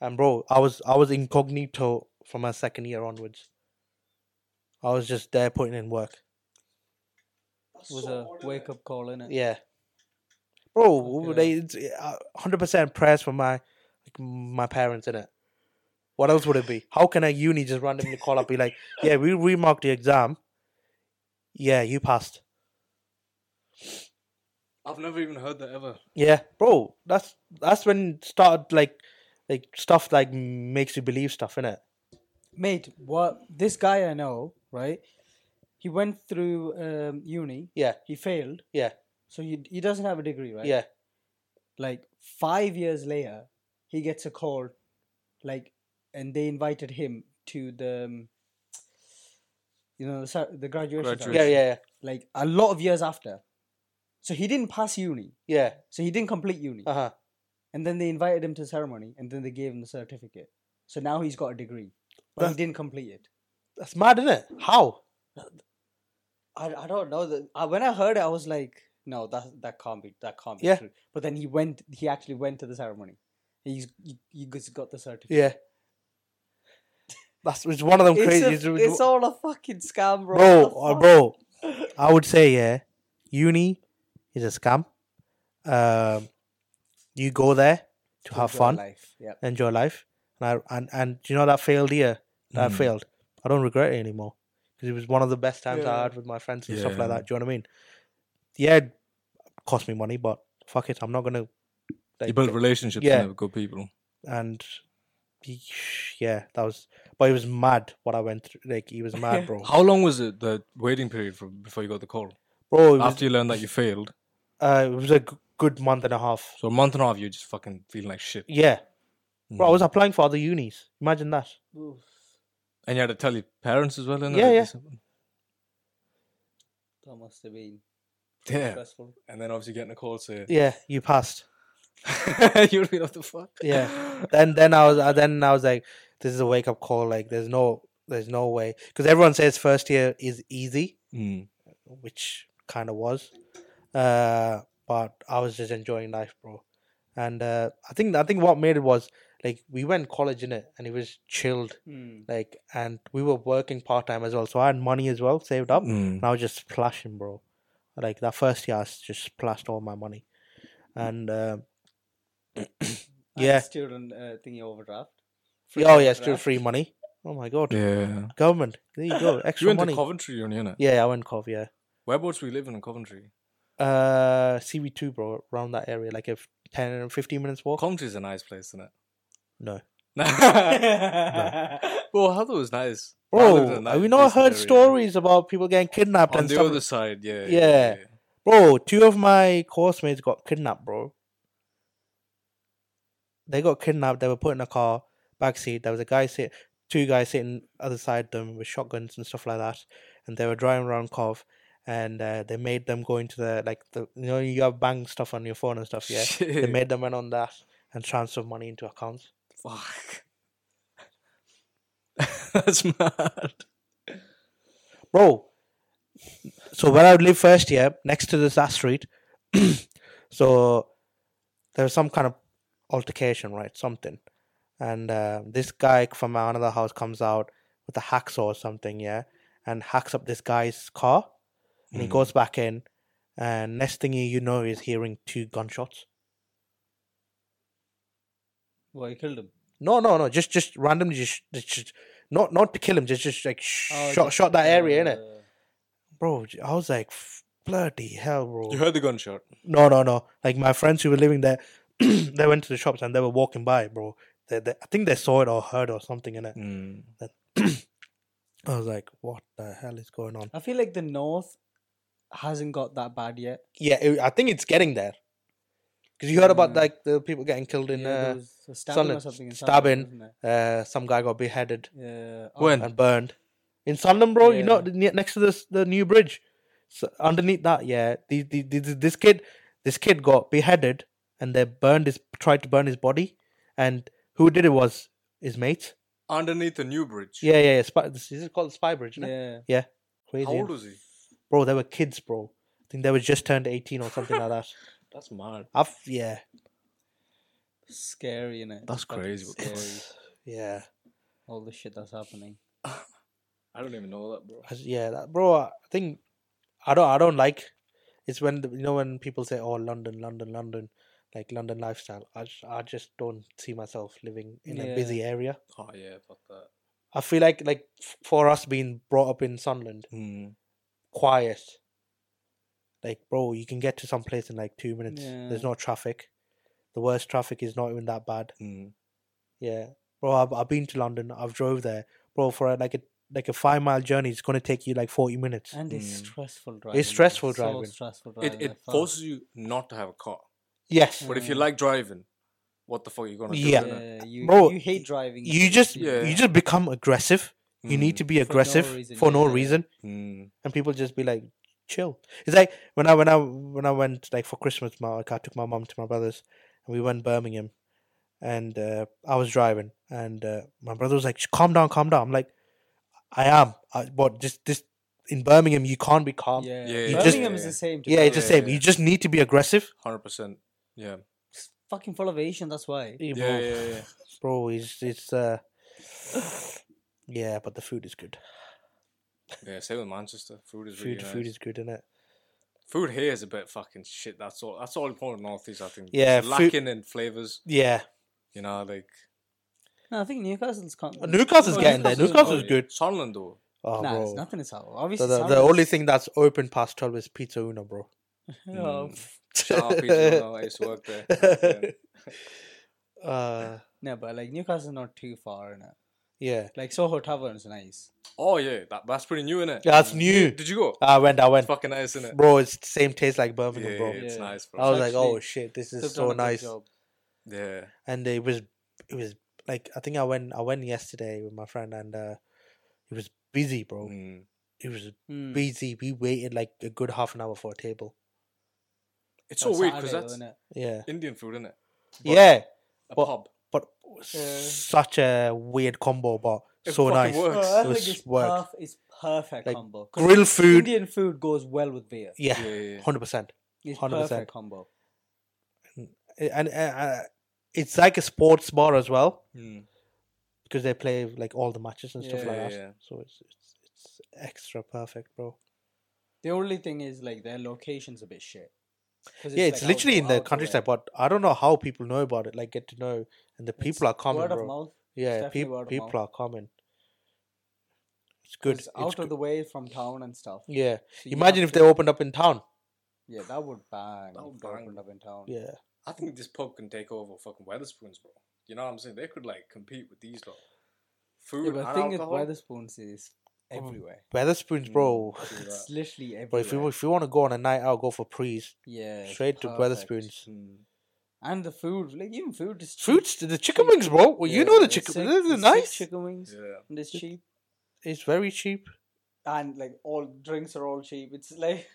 Speaker 2: And bro, I was I was incognito from my second year onwards. I was just there putting in work.
Speaker 1: was a wake up call, innit?
Speaker 2: Yeah. Bro,
Speaker 1: Fucking
Speaker 2: they it's, uh, 100% prayers for my like, my parents in it. What else would it be? How can a uni just randomly call up be like, "Yeah, we remarked the exam. Yeah, you passed."
Speaker 3: I've never even heard that ever.
Speaker 2: Yeah, bro, that's that's when started like like stuff like makes you believe stuff in it.
Speaker 1: Mate, what this guy I know, right? He went through um, uni.
Speaker 2: Yeah.
Speaker 1: He failed.
Speaker 2: Yeah.
Speaker 1: So he, he doesn't have a degree, right?
Speaker 2: Yeah.
Speaker 1: Like five years later, he gets a call, like, and they invited him to the, um, you know, the, sa- the graduation.
Speaker 3: Graduation.
Speaker 2: Yeah, yeah,
Speaker 1: ceremony,
Speaker 2: yeah.
Speaker 1: Like a lot of years after. So he didn't pass uni.
Speaker 2: Yeah.
Speaker 1: So he didn't complete uni.
Speaker 2: Uh-huh.
Speaker 1: And then they invited him to the ceremony, and then they gave him the certificate. So now he's got a degree, but
Speaker 2: That's-
Speaker 1: he didn't complete it.
Speaker 2: That's mad, isn't it? How?
Speaker 1: I, I don't know. The, I, when I heard it, I was like, no, that that can't be that can't be
Speaker 2: Yeah.
Speaker 1: true. But then he went. He actually went to the ceremony. He's he, he just got the certificate.
Speaker 2: Yeah. That's it's one of them
Speaker 1: It's,
Speaker 2: crazy.
Speaker 1: a-
Speaker 2: it's-
Speaker 1: it's all a fucking scam, bro. What
Speaker 2: bro,
Speaker 1: the
Speaker 2: uh,
Speaker 1: fuck?
Speaker 2: bro. I would say yeah, uni is a scam. Um, you go there to have
Speaker 1: Enjoy
Speaker 2: fun,
Speaker 1: Life. Yeah.
Speaker 2: enjoy life, and I and and do you know that failed year that I
Speaker 3: Mm.
Speaker 2: failed. I don't regret it anymore because it was one of the best times I
Speaker 1: Yeah.
Speaker 2: had with my friends and stuff like
Speaker 3: Yeah.
Speaker 2: that. Do you know what I mean? Yeah, it cost me money, but fuck it, I'm not gonna.
Speaker 3: You
Speaker 2: Like,
Speaker 3: build relationships
Speaker 2: Yeah.
Speaker 3: and with good people.
Speaker 2: and yeesh, yeah, that was. But it was mad what I went through. Like he was mad, bro.
Speaker 3: How long was it the waiting period for before you got the call?
Speaker 2: Bro, it was,
Speaker 3: After you learned that you failed,
Speaker 2: uh, it was a g- good month and a half.
Speaker 3: so a month and a half you're just fucking feeling like shit.
Speaker 2: Yeah. Bro, I
Speaker 3: Mm.
Speaker 2: was applying for other unis. Imagine that.
Speaker 3: and you had to tell your parents as well. innit?
Speaker 2: Yeah, yeah.
Speaker 1: That must have been
Speaker 3: Yeah.
Speaker 1: stressful.
Speaker 3: And then obviously getting a call saying
Speaker 2: Yeah, you passed.
Speaker 3: you'd be like, "What the fuck?"
Speaker 2: Yeah. Then, then I was, uh, then I was like, this is a wake up call. Like, there's no, there's no way, because everyone says first year is easy,
Speaker 3: Mm.
Speaker 2: which kind of was. Uh, but I was just enjoying life, bro. And uh, I think, I think what made it was like we went college in it, and it was chilled.
Speaker 1: Mm.
Speaker 2: Like, and we were working part time as well, so I had money as well saved up.
Speaker 3: Mm.
Speaker 2: and I was just splashing, bro. Like that first year, I s- just splashed all my money, and uh, yeah,
Speaker 1: Student uh, thingy overdraft.
Speaker 2: yeah, oh yeah, still free money. Oh my god,
Speaker 3: Yeah.
Speaker 2: government, there you go,
Speaker 3: You
Speaker 2: extra
Speaker 3: went
Speaker 2: money.
Speaker 3: to Coventry Uni, innit?
Speaker 2: yeah, I went Cov, yeah.
Speaker 3: Whereabouts were you living in Coventry?
Speaker 2: Uh, CV two, bro, around that area, like a 10 or 15 minutes walk.
Speaker 3: Coventry's a nice place, isn't it?
Speaker 2: No,
Speaker 3: Well, Heather was nice. I lived in
Speaker 2: bro,
Speaker 3: a nice-
Speaker 2: have we not
Speaker 3: decent
Speaker 2: heard
Speaker 3: area.
Speaker 2: stories about people getting kidnapped
Speaker 3: On
Speaker 2: and
Speaker 3: the
Speaker 2: stuff?
Speaker 3: other side, yeah.
Speaker 2: Yeah. Bro, two of my course mates got kidnapped, bro. They got kidnapped. They were put in a car, backseat. There was a guy sit, two guys sitting other side them with shotguns and stuff like that, and they were driving around Kov, and uh, they made them go into the like the you know you have bank stuff on your phone and stuff, yeah. They
Speaker 3: Shit.
Speaker 2: made them run on that and transfer money into accounts.
Speaker 3: Fuck. That's mad.
Speaker 2: bro. So where I would live first year, next to this that street, so there was some kind of altercation, right? Something, and uh, this guy from another house comes out with a hacksaw or something, yeah, and hacks up this guy's car, and
Speaker 1: Mm-hmm.
Speaker 2: he
Speaker 3: Mhm.
Speaker 2: goes back in, and next thing you you know is hearing two gunshots.
Speaker 1: Well, he killed him.
Speaker 2: No, no, no. Just, just randomly, just, just, just not, not to kill him. Just, just like
Speaker 1: Oh,
Speaker 2: shot,
Speaker 1: just,
Speaker 2: shot that area,
Speaker 1: uh,
Speaker 2: innit? Bro, j- I was like, "F- bloody hell, bro.
Speaker 3: You heard the gunshot.
Speaker 2: No, no, no. Like my friends who were living there, they went to the shops and they were walking by, bro. They, they, I think they saw it or heard or something in it. I was like, what the hell is going on?
Speaker 1: I feel like the north hasn't got that bad yet.
Speaker 2: Yeah, it, I think it's getting there. Because you heard about
Speaker 1: Yeah.
Speaker 2: like the people getting killed in
Speaker 1: Mm. Yeah, there
Speaker 2: uh,
Speaker 1: was a stabbing or
Speaker 2: Sunderland.
Speaker 1: something. in
Speaker 2: Stabbing.
Speaker 1: Sunderland, wasn't
Speaker 2: uh, some guy got beheaded
Speaker 1: there? Yeah. oh,
Speaker 3: When?
Speaker 2: and burned in Sunderland, bro. You know,
Speaker 1: Yeah.
Speaker 2: the- ne- next to this the new bridge, so underneath that, yeah, the, the, the, the- this kid, this kid got beheaded and they burned his tried to burn his body, and who did it was his mates.
Speaker 3: Underneath the new bridge.
Speaker 2: Yeah, yeah, yeah. Spy, this this is called Spy Bridge, isn't it?
Speaker 1: Oh, Yeah.
Speaker 2: Crazy.
Speaker 3: How
Speaker 2: innit?
Speaker 3: old was he?
Speaker 2: bro, they were kids, bro. I think they were just turned 18 or something like that.
Speaker 3: That's mad.
Speaker 2: I've, yeah,
Speaker 1: Scary, innit?
Speaker 3: That's crazy.
Speaker 1: Scary.
Speaker 2: yeah,
Speaker 1: All the shit that's happening.
Speaker 3: I don't even know that, bro.
Speaker 2: I s- yeah, that, bro. I think I don't, I don't like. It's when the, you know when people say, "Oh, London, London, London," like London lifestyle. I just, I just don't see myself living in a
Speaker 1: Yeah.
Speaker 2: busy area.
Speaker 3: Oh yeah, fuck that.
Speaker 2: I feel like, like f- for us being brought up in Sunderland, quiet. Like, bro, you can get to some place in like two minutes. There's
Speaker 1: Yeah.
Speaker 2: no traffic. The worst traffic is not even that bad. Yeah, bro. I've, I've been to London. I've drove there, bro. For a, like a like a five mile journey, it's gonna take you like forty minutes.
Speaker 1: And it's
Speaker 3: Mm.
Speaker 1: stressful driving.
Speaker 2: stressful
Speaker 1: so
Speaker 2: driving.
Speaker 1: stressful driving.
Speaker 3: It it
Speaker 1: I felt.
Speaker 3: forces you not to have a car.
Speaker 2: Yes,
Speaker 3: But if you
Speaker 1: Mm.
Speaker 3: like driving, what the fuck are you gonna do?
Speaker 2: Yeah.
Speaker 3: innit?
Speaker 1: Yeah, you,
Speaker 2: Bro,
Speaker 1: you hate driving.
Speaker 2: you just
Speaker 3: Yeah.
Speaker 2: you just become aggressive. You need
Speaker 3: Mm.
Speaker 2: to be
Speaker 1: For no
Speaker 2: aggressive
Speaker 1: reason,
Speaker 2: for no
Speaker 1: yeah.
Speaker 2: reason,
Speaker 3: Mm.
Speaker 2: and people just be like, chill. It's like when I when I when I went like for Christmas, my like, I took my mom to my brother's, and we went Birmingham, and uh, I was driving, and uh, my brother was like, "Shh, calm down, calm down. I'm like, I am, I, but this this in Birmingham you can't be calm.
Speaker 1: Yeah.
Speaker 3: Yeah.
Speaker 2: You just-
Speaker 1: Birmingham is the same. to
Speaker 2: Yeah,
Speaker 1: be
Speaker 2: it's the
Speaker 1: honest.
Speaker 3: Yeah,
Speaker 2: same.
Speaker 3: yeah.
Speaker 2: You just need to be aggressive.
Speaker 3: Hundred percent. Yeah.
Speaker 1: It's fucking full of Asian. That's why.
Speaker 2: Eh,
Speaker 3: Yeah,
Speaker 2: bro,
Speaker 3: yeah, yeah.
Speaker 2: bro, it's it's uh, yeah, but the food is good.
Speaker 3: Yeah, same with Manchester. Food is really
Speaker 2: Food, food
Speaker 3: nice.
Speaker 2: is good, isn't it?
Speaker 3: Food here is a bit fucking shit. That's all. That's all important northeast. I think.
Speaker 2: Yeah,
Speaker 3: It's
Speaker 2: food-
Speaker 3: lacking in flavors.
Speaker 2: Yeah,
Speaker 3: You know, like
Speaker 1: No, I think Newcastle's can't.
Speaker 2: Newcastle's
Speaker 3: Oh,
Speaker 2: getting there.
Speaker 1: Newcastle's
Speaker 2: Newcastle's
Speaker 3: yeah.
Speaker 2: good.
Speaker 3: Sunderland though.
Speaker 2: Oh,
Speaker 1: Nah, it's
Speaker 2: bro.
Speaker 1: nothing is out.
Speaker 2: The,
Speaker 1: Obviously,
Speaker 2: the, the
Speaker 1: Sarri's-
Speaker 2: only thing that's open past twelve is Pizza Uno, bro.
Speaker 1: Oh,
Speaker 3: Mm. Shout out Peter Uno, I used to work there. Yeah.
Speaker 2: uh,
Speaker 1: No, but like Newcastle's not too far, innit?
Speaker 2: yeah,
Speaker 1: Like Soho Tavern's nice.
Speaker 3: Oh yeah, that, that's pretty new, innit?
Speaker 2: Yeah, that's new.
Speaker 3: Did you go?
Speaker 2: I went, I
Speaker 3: It's
Speaker 2: went,
Speaker 3: fucking nice, innit?
Speaker 2: bro. It's the same taste like
Speaker 3: Yeah,
Speaker 2: Birmingham, bro.
Speaker 3: yeah, it's
Speaker 1: Yeah.
Speaker 3: nice, bro.
Speaker 2: I was like,
Speaker 1: actually-
Speaker 2: oh shit, this
Speaker 1: They've
Speaker 2: is
Speaker 1: done
Speaker 2: so
Speaker 1: a good
Speaker 2: nice.
Speaker 1: job.
Speaker 3: yeah.
Speaker 2: and it was it was like I think I went I went yesterday with my friend and uh it was busy, bro.
Speaker 3: Mm.
Speaker 2: It was
Speaker 1: Mm.
Speaker 2: busy. We waited like a good half an hour for a table.
Speaker 3: It's so
Speaker 1: On
Speaker 3: weird because
Speaker 1: Saturday,
Speaker 3: that's
Speaker 1: though, innit?
Speaker 2: Yeah,
Speaker 3: Indian food, innit?
Speaker 2: yeah,
Speaker 3: A
Speaker 2: But-
Speaker 3: pub.
Speaker 2: but
Speaker 1: Yeah.
Speaker 2: such a weird combo, but
Speaker 3: It
Speaker 2: so
Speaker 3: fucking
Speaker 2: nice.
Speaker 3: works.
Speaker 1: Oh, I
Speaker 2: It
Speaker 1: think
Speaker 2: was
Speaker 1: it's,
Speaker 2: work.
Speaker 1: perf- it's perfect
Speaker 2: Like,
Speaker 1: combo. 'Cause
Speaker 2: Grill food,
Speaker 1: Indian food goes well with beer.
Speaker 2: yeah,
Speaker 3: Yeah, yeah, yeah.
Speaker 2: hundred percent.
Speaker 1: It's
Speaker 2: 100%.
Speaker 1: perfect combo.
Speaker 2: And uh, uh, it's like a sports bar as well
Speaker 3: Mm.
Speaker 2: because they play like all the matches and stuff
Speaker 1: Yeah,
Speaker 2: like
Speaker 3: yeah,
Speaker 2: that.
Speaker 3: yeah.
Speaker 2: So it's, it's it's extra perfect, bro.
Speaker 1: The only thing is like their location's a bit shit. 'Cause
Speaker 2: yeah, it's
Speaker 1: like,
Speaker 2: literally
Speaker 1: outdoor-
Speaker 2: in the
Speaker 1: outdoor
Speaker 2: countryside,
Speaker 1: area.
Speaker 2: but I don't know how people know about it. Like, get to know, and the people are common,
Speaker 1: Word
Speaker 2: bro.
Speaker 1: of mouth.
Speaker 2: yeah,
Speaker 1: definitely
Speaker 2: peop-
Speaker 1: word of
Speaker 2: people
Speaker 1: mouth.
Speaker 2: are common. It's good.
Speaker 1: It's
Speaker 2: it's
Speaker 1: out
Speaker 2: good.
Speaker 1: of the way from town and stuff.
Speaker 2: yeah.
Speaker 1: So you
Speaker 2: Imagine
Speaker 1: have
Speaker 2: if
Speaker 1: to-
Speaker 2: they opened up in town.
Speaker 1: Yeah, that would bang.
Speaker 3: That would
Speaker 1: if they
Speaker 3: bang.
Speaker 1: opened up in town.
Speaker 2: Yeah,
Speaker 3: I think this pub can take over fucking Weatherspoons, bro. You know what I'm saying? They could like compete with these lot.
Speaker 1: Yeah,
Speaker 3: Food
Speaker 1: but the
Speaker 3: and
Speaker 1: thing with
Speaker 3: alcohol.
Speaker 1: Weatherspoons is everywhere.
Speaker 2: Weatherspoons,
Speaker 3: Mm,
Speaker 2: bro.
Speaker 3: do that.
Speaker 1: It's literally everywhere.
Speaker 2: But Mm. if you if you want to go on a night out, go for Prees.
Speaker 1: yeah,
Speaker 2: Straight to
Speaker 1: perfect.
Speaker 2: Weatherspoons.
Speaker 3: Mm.
Speaker 1: And the food, like even food is cheap.
Speaker 2: Fruits, the chicken wings, bro. Well, you know the
Speaker 1: it's
Speaker 2: chicken.
Speaker 1: sick-
Speaker 2: They're
Speaker 1: it's sick
Speaker 2: nice.
Speaker 1: chicken wings.
Speaker 3: Yeah.
Speaker 1: And it's
Speaker 2: It-
Speaker 1: cheap.
Speaker 2: It's very cheap.
Speaker 1: And like all drinks are all cheap. It's like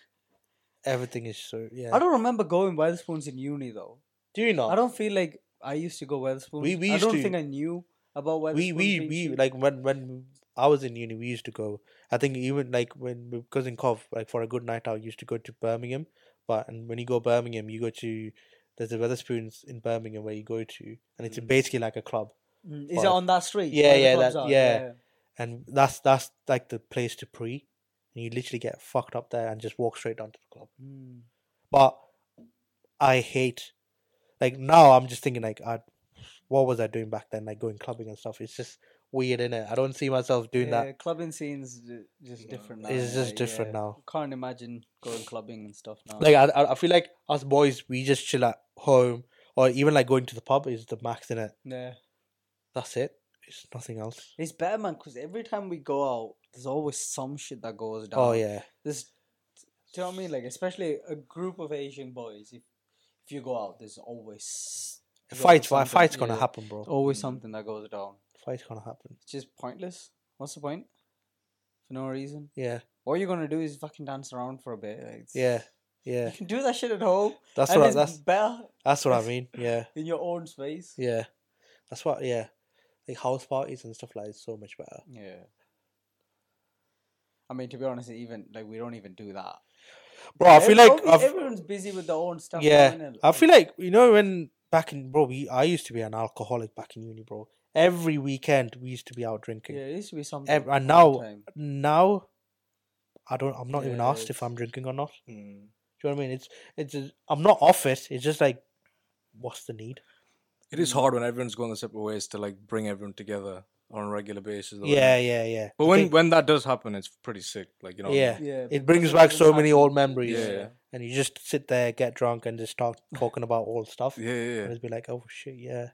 Speaker 2: Everything is so. Yeah.
Speaker 1: I don't remember going Weatherspoons in uni though.
Speaker 2: Do you
Speaker 1: I
Speaker 2: know?
Speaker 1: don't feel like I used to go Weatherspoons.
Speaker 2: We- we
Speaker 1: I
Speaker 2: used
Speaker 1: don't
Speaker 2: to-
Speaker 1: think I knew about Weatherspoons.
Speaker 2: We we
Speaker 1: being
Speaker 2: we
Speaker 1: cheap.
Speaker 2: like when when I was in uni, we used to go. I think even like when my cousin Kov, like for a good night out, used to go to Birmingham. But and when you go Birmingham, you go to there's a Weatherspoons in Birmingham where you go to, and it's
Speaker 3: Mm.
Speaker 2: basically like a club,
Speaker 1: Mm, is it
Speaker 2: but-
Speaker 1: on that street?
Speaker 2: Yeah,
Speaker 1: where the
Speaker 2: yeah,
Speaker 1: clubs
Speaker 2: that-
Speaker 1: are?
Speaker 2: yeah. and that's that's like the place to pre, and you literally get fucked up there and just walk straight down to the club.
Speaker 1: Mm.
Speaker 2: But I hate, like now I'm just thinking like I, what was I doing back then? Like going clubbing and stuff. It's just weird, innit? I don't see myself doing
Speaker 1: Mm. yeah,
Speaker 2: that.
Speaker 1: clubbing scenes d- just different now.
Speaker 2: It's just
Speaker 1: like,
Speaker 2: different
Speaker 1: yeah.
Speaker 2: now.
Speaker 1: Can't imagine going clubbing and stuff now.
Speaker 2: Like I, I- I feel like us boys, we just chill at home, or even like going to the pub is the max in it.
Speaker 1: yeah,
Speaker 2: That's it. It's nothing else.
Speaker 1: it's better, man. Because every time we go out, there's always some shit that goes down.
Speaker 2: Oh yeah,
Speaker 1: This, do you know what I mean? Like especially a group of Asian boys. If if you go out, there's always there's always
Speaker 2: fights,
Speaker 1: something-
Speaker 2: fights gonna
Speaker 1: yeah, Oh.
Speaker 2: happen, Mm. bro.
Speaker 1: Always something that goes down.
Speaker 2: Fights gonna happen.
Speaker 1: It's just pointless. What's the point? For no reason.
Speaker 2: Yeah,
Speaker 1: All you're gonna do is fucking dance around for a bit. Like, it's-
Speaker 2: yeah, yeah.
Speaker 1: You can do that shit at home.
Speaker 2: That's
Speaker 1: and
Speaker 2: what. I,
Speaker 1: it's
Speaker 2: that's
Speaker 1: better
Speaker 2: that's what I mean. Yeah,
Speaker 1: in your own space.
Speaker 2: yeah. That's what. Yeah, like house parties and stuff like that is so much better.
Speaker 1: Yeah. I mean, to be honest, even like we don't even do that.
Speaker 2: Bro, I feel
Speaker 1: Every-
Speaker 2: like
Speaker 1: obvi-
Speaker 2: I've,
Speaker 1: everyone's busy with their own stuff.
Speaker 2: Yeah,
Speaker 1: now, innit?
Speaker 2: I feel like you know when back in bro, we I used to be an alcoholic back in uni, bro. Every weekend we used to be out drinking.
Speaker 1: yeah, it used to be something.
Speaker 2: Ev- and
Speaker 1: all the
Speaker 2: now-
Speaker 1: time.
Speaker 2: Now, I don't. I'm not even
Speaker 1: Yeah,
Speaker 2: asked if
Speaker 1: it's-
Speaker 2: I'm drinking or not.
Speaker 3: Mm.
Speaker 2: Do you know what I mean? It's it's. just- I'm not off it. It's just like, what's the need?
Speaker 3: It is hard when everyone's going their separate ways to like bring everyone together on a regular basis. though,
Speaker 2: Yeah,
Speaker 3: innit?
Speaker 2: yeah, yeah.
Speaker 3: But
Speaker 2: I
Speaker 3: when
Speaker 2: think
Speaker 3: when that does happen, it's pretty sick. Like you know.
Speaker 2: Yeah.
Speaker 1: yeah,
Speaker 2: it
Speaker 1: because
Speaker 2: brings
Speaker 1: it
Speaker 2: back
Speaker 1: doesn't
Speaker 2: so many
Speaker 1: happen.
Speaker 2: old memories,
Speaker 3: Yeah. Yeah.
Speaker 2: and you just sit there, get drunk, and just start talking about old stuff,
Speaker 3: Yeah. Yeah.
Speaker 2: and just be like, oh shit, yeah.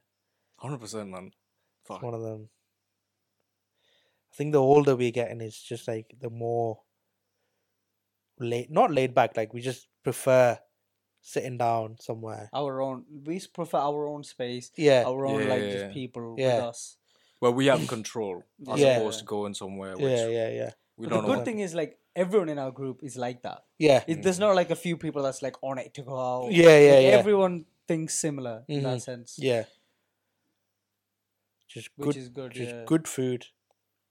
Speaker 3: Hundred percent, man.
Speaker 2: It's
Speaker 3: Fuck.
Speaker 2: one of them. I think the older we're getting is just like the more late, not laid back. Like we just prefer sitting down somewhere.
Speaker 1: Our own. We s- prefer our own space.
Speaker 2: Yeah,
Speaker 1: Our own, like, just
Speaker 3: Yeah.
Speaker 1: people with
Speaker 2: Yeah.
Speaker 1: us.
Speaker 3: Where we have control as
Speaker 2: Yeah.
Speaker 3: opposed to going somewhere which
Speaker 2: yeah, yeah, yeah,
Speaker 3: we
Speaker 1: But the
Speaker 3: don't know. Mm.
Speaker 1: good thing is, like, everyone in our group is like that.
Speaker 2: yeah,
Speaker 1: It, There's not like a few people that's like on it to go out.
Speaker 2: Yeah, yeah,
Speaker 1: Like,
Speaker 2: yeah.
Speaker 1: Everyone thinks similar in that
Speaker 2: Mhm.
Speaker 1: sense.
Speaker 2: yeah. Just
Speaker 1: Which
Speaker 2: good,
Speaker 1: is good,
Speaker 2: just
Speaker 1: yeah.
Speaker 2: good food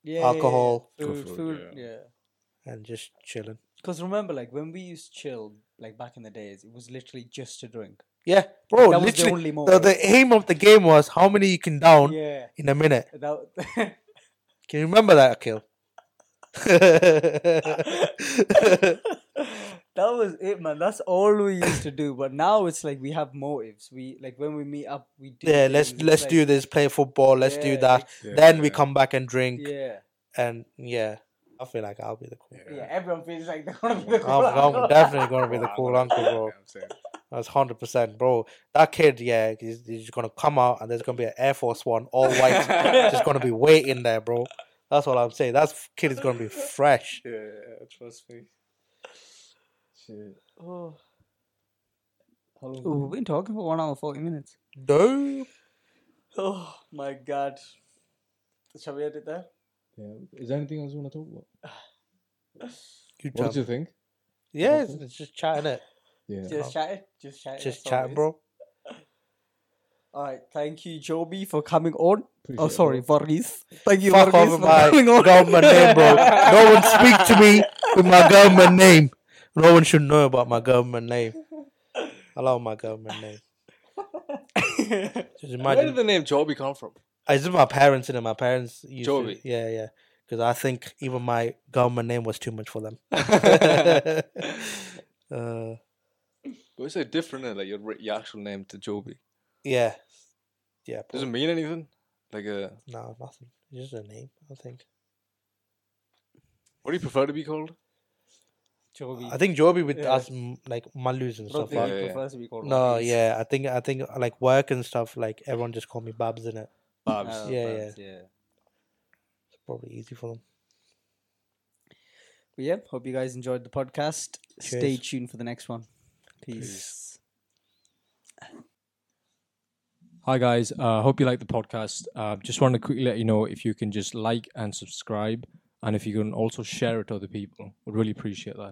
Speaker 1: Yeah,
Speaker 2: Alcohol.
Speaker 1: yeah, yeah.
Speaker 3: Good
Speaker 1: food,
Speaker 3: food,
Speaker 1: food,
Speaker 3: yeah.
Speaker 1: yeah.
Speaker 2: and just chilling.
Speaker 1: Because remember, like when we used to chill, like back in the days, it was literally just to drink.
Speaker 2: Yeah, bro.
Speaker 1: that was the
Speaker 2: literally,
Speaker 1: only
Speaker 2: the,
Speaker 1: moment.
Speaker 2: the aim of the game was how many you can down
Speaker 1: Yeah.
Speaker 2: in a minute.
Speaker 1: That,
Speaker 2: Can you remember that, Akil?
Speaker 1: that was it, man. That's all we used to do. But now it's like we have motives. We like when we meet up, we do.
Speaker 2: yeah, let's
Speaker 1: things,
Speaker 2: let's
Speaker 1: like-
Speaker 2: do this, play football, let's do
Speaker 1: Yeah,
Speaker 2: that.
Speaker 3: Yeah,
Speaker 2: then we
Speaker 3: yeah.
Speaker 2: come back and drink
Speaker 1: Yeah,
Speaker 2: and yeah i feel like i'll be the cool
Speaker 1: yeah. Everyone feels like "Oh." they're gonna be the cool
Speaker 2: I'm, I'm
Speaker 1: uncle.
Speaker 2: definitely gonna be the
Speaker 3: Wow,
Speaker 2: cool
Speaker 3: man.
Speaker 2: uncle bro
Speaker 3: Yeah, I'm saying.
Speaker 2: that's 100% bro that kid yeah he's, he's gonna come out and there's gonna be an air force one all white just gonna be waiting there bro that's all i'm saying that kid is gonna be fresh
Speaker 3: Yeah, yeah, trust me. Shit.
Speaker 1: Oh. Ooh, we've been talking for one hour forty minutes.
Speaker 2: Dope.
Speaker 1: Oh my god! Shall we end it there?
Speaker 3: Yeah. Is there anything else you want to talk about?
Speaker 2: You
Speaker 3: What
Speaker 2: tell
Speaker 3: did you
Speaker 2: me.
Speaker 3: think?
Speaker 2: yeah it's, it's just chatting it
Speaker 3: Yeah.
Speaker 1: Just chatting, just chatting.
Speaker 2: just
Speaker 1: as
Speaker 2: chatting
Speaker 1: always.
Speaker 2: bro
Speaker 1: All right, thank you, Joby, for coming on. oh,
Speaker 3: Appreciate it,
Speaker 1: sorry, Varghese. Thank you,
Speaker 2: fuck
Speaker 1: Varghese,
Speaker 2: off with
Speaker 1: for
Speaker 2: my
Speaker 1: coming on.
Speaker 2: government name bro no one speak to me with my government name no one should know about my government name I love my government name Just
Speaker 3: Where did
Speaker 2: imagine.
Speaker 3: the name Joby come from?
Speaker 2: It's just my parents and my parents used
Speaker 3: Joby.
Speaker 2: to. Yeah, yeah. Because I think even my government name was too much for them. uh,
Speaker 3: But it's so different, innit? like your, re- your actual name to Joby.
Speaker 2: yeah. Yeah.
Speaker 3: Does it
Speaker 2: bro.
Speaker 3: mean anything? Like, uh,
Speaker 2: No, nothing. It's just a name, I think.
Speaker 3: what do you prefer to be called?
Speaker 1: Joby.
Speaker 2: I think Joby with
Speaker 1: Yeah.
Speaker 2: us, m- like Malus and
Speaker 1: Don't
Speaker 2: stuff.
Speaker 1: think
Speaker 2: right?
Speaker 1: he
Speaker 3: Yeah, yeah.
Speaker 1: prefers to be called
Speaker 2: No,
Speaker 1: Varghese.
Speaker 2: yeah. I think, I think like work and stuff, like everyone just called me Babs in it.
Speaker 3: Babs.
Speaker 1: No,
Speaker 2: Yeah,
Speaker 1: Babs, yeah.
Speaker 2: It's probably easy for them.
Speaker 1: But yeah, hope you guys enjoyed the podcast. Stay
Speaker 2: Cheers.
Speaker 1: tuned for the next one. Peace.
Speaker 3: Hi guys, uh, hope you like the podcast. Uh, just want to quickly let you know if you can just like and subscribe, and if you can also share it to other people, would really appreciate that.